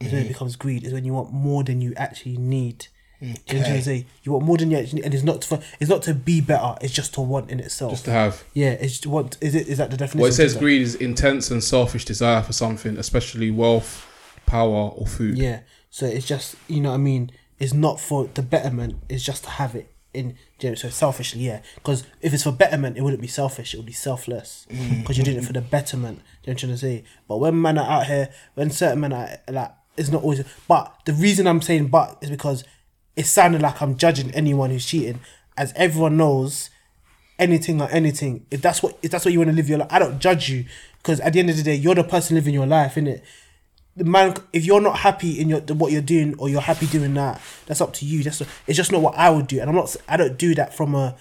[SPEAKER 6] is
[SPEAKER 5] Mm.
[SPEAKER 6] when it becomes greed. Is when you want more than you actually need. Do you know what I'm trying to say? You want more than you actually need, and it's not for, it's not to be better. It's just to want in itself.
[SPEAKER 5] Just to have.
[SPEAKER 6] yeah, it's what is it? Is that the definition?
[SPEAKER 5] Well, it says
[SPEAKER 6] Is that-
[SPEAKER 5] greed is intense and selfish desire for something, especially wealth, power, or food.
[SPEAKER 6] Yeah. So it's just you know what I mean. It's not for the betterment. It's just to have it in. do you know, So selfishly, yeah. Because if it's for betterment, it wouldn't be selfish. It would be selfless. Because you're doing it for the betterment. Do you know what I'm trying to say? But when men are out here, when certain men are like, it's not always. But the reason I'm saying but is because it sounded like I'm judging anyone who's cheating. As everyone knows, anything or anything. If that's what if that's what you want to live your life, I don't judge you because at the end of the day, you're the person living your life, innit? the man, if you're not happy in your what you're doing or you're happy doing that, that's up to you. That's it's just not what I would do, and I'm not. I don't do that from a.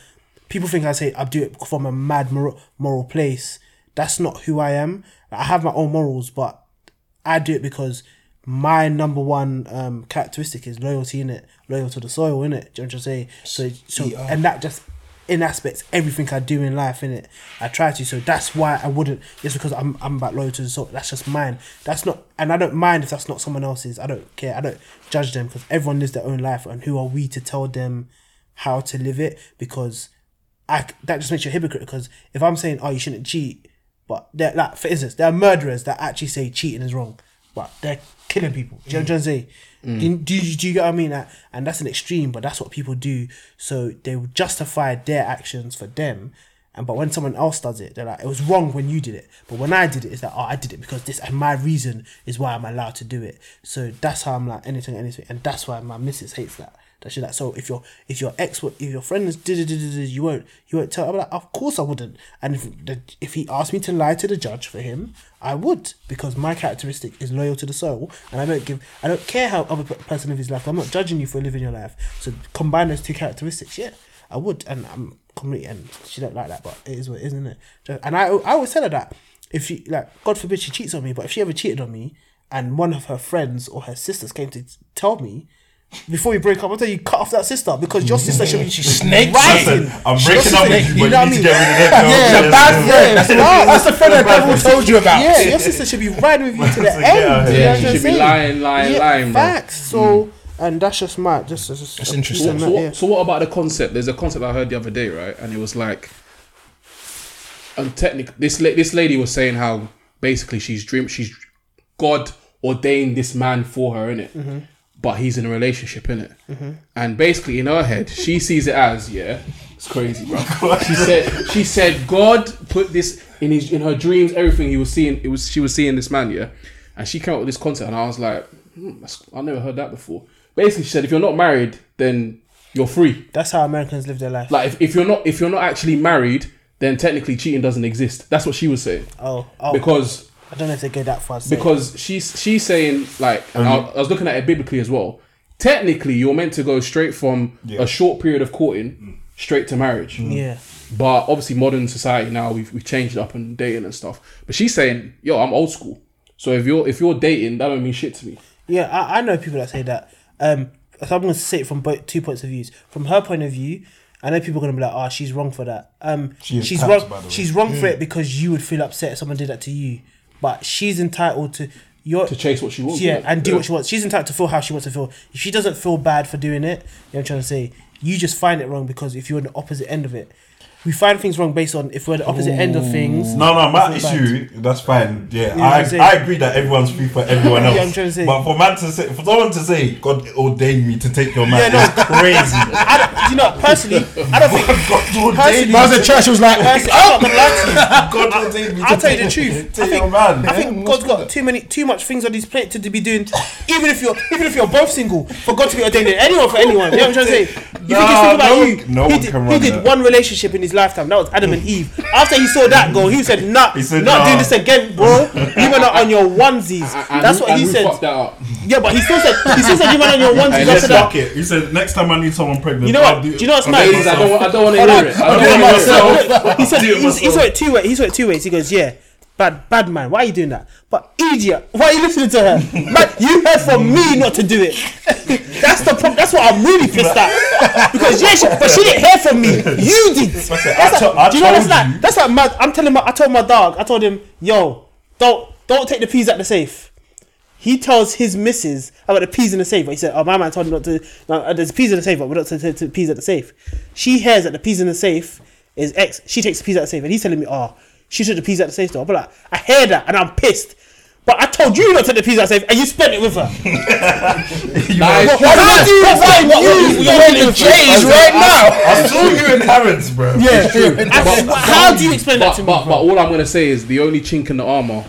[SPEAKER 6] People think I say I do it from a mad moral, moral place. That's not who I am. I have my own morals, but I do it because my number one um, characteristic is loyalty in it, loyal to the soil in it. Do you know what I'm saying? So, so and that just in aspects everything I do in life in it. I try to, so that's why I wouldn't. Just because I'm I'm about loyal to the soil. That's just mine. That's not, and I don't mind if that's not someone else's. I don't care. I don't judge them because everyone lives their own life, and who are we to tell them how to live it? Because I c- that just makes you a hypocrite. Because if I'm saying, oh, you shouldn't cheat, but they're like, for instance, there are murderers that actually say cheating is wrong, but they're killing people. Do you know what I'm saying? Do, do, you- do you get what I mean? Like, And that's an extreme, but that's what people do. So they will justify their actions for them. And but when someone else does it, they're like, it was wrong when you did it. But when I did it, it's like, oh, I did it because this and my reason is why I'm allowed to do it. So that's how I'm like anything, anything, and that's why my missus hates that. That shit like so if your if your ex if your friend is did you won't you won't tell I'm like of course I wouldn't and if the, if he asked me to lie to the judge for him I would because my characteristic is loyal to the soul and I don't give I don't care how other pe- person lives his life I'm not judging you for living your life so combine those two characteristics yeah I would and I'm completely and she don't like that but it is what it is isn't it Just- and I I always tell her that if she like God forbid she cheats on me but if she ever cheated on me and one of her friends or her sisters came to tell me before you break up, I'll tell you cut off that sister because your sister should be she snake
[SPEAKER 4] Listen, I'm breaking up with you, but you need to get rid of that girl. Yes,
[SPEAKER 3] Yeah, bad
[SPEAKER 4] yes,
[SPEAKER 3] friend.
[SPEAKER 4] yes.
[SPEAKER 3] That's, that's the friend that
[SPEAKER 4] Bad
[SPEAKER 3] devil
[SPEAKER 4] friend.
[SPEAKER 3] told you about.
[SPEAKER 6] Yeah, your sister should be riding with you to the
[SPEAKER 4] Like, yeah, yeah,
[SPEAKER 6] end.
[SPEAKER 5] Yeah,
[SPEAKER 4] she
[SPEAKER 5] she should be lying, lying, lying, bro.
[SPEAKER 6] Facts. So, and that's just my just. just that's
[SPEAKER 3] interesting.
[SPEAKER 5] So what, so what about the concept? There's a concept I heard the other day, right? And it was like, and technic this la- this lady was saying how basically she's dream she's God ordained this man for her in it, but he's in a relationship in it, and basically in her head she sees it as yeah, it's crazy, bro. she said she said God put this in his in her dreams everything he was seeing it was she was seeing this man yeah, and she came up with this concept and I was like hmm, that's- I never heard that before. Basically, she said if you're not married then you're free.
[SPEAKER 6] That's how Americans live their life.
[SPEAKER 5] Like if, if you're not if you're not actually married, then technically cheating doesn't exist. That's what she was saying.
[SPEAKER 6] oh, oh,
[SPEAKER 5] Because
[SPEAKER 6] I don't know if they go that far. so-
[SPEAKER 5] because she's she's saying like and I, I was looking at it biblically as well. Technically, you're meant to go straight from a short period of courting straight to marriage.
[SPEAKER 6] yeah,
[SPEAKER 5] But obviously, modern society now we've, we've changed it up and dating and stuff. But she's saying, "Yo, I'm old school. So if you're if you're dating, that don't mean shit to me."
[SPEAKER 6] yeah, I, I know people that say that. Um, so I'm going to say it from both two points of views. From her point of view, I know people are going to be like, "Oh, she's wrong for that." Um,
[SPEAKER 4] is
[SPEAKER 6] she's
[SPEAKER 4] tapped, by the
[SPEAKER 6] wrong.
[SPEAKER 4] way.
[SPEAKER 6] She's wrong for it because you would feel upset if someone did that to you. But she's entitled to your
[SPEAKER 5] To chase what she wants.
[SPEAKER 6] Yeah, and do what she wants. She's entitled to feel how she wants to feel. If she doesn't feel bad for doing it, you know what I'm trying to say? You just find it wrong because if you're on the opposite end of it, we find things wrong based on if we're at the opposite end of things.
[SPEAKER 4] No, no, my
[SPEAKER 6] That's fine.
[SPEAKER 4] issue. That's fine. Yeah,
[SPEAKER 6] know what I'm saying?
[SPEAKER 4] I, I agree that everyone's free for everyone
[SPEAKER 6] Yeah,
[SPEAKER 4] else.
[SPEAKER 6] I'm trying to say-
[SPEAKER 4] But for man to say, for someone to say, God ordained me to take your man,
[SPEAKER 6] Yeah,
[SPEAKER 4] is crazy.
[SPEAKER 6] I don't, you know, personally, I don't think.
[SPEAKER 4] God ordained,
[SPEAKER 6] Personally,
[SPEAKER 3] I was at church. It was like,
[SPEAKER 6] personally, I'm not gonna lie to you.
[SPEAKER 4] God ordained me.
[SPEAKER 6] I'll
[SPEAKER 4] to
[SPEAKER 6] tell you the
[SPEAKER 4] take-
[SPEAKER 6] truth.
[SPEAKER 4] Take
[SPEAKER 6] I think-
[SPEAKER 4] your man.
[SPEAKER 6] I think God's got too many, too much things on his plate to be doing. Even if you're, even if you're both single, for God to be ordaining anyone for anyone. You know what I'm trying to say? You think he's
[SPEAKER 4] No,
[SPEAKER 6] thinking about
[SPEAKER 4] no
[SPEAKER 6] you?
[SPEAKER 4] one- no
[SPEAKER 6] he
[SPEAKER 4] one
[SPEAKER 6] did,
[SPEAKER 4] can
[SPEAKER 6] he
[SPEAKER 4] run
[SPEAKER 6] did
[SPEAKER 4] that.
[SPEAKER 6] one relationship in his lifetime. That was Adam and Eve. After he saw that goal, he said, "Nah,
[SPEAKER 4] He said,
[SPEAKER 6] not
[SPEAKER 4] nah."
[SPEAKER 6] doing this again, bro. You were not on your onesies."
[SPEAKER 5] And
[SPEAKER 6] That's
[SPEAKER 5] Ru-
[SPEAKER 6] what
[SPEAKER 5] and
[SPEAKER 6] he
[SPEAKER 5] Ru
[SPEAKER 6] said.
[SPEAKER 5] fucked that up.
[SPEAKER 6] Yeah, but he still said, he still said you were on your onesies
[SPEAKER 5] Hey,
[SPEAKER 4] Let's
[SPEAKER 6] after that.
[SPEAKER 4] lock it. He said, next time I need someone pregnant,
[SPEAKER 6] You know
[SPEAKER 4] I'll
[SPEAKER 6] what? Do
[SPEAKER 4] do,
[SPEAKER 6] you know what's
[SPEAKER 4] I'll
[SPEAKER 6] mad?
[SPEAKER 4] do
[SPEAKER 5] Please, I don't,
[SPEAKER 4] myself.
[SPEAKER 5] wa- I don't want to hear it. I don't
[SPEAKER 4] doing
[SPEAKER 5] want to hear it.
[SPEAKER 4] myself.
[SPEAKER 6] he said
[SPEAKER 4] Do it
[SPEAKER 6] he's,
[SPEAKER 4] myself.
[SPEAKER 6] he's got it two ways. He's got it two ways. He goes, yeah, bad, bad man. Why are you doing that? But idiot, why are you listening to her? man, you heard from me not to do it. that's the problem. That's what I'm really pissed at. Because yeah, she, but she didn't hear from me. You did. That's
[SPEAKER 4] it. I
[SPEAKER 6] like,
[SPEAKER 4] to- I
[SPEAKER 6] do you know that's
[SPEAKER 4] told
[SPEAKER 6] like
[SPEAKER 4] you.
[SPEAKER 6] that's like mad. I'm telling my. I told my dog. I told him, yo, don't don't take the peas out the safe. He tells his missus about the peas in the safe. He said, "Oh, my man told him not to. No, uh, there's peas in the safe, but we're not to take the peas at the safe." She hears that the peas in the safe is X. She takes the peas out the safe, and he's telling me, "Oh, she took the peas out the safe." Though, but like, I hear that, and I'm pissed. But I told you not to take the peas out the safe, and you spent it with her.
[SPEAKER 5] Nice.
[SPEAKER 6] How do you find you? You're in the J's right now.
[SPEAKER 4] I saw you in Harrods, bro.
[SPEAKER 6] Yeah. How do you explain that
[SPEAKER 5] But,
[SPEAKER 6] to me?
[SPEAKER 5] but,
[SPEAKER 6] bro?
[SPEAKER 5] but all I'm gonna say is the only chink in the armor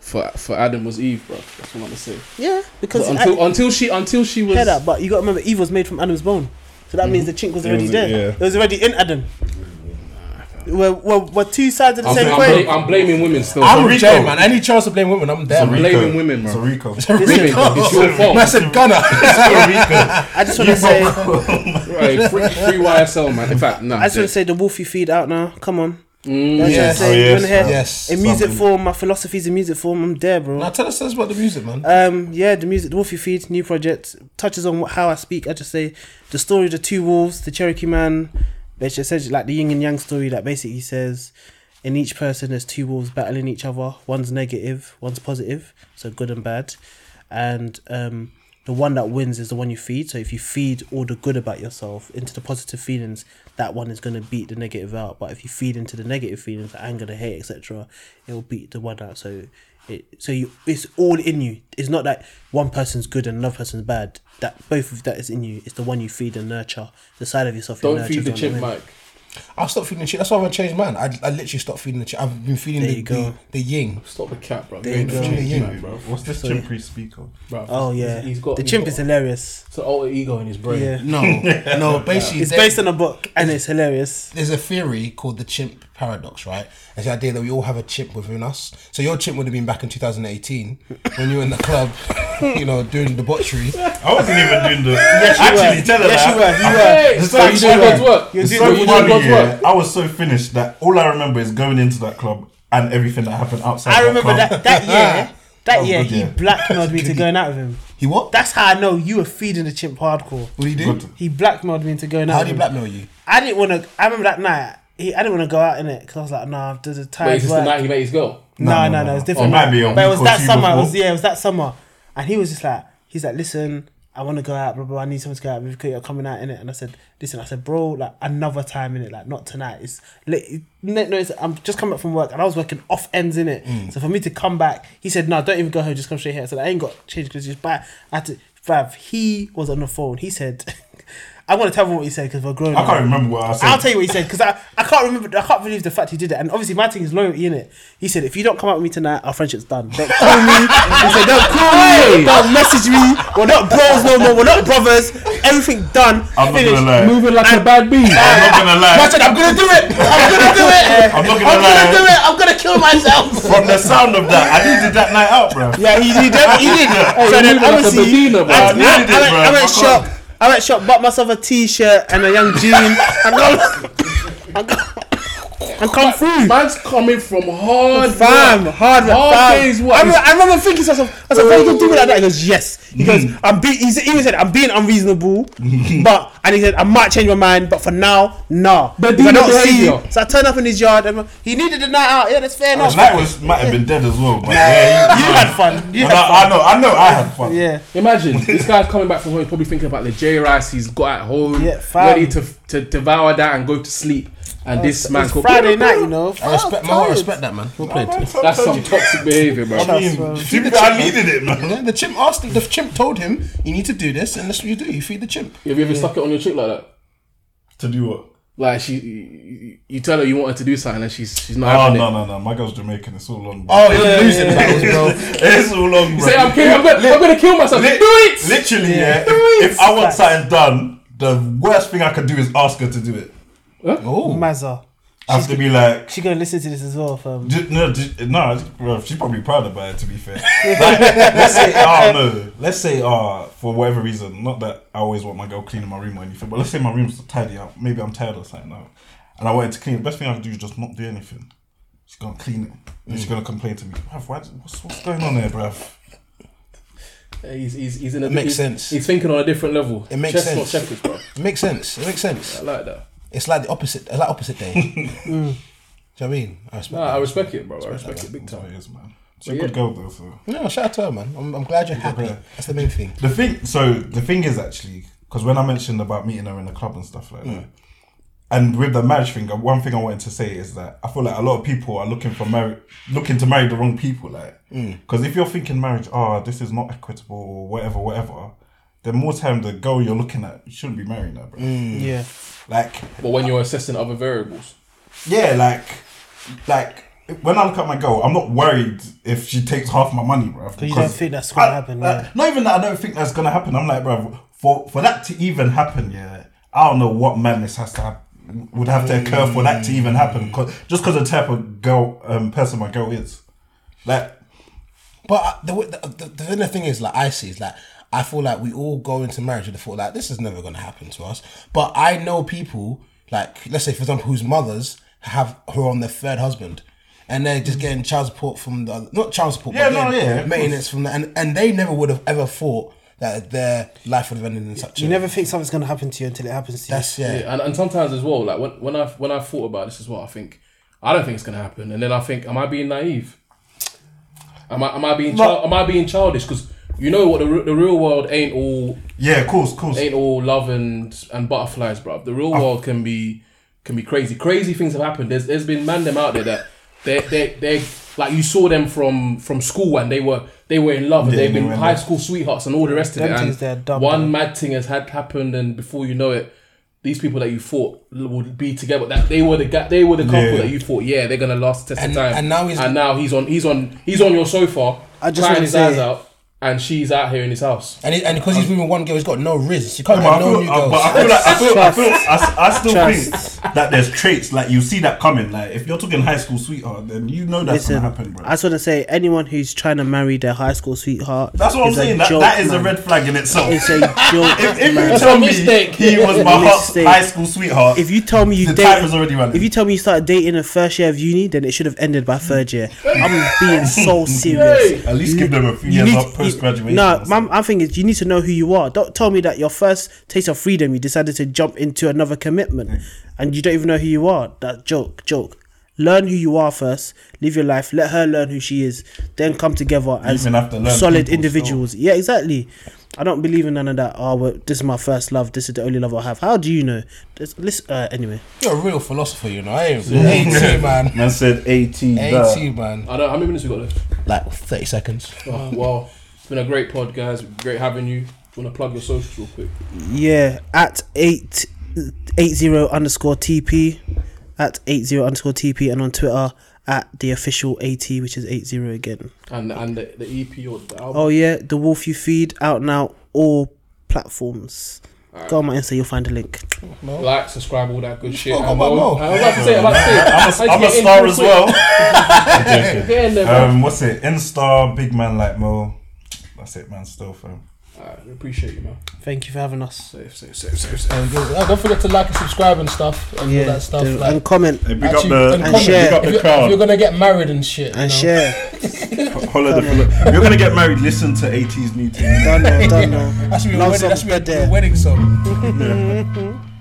[SPEAKER 5] for for Adam was Eve, bro. That's what I'm gonna say.
[SPEAKER 6] Yeah, because
[SPEAKER 5] Until until she until she was
[SPEAKER 6] hear that, but you got to remember, Eve was made from Adam's bone, so that means the chink was already
[SPEAKER 4] was-
[SPEAKER 6] there.
[SPEAKER 4] yeah.
[SPEAKER 6] It was already in Adam. we're, we're, we're two sides of the same
[SPEAKER 5] I'm,
[SPEAKER 6] coin.
[SPEAKER 5] bla- I'm blaming women still.
[SPEAKER 3] I'm with
[SPEAKER 4] Rico.
[SPEAKER 3] Jay, man. Any chance to blame women, I'm there. man.
[SPEAKER 5] blaming women, bro.
[SPEAKER 4] Rico.
[SPEAKER 5] Women, it's your fault.
[SPEAKER 3] Massive gunner.
[SPEAKER 6] I just want to say, I
[SPEAKER 5] Right, free, free YSL, man. In fact, no.
[SPEAKER 6] just want to say, the wolfy feed out now. Come on. You know what I'm
[SPEAKER 3] yes.
[SPEAKER 6] trying
[SPEAKER 4] Oh,
[SPEAKER 6] to say? You
[SPEAKER 4] yes,
[SPEAKER 6] wanna hear?
[SPEAKER 3] yes.
[SPEAKER 6] In music
[SPEAKER 4] Something.
[SPEAKER 6] form, my philosophy's in music form. I'm there, bro.
[SPEAKER 3] now tell us, tell us about the music, man.
[SPEAKER 6] Um, yeah, the music, the Wolfie Feed, new project, touches on wh- how I speak. I just say the story of the two wolves, the Cherokee man, which essentially like the yin and yang story that basically says in each person there's two wolves battling each other. One's negative, one's positive, so good and bad. And um, the one that wins is the one you feed. So if you feed all the good about yourself into the positive feelings, that one is going to beat the negative out. But if you feed into the negative feelings, the anger, the hate, etc., it will beat the one out. So it, so you, it's all in you. It's not that one person's good and another person's bad. That both of that is in you. It's the one you feed and nurture. The side of yourself. you
[SPEAKER 5] Don't
[SPEAKER 6] nurture,
[SPEAKER 5] feed the
[SPEAKER 6] do you know what I mean?
[SPEAKER 5] chipmunk.
[SPEAKER 3] I've stopped feeding the shit. That's why I've changed mine. I, I literally stopped feeding the shit. I've been feeding
[SPEAKER 6] There
[SPEAKER 3] the,
[SPEAKER 6] you
[SPEAKER 3] the,
[SPEAKER 6] go.
[SPEAKER 3] the ying.
[SPEAKER 5] Stop the cat, bro.
[SPEAKER 6] There you
[SPEAKER 5] Don't
[SPEAKER 6] go.
[SPEAKER 5] feed the
[SPEAKER 3] Yeah,
[SPEAKER 5] chipmunk, bro.
[SPEAKER 4] What's this chimp we speak of?
[SPEAKER 5] Bro,
[SPEAKER 6] Oh
[SPEAKER 5] he's-
[SPEAKER 6] yeah,
[SPEAKER 5] he's got
[SPEAKER 6] the
[SPEAKER 5] he's
[SPEAKER 6] chimp
[SPEAKER 5] got-
[SPEAKER 6] is hilarious.
[SPEAKER 5] It's an alter ego in his brain.
[SPEAKER 6] Yeah.
[SPEAKER 3] No, no. Basically,
[SPEAKER 6] It's
[SPEAKER 3] they-
[SPEAKER 6] based on a book and it's hilarious.
[SPEAKER 3] there's a theory called the chimp paradox, right? It's the idea that we all have a chimp within us. So your chimp would have been back in 2018 when you were in the club, you know, doing debauchery.
[SPEAKER 4] I wasn't even doing the. Actually, tell her
[SPEAKER 6] Yes,
[SPEAKER 4] that.
[SPEAKER 6] you were. You were.
[SPEAKER 5] Hey,
[SPEAKER 4] It's
[SPEAKER 5] so
[SPEAKER 4] like
[SPEAKER 5] you doing
[SPEAKER 4] funny.
[SPEAKER 5] God's work.
[SPEAKER 4] It's
[SPEAKER 5] so
[SPEAKER 4] so
[SPEAKER 5] you doing
[SPEAKER 4] funny,
[SPEAKER 5] God's
[SPEAKER 4] yeah.
[SPEAKER 5] work.
[SPEAKER 4] I was so finished that all I remember is going into that club and everything that happened outside.
[SPEAKER 6] I remember
[SPEAKER 4] club.
[SPEAKER 6] that that year. That
[SPEAKER 4] was
[SPEAKER 6] year
[SPEAKER 4] good,
[SPEAKER 6] he
[SPEAKER 4] yeah.
[SPEAKER 6] blackmailed me to going out with him.
[SPEAKER 3] He what?
[SPEAKER 6] That's how I know you were feeding the chimp hardcore.
[SPEAKER 3] what do you do?
[SPEAKER 4] Good.
[SPEAKER 6] He blackmailed me into going out.
[SPEAKER 3] How
[SPEAKER 6] with
[SPEAKER 3] do you
[SPEAKER 6] him.
[SPEAKER 3] blackmail you?
[SPEAKER 6] I didn't want to. I remember that night. He, I didn't want to go out in it because I was like, nah, there's a
[SPEAKER 5] Wait,
[SPEAKER 6] tired
[SPEAKER 5] is this the
[SPEAKER 6] work.
[SPEAKER 5] night he let his go?
[SPEAKER 6] No, no, no, it's different.
[SPEAKER 4] Oh, It might be a
[SPEAKER 6] but it
[SPEAKER 4] week
[SPEAKER 6] was
[SPEAKER 4] or
[SPEAKER 6] that
[SPEAKER 4] two
[SPEAKER 6] summer. It
[SPEAKER 4] before.
[SPEAKER 6] was, yeah, it was that summer, and he was just like, he's like, listen, I want to go out, blah blah. I need someone to go out. with. You're coming out in it, and I said, listen, I said, bro, like another time in it, like not tonight. It's late. No, no, it's, I'm just coming back from work, and I was working off ends in it.
[SPEAKER 4] Mm.
[SPEAKER 6] So for me to come back, he said, no, don't even go home. Just come straight here. I said, I ain't got change because just buy. I had to, bruv, He was on the phone. He said. I want to tell him what he said because we're grown.
[SPEAKER 4] I
[SPEAKER 6] now.
[SPEAKER 4] can't remember what I said.
[SPEAKER 6] I'll tell you what he said because I, I can't remember. I can't believe the fact he did it. And obviously, my thing is loyalty in it. He said, if you don't come out with me tonight, our friendship's done. Don't call me. he said, don't call me. Don't message me. We're not bros no more. We're not brothers. Everything done.
[SPEAKER 4] I'm not
[SPEAKER 6] finished.
[SPEAKER 4] gonna lie.
[SPEAKER 5] Moving like a bad bee.
[SPEAKER 4] I'm not gonna
[SPEAKER 3] I
[SPEAKER 4] lie.
[SPEAKER 3] said, I'm gonna do it. I'm gonna do it.
[SPEAKER 4] I'm not gonna
[SPEAKER 3] I'm gonna do
[SPEAKER 4] lie.
[SPEAKER 3] it. I'm gonna kill myself.
[SPEAKER 4] From the sound of that, I needed that night out, bro.
[SPEAKER 6] Yeah, he, he did. He did. so
[SPEAKER 5] you're
[SPEAKER 6] then,
[SPEAKER 5] moving like a
[SPEAKER 6] obviously,
[SPEAKER 5] ballerina, bro.
[SPEAKER 6] I, I,
[SPEAKER 4] I needed it,
[SPEAKER 6] I went,
[SPEAKER 4] bro. I
[SPEAKER 6] I went
[SPEAKER 4] can't.
[SPEAKER 6] shop. I went shop. Bought myself a t-shirt and a young jean. And come, and come- and come through.
[SPEAKER 5] Man's coming from hard
[SPEAKER 6] Fam,
[SPEAKER 5] work.
[SPEAKER 6] hard work.
[SPEAKER 5] Hard
[SPEAKER 6] fam.
[SPEAKER 5] days work.
[SPEAKER 6] I remember, I remember thinking to myself, I said, "Why you gonna do me like that?" He goes, "Yes."
[SPEAKER 5] Hmm.
[SPEAKER 6] He goes, "I'm being." He said- he even said, "I'm being unreasonable," but and he said, "I might change my mind, but for now, nah."
[SPEAKER 5] But
[SPEAKER 6] If I
[SPEAKER 5] do
[SPEAKER 6] don't
[SPEAKER 5] the
[SPEAKER 6] see you.
[SPEAKER 5] behaviour.
[SPEAKER 6] So I turned up in his yard, and he needed the night out. Yeah, that's fair enough.
[SPEAKER 4] The night Oh, was Oh, might have been dead as well, but yeah,
[SPEAKER 6] you had fun. You
[SPEAKER 4] And
[SPEAKER 6] had
[SPEAKER 4] I, I
[SPEAKER 6] fun.
[SPEAKER 4] know, I know, I had fun.
[SPEAKER 6] Yeah.
[SPEAKER 5] Imagine this guy's coming back from home, probably thinking about the J rice he's got at home,
[SPEAKER 6] Yeah, fam. Oh,
[SPEAKER 5] ready to to devour that and go to sleep. And this man
[SPEAKER 6] It's
[SPEAKER 5] could-
[SPEAKER 6] Friday night, you know.
[SPEAKER 3] I respect man. I respect that man. Well played.
[SPEAKER 5] That's some toxic behavior, bro.
[SPEAKER 4] I, mean,
[SPEAKER 6] uh,
[SPEAKER 4] dude, I needed it, man.
[SPEAKER 3] Yeah, the chimp asked. The chimp told him, "You need to do this, and that's what you do. You feed the chimp."
[SPEAKER 5] Have you ever stuck it on your chick like that?
[SPEAKER 4] To do what?
[SPEAKER 5] Like she, you- you tell her you want her to do something, and she's she's not
[SPEAKER 4] Oh
[SPEAKER 5] having
[SPEAKER 4] no,
[SPEAKER 5] it.
[SPEAKER 4] no, no! My girl's Jamaican. It's all long. Bro.
[SPEAKER 3] Oh, you're losing battles, bro.
[SPEAKER 4] it's all long, bro.
[SPEAKER 5] Say I'm kidding. I'm gonna, I'm gonna kill myself.
[SPEAKER 4] Lit-
[SPEAKER 5] do it.
[SPEAKER 4] Literally, yeah. If, if I want something done, the worst thing I could do is ask her to do it.
[SPEAKER 3] Oh,
[SPEAKER 6] Mazza.
[SPEAKER 4] I have to be like,
[SPEAKER 6] She gonna listen to this as well, fam.
[SPEAKER 4] D- no, d- no, bro, she's probably proud about it. To be fair, like, let's say, oh no, let's say, uh, for whatever reason, not that I always want my girl cleaning my room or anything, but let's say my room's tidy up. Maybe I'm tired or something now, and I wanted to clean. The best thing I can do is just not do anything. She's gonna clean it. Then she's gonna complain to me, bruv, why, what's, what's going on there, bruv?
[SPEAKER 5] He's, he's, he's in a,
[SPEAKER 3] makes
[SPEAKER 5] he's-
[SPEAKER 3] sense.
[SPEAKER 5] He's thinking on a different level.
[SPEAKER 3] It makes
[SPEAKER 5] Chestnut
[SPEAKER 3] sense.
[SPEAKER 5] checkers, bro.
[SPEAKER 3] it makes sense. It makes sense.
[SPEAKER 5] I like that.
[SPEAKER 3] It's like the opposite. It's like opposite day. Do you know what I mean? I respect.
[SPEAKER 5] Nah, I
[SPEAKER 3] that.
[SPEAKER 5] respect it, bro. I respect it big
[SPEAKER 4] That's
[SPEAKER 5] time.
[SPEAKER 4] how it is, man. She's a good girl though, so.
[SPEAKER 3] No, shout out to her, man. I'm, I'm glad you're happy.
[SPEAKER 4] bro.
[SPEAKER 3] That's the main thing.
[SPEAKER 4] The thing, so the thing is actually, because when I mentioned about meeting her in the club and stuff like that, and with the marriage thing, uh, one thing I wanted to say is that I feel like a lot of people are looking for marriage, looking to marry the wrong people. Like, because if you're thinking marriage, oh, this is not equitable or whatever, whatever, then more time the girl you're looking at you shouldn't be marrying her, bro.
[SPEAKER 6] Yeah.
[SPEAKER 4] Like,
[SPEAKER 5] But when you're assessing other variables,
[SPEAKER 4] yeah, like, like. When I look at my girl, I'm not worried if she takes half my money, bro.
[SPEAKER 6] But you don't think that's gonna happen,
[SPEAKER 4] like,
[SPEAKER 6] yeah.
[SPEAKER 4] Not even that I don't think that's gonna happen. I'm like, bro, for for that to even happen, yeah, I don't know what madness has to happen. would have to occur for that to even happen. 'cause- just because the type of girl, um, person my girl is, like
[SPEAKER 3] But uh, the, way- the, the, the, then the thing is, like I see, is like I feel like we all go into marriage with the thought like this is never going to happen to us. But I know people, like let's say for example, whose mothers have who are on their third husband, and they're just getting child support from the not child support,
[SPEAKER 4] Mm. Yeah,
[SPEAKER 3] but
[SPEAKER 4] no,
[SPEAKER 3] getting
[SPEAKER 4] yeah, of
[SPEAKER 3] maintenance from the and and they never would have ever thought that their life would have ended in such
[SPEAKER 7] You
[SPEAKER 3] a.
[SPEAKER 7] never think something's gonna happen to you until it happens to you.
[SPEAKER 3] that's yeah.
[SPEAKER 5] and, and sometimes as well, like when, when I when I thought about this as well, I think I don't think it's gonna happen, and then I think, am I being naive? Am I am I being child, am I being childish? Because you know what, the, re- the real world ain't all
[SPEAKER 4] yeah, of course, of course.
[SPEAKER 5] ain't all love and and butterflies, bruv. The real world can be can be crazy. Crazy things have happened. There's there's been man them out there that they they they like you saw them from from school and they were they were in love and
[SPEAKER 4] Yeah,
[SPEAKER 5] they've
[SPEAKER 4] they
[SPEAKER 5] been
[SPEAKER 4] were in
[SPEAKER 5] high
[SPEAKER 4] love.
[SPEAKER 5] school sweethearts and all the rest of
[SPEAKER 7] Them things
[SPEAKER 5] it.
[SPEAKER 7] they're
[SPEAKER 5] And
[SPEAKER 7] dumb,
[SPEAKER 5] one
[SPEAKER 7] man.
[SPEAKER 5] mad thing has had happened and before you know it. These people that you thought would be together, that they were the ga- they were the couple
[SPEAKER 4] Yeah.
[SPEAKER 5] that you thought, yeah, they're gonna last the test of
[SPEAKER 3] And-
[SPEAKER 5] time.
[SPEAKER 3] and now he's-
[SPEAKER 5] and now he's on he's on he's on your sofa,
[SPEAKER 7] I just
[SPEAKER 5] crying
[SPEAKER 7] wanna
[SPEAKER 5] his eyes
[SPEAKER 7] say-
[SPEAKER 5] out, and she's out here in his house.
[SPEAKER 3] And, it, and because he's moving one girl, he's got no riz. You can't
[SPEAKER 4] Um, But I
[SPEAKER 3] have no
[SPEAKER 4] feel,
[SPEAKER 3] new
[SPEAKER 4] uh,
[SPEAKER 3] girls.
[SPEAKER 4] but I feel like I feel, I, feel, I, s- I still think that there's traits like you see that coming. Like if you're talking high school sweetheart, then you know that's
[SPEAKER 8] Listen,
[SPEAKER 4] gonna happen, bro.
[SPEAKER 8] I just want to say, anyone who's trying to marry their high school sweetheart.
[SPEAKER 4] That's what I'm
[SPEAKER 8] is a
[SPEAKER 4] saying. That,
[SPEAKER 8] joke,
[SPEAKER 4] that is a
[SPEAKER 8] man.
[SPEAKER 4] red flag in itself.
[SPEAKER 8] It's a joke.
[SPEAKER 4] if, if
[SPEAKER 8] man.
[SPEAKER 4] you tell me
[SPEAKER 5] mistake.
[SPEAKER 4] he was my heart's
[SPEAKER 8] Mistake.
[SPEAKER 4] high school sweetheart,
[SPEAKER 8] If you tell me you
[SPEAKER 4] the
[SPEAKER 8] date,
[SPEAKER 4] time is already running.
[SPEAKER 8] if you tell me you started dating in first year of uni, then it should have ended by third year. I'm being so serious.
[SPEAKER 4] at least give them a few
[SPEAKER 8] You
[SPEAKER 4] years
[SPEAKER 8] need-
[SPEAKER 4] off post graduation.
[SPEAKER 8] No, my, my thing is you need to know who you are. Don't tell me that your first taste of freedom, you decided to jump into another commitment, and you don't even know who you are. That joke, joke. Learn who you are first. Live your life. Let her learn who she is. Then come together as
[SPEAKER 4] even have to learn
[SPEAKER 8] solid
[SPEAKER 4] people
[SPEAKER 8] individuals. Yeah, exactly. I don't believe in none of that. Oh, well, this is my first love. This is the only love I have. How do you know? This, listen, uh, anyway.
[SPEAKER 3] You're a real philosopher, you know. I ain't 18, man.
[SPEAKER 4] Man said 18. duh.
[SPEAKER 3] 18, man.
[SPEAKER 5] I don't. How many minutes we got left?
[SPEAKER 3] Like 30 seconds.
[SPEAKER 5] Oh, well, it's been a great pod, guys. Great having you. Do you want to plug your socials real quick?
[SPEAKER 8] Yeah, at eight eight zero underscore TP, at eight zero underscore TP, and on Twitter at the official AT, which is eight zero again.
[SPEAKER 5] And and the, the EP or the album.
[SPEAKER 8] Oh yeah, the Wolf You Feed out now all platforms. Go on my Insta, you'll find a link.
[SPEAKER 3] Oh.
[SPEAKER 5] Like, subscribe, all that good shit.
[SPEAKER 3] spoke
[SPEAKER 5] And
[SPEAKER 3] about
[SPEAKER 5] I was
[SPEAKER 3] more.
[SPEAKER 5] I was about to say, I'm about to say,
[SPEAKER 4] I'm
[SPEAKER 5] how'd
[SPEAKER 4] a, I'm a
[SPEAKER 5] you get in
[SPEAKER 4] star
[SPEAKER 5] real
[SPEAKER 4] as
[SPEAKER 5] quick?
[SPEAKER 4] well. I'm joking.
[SPEAKER 5] Yeah, never.
[SPEAKER 4] Um, what's it? Insta, big man like Mo. That's it, man. Still, fam.
[SPEAKER 5] Alright, we appreciate you, man.
[SPEAKER 8] Thank you for having us.
[SPEAKER 5] Safe, safe, safe, safe, safe.
[SPEAKER 3] And give- oh, don't forget to like and subscribe and stuff and
[SPEAKER 8] Yeah,
[SPEAKER 3] all that stuff.
[SPEAKER 8] do-
[SPEAKER 3] like,
[SPEAKER 8] and comment
[SPEAKER 4] Hey, big
[SPEAKER 3] actually-
[SPEAKER 4] up the,
[SPEAKER 3] and
[SPEAKER 4] big
[SPEAKER 3] comment.
[SPEAKER 4] up
[SPEAKER 8] share.
[SPEAKER 3] If,
[SPEAKER 4] the
[SPEAKER 3] you're, if
[SPEAKER 4] crowd.
[SPEAKER 3] you're gonna get married and shit,
[SPEAKER 8] and
[SPEAKER 3] you know?
[SPEAKER 8] share.
[SPEAKER 4] Holla the fella. If You're gonna get married. Listen to 80s new team.
[SPEAKER 8] Don't know, don't know.
[SPEAKER 3] That should be a
[SPEAKER 8] Love
[SPEAKER 3] wedding, that
[SPEAKER 8] songs
[SPEAKER 3] should be a,
[SPEAKER 8] dead there.
[SPEAKER 3] a wedding song.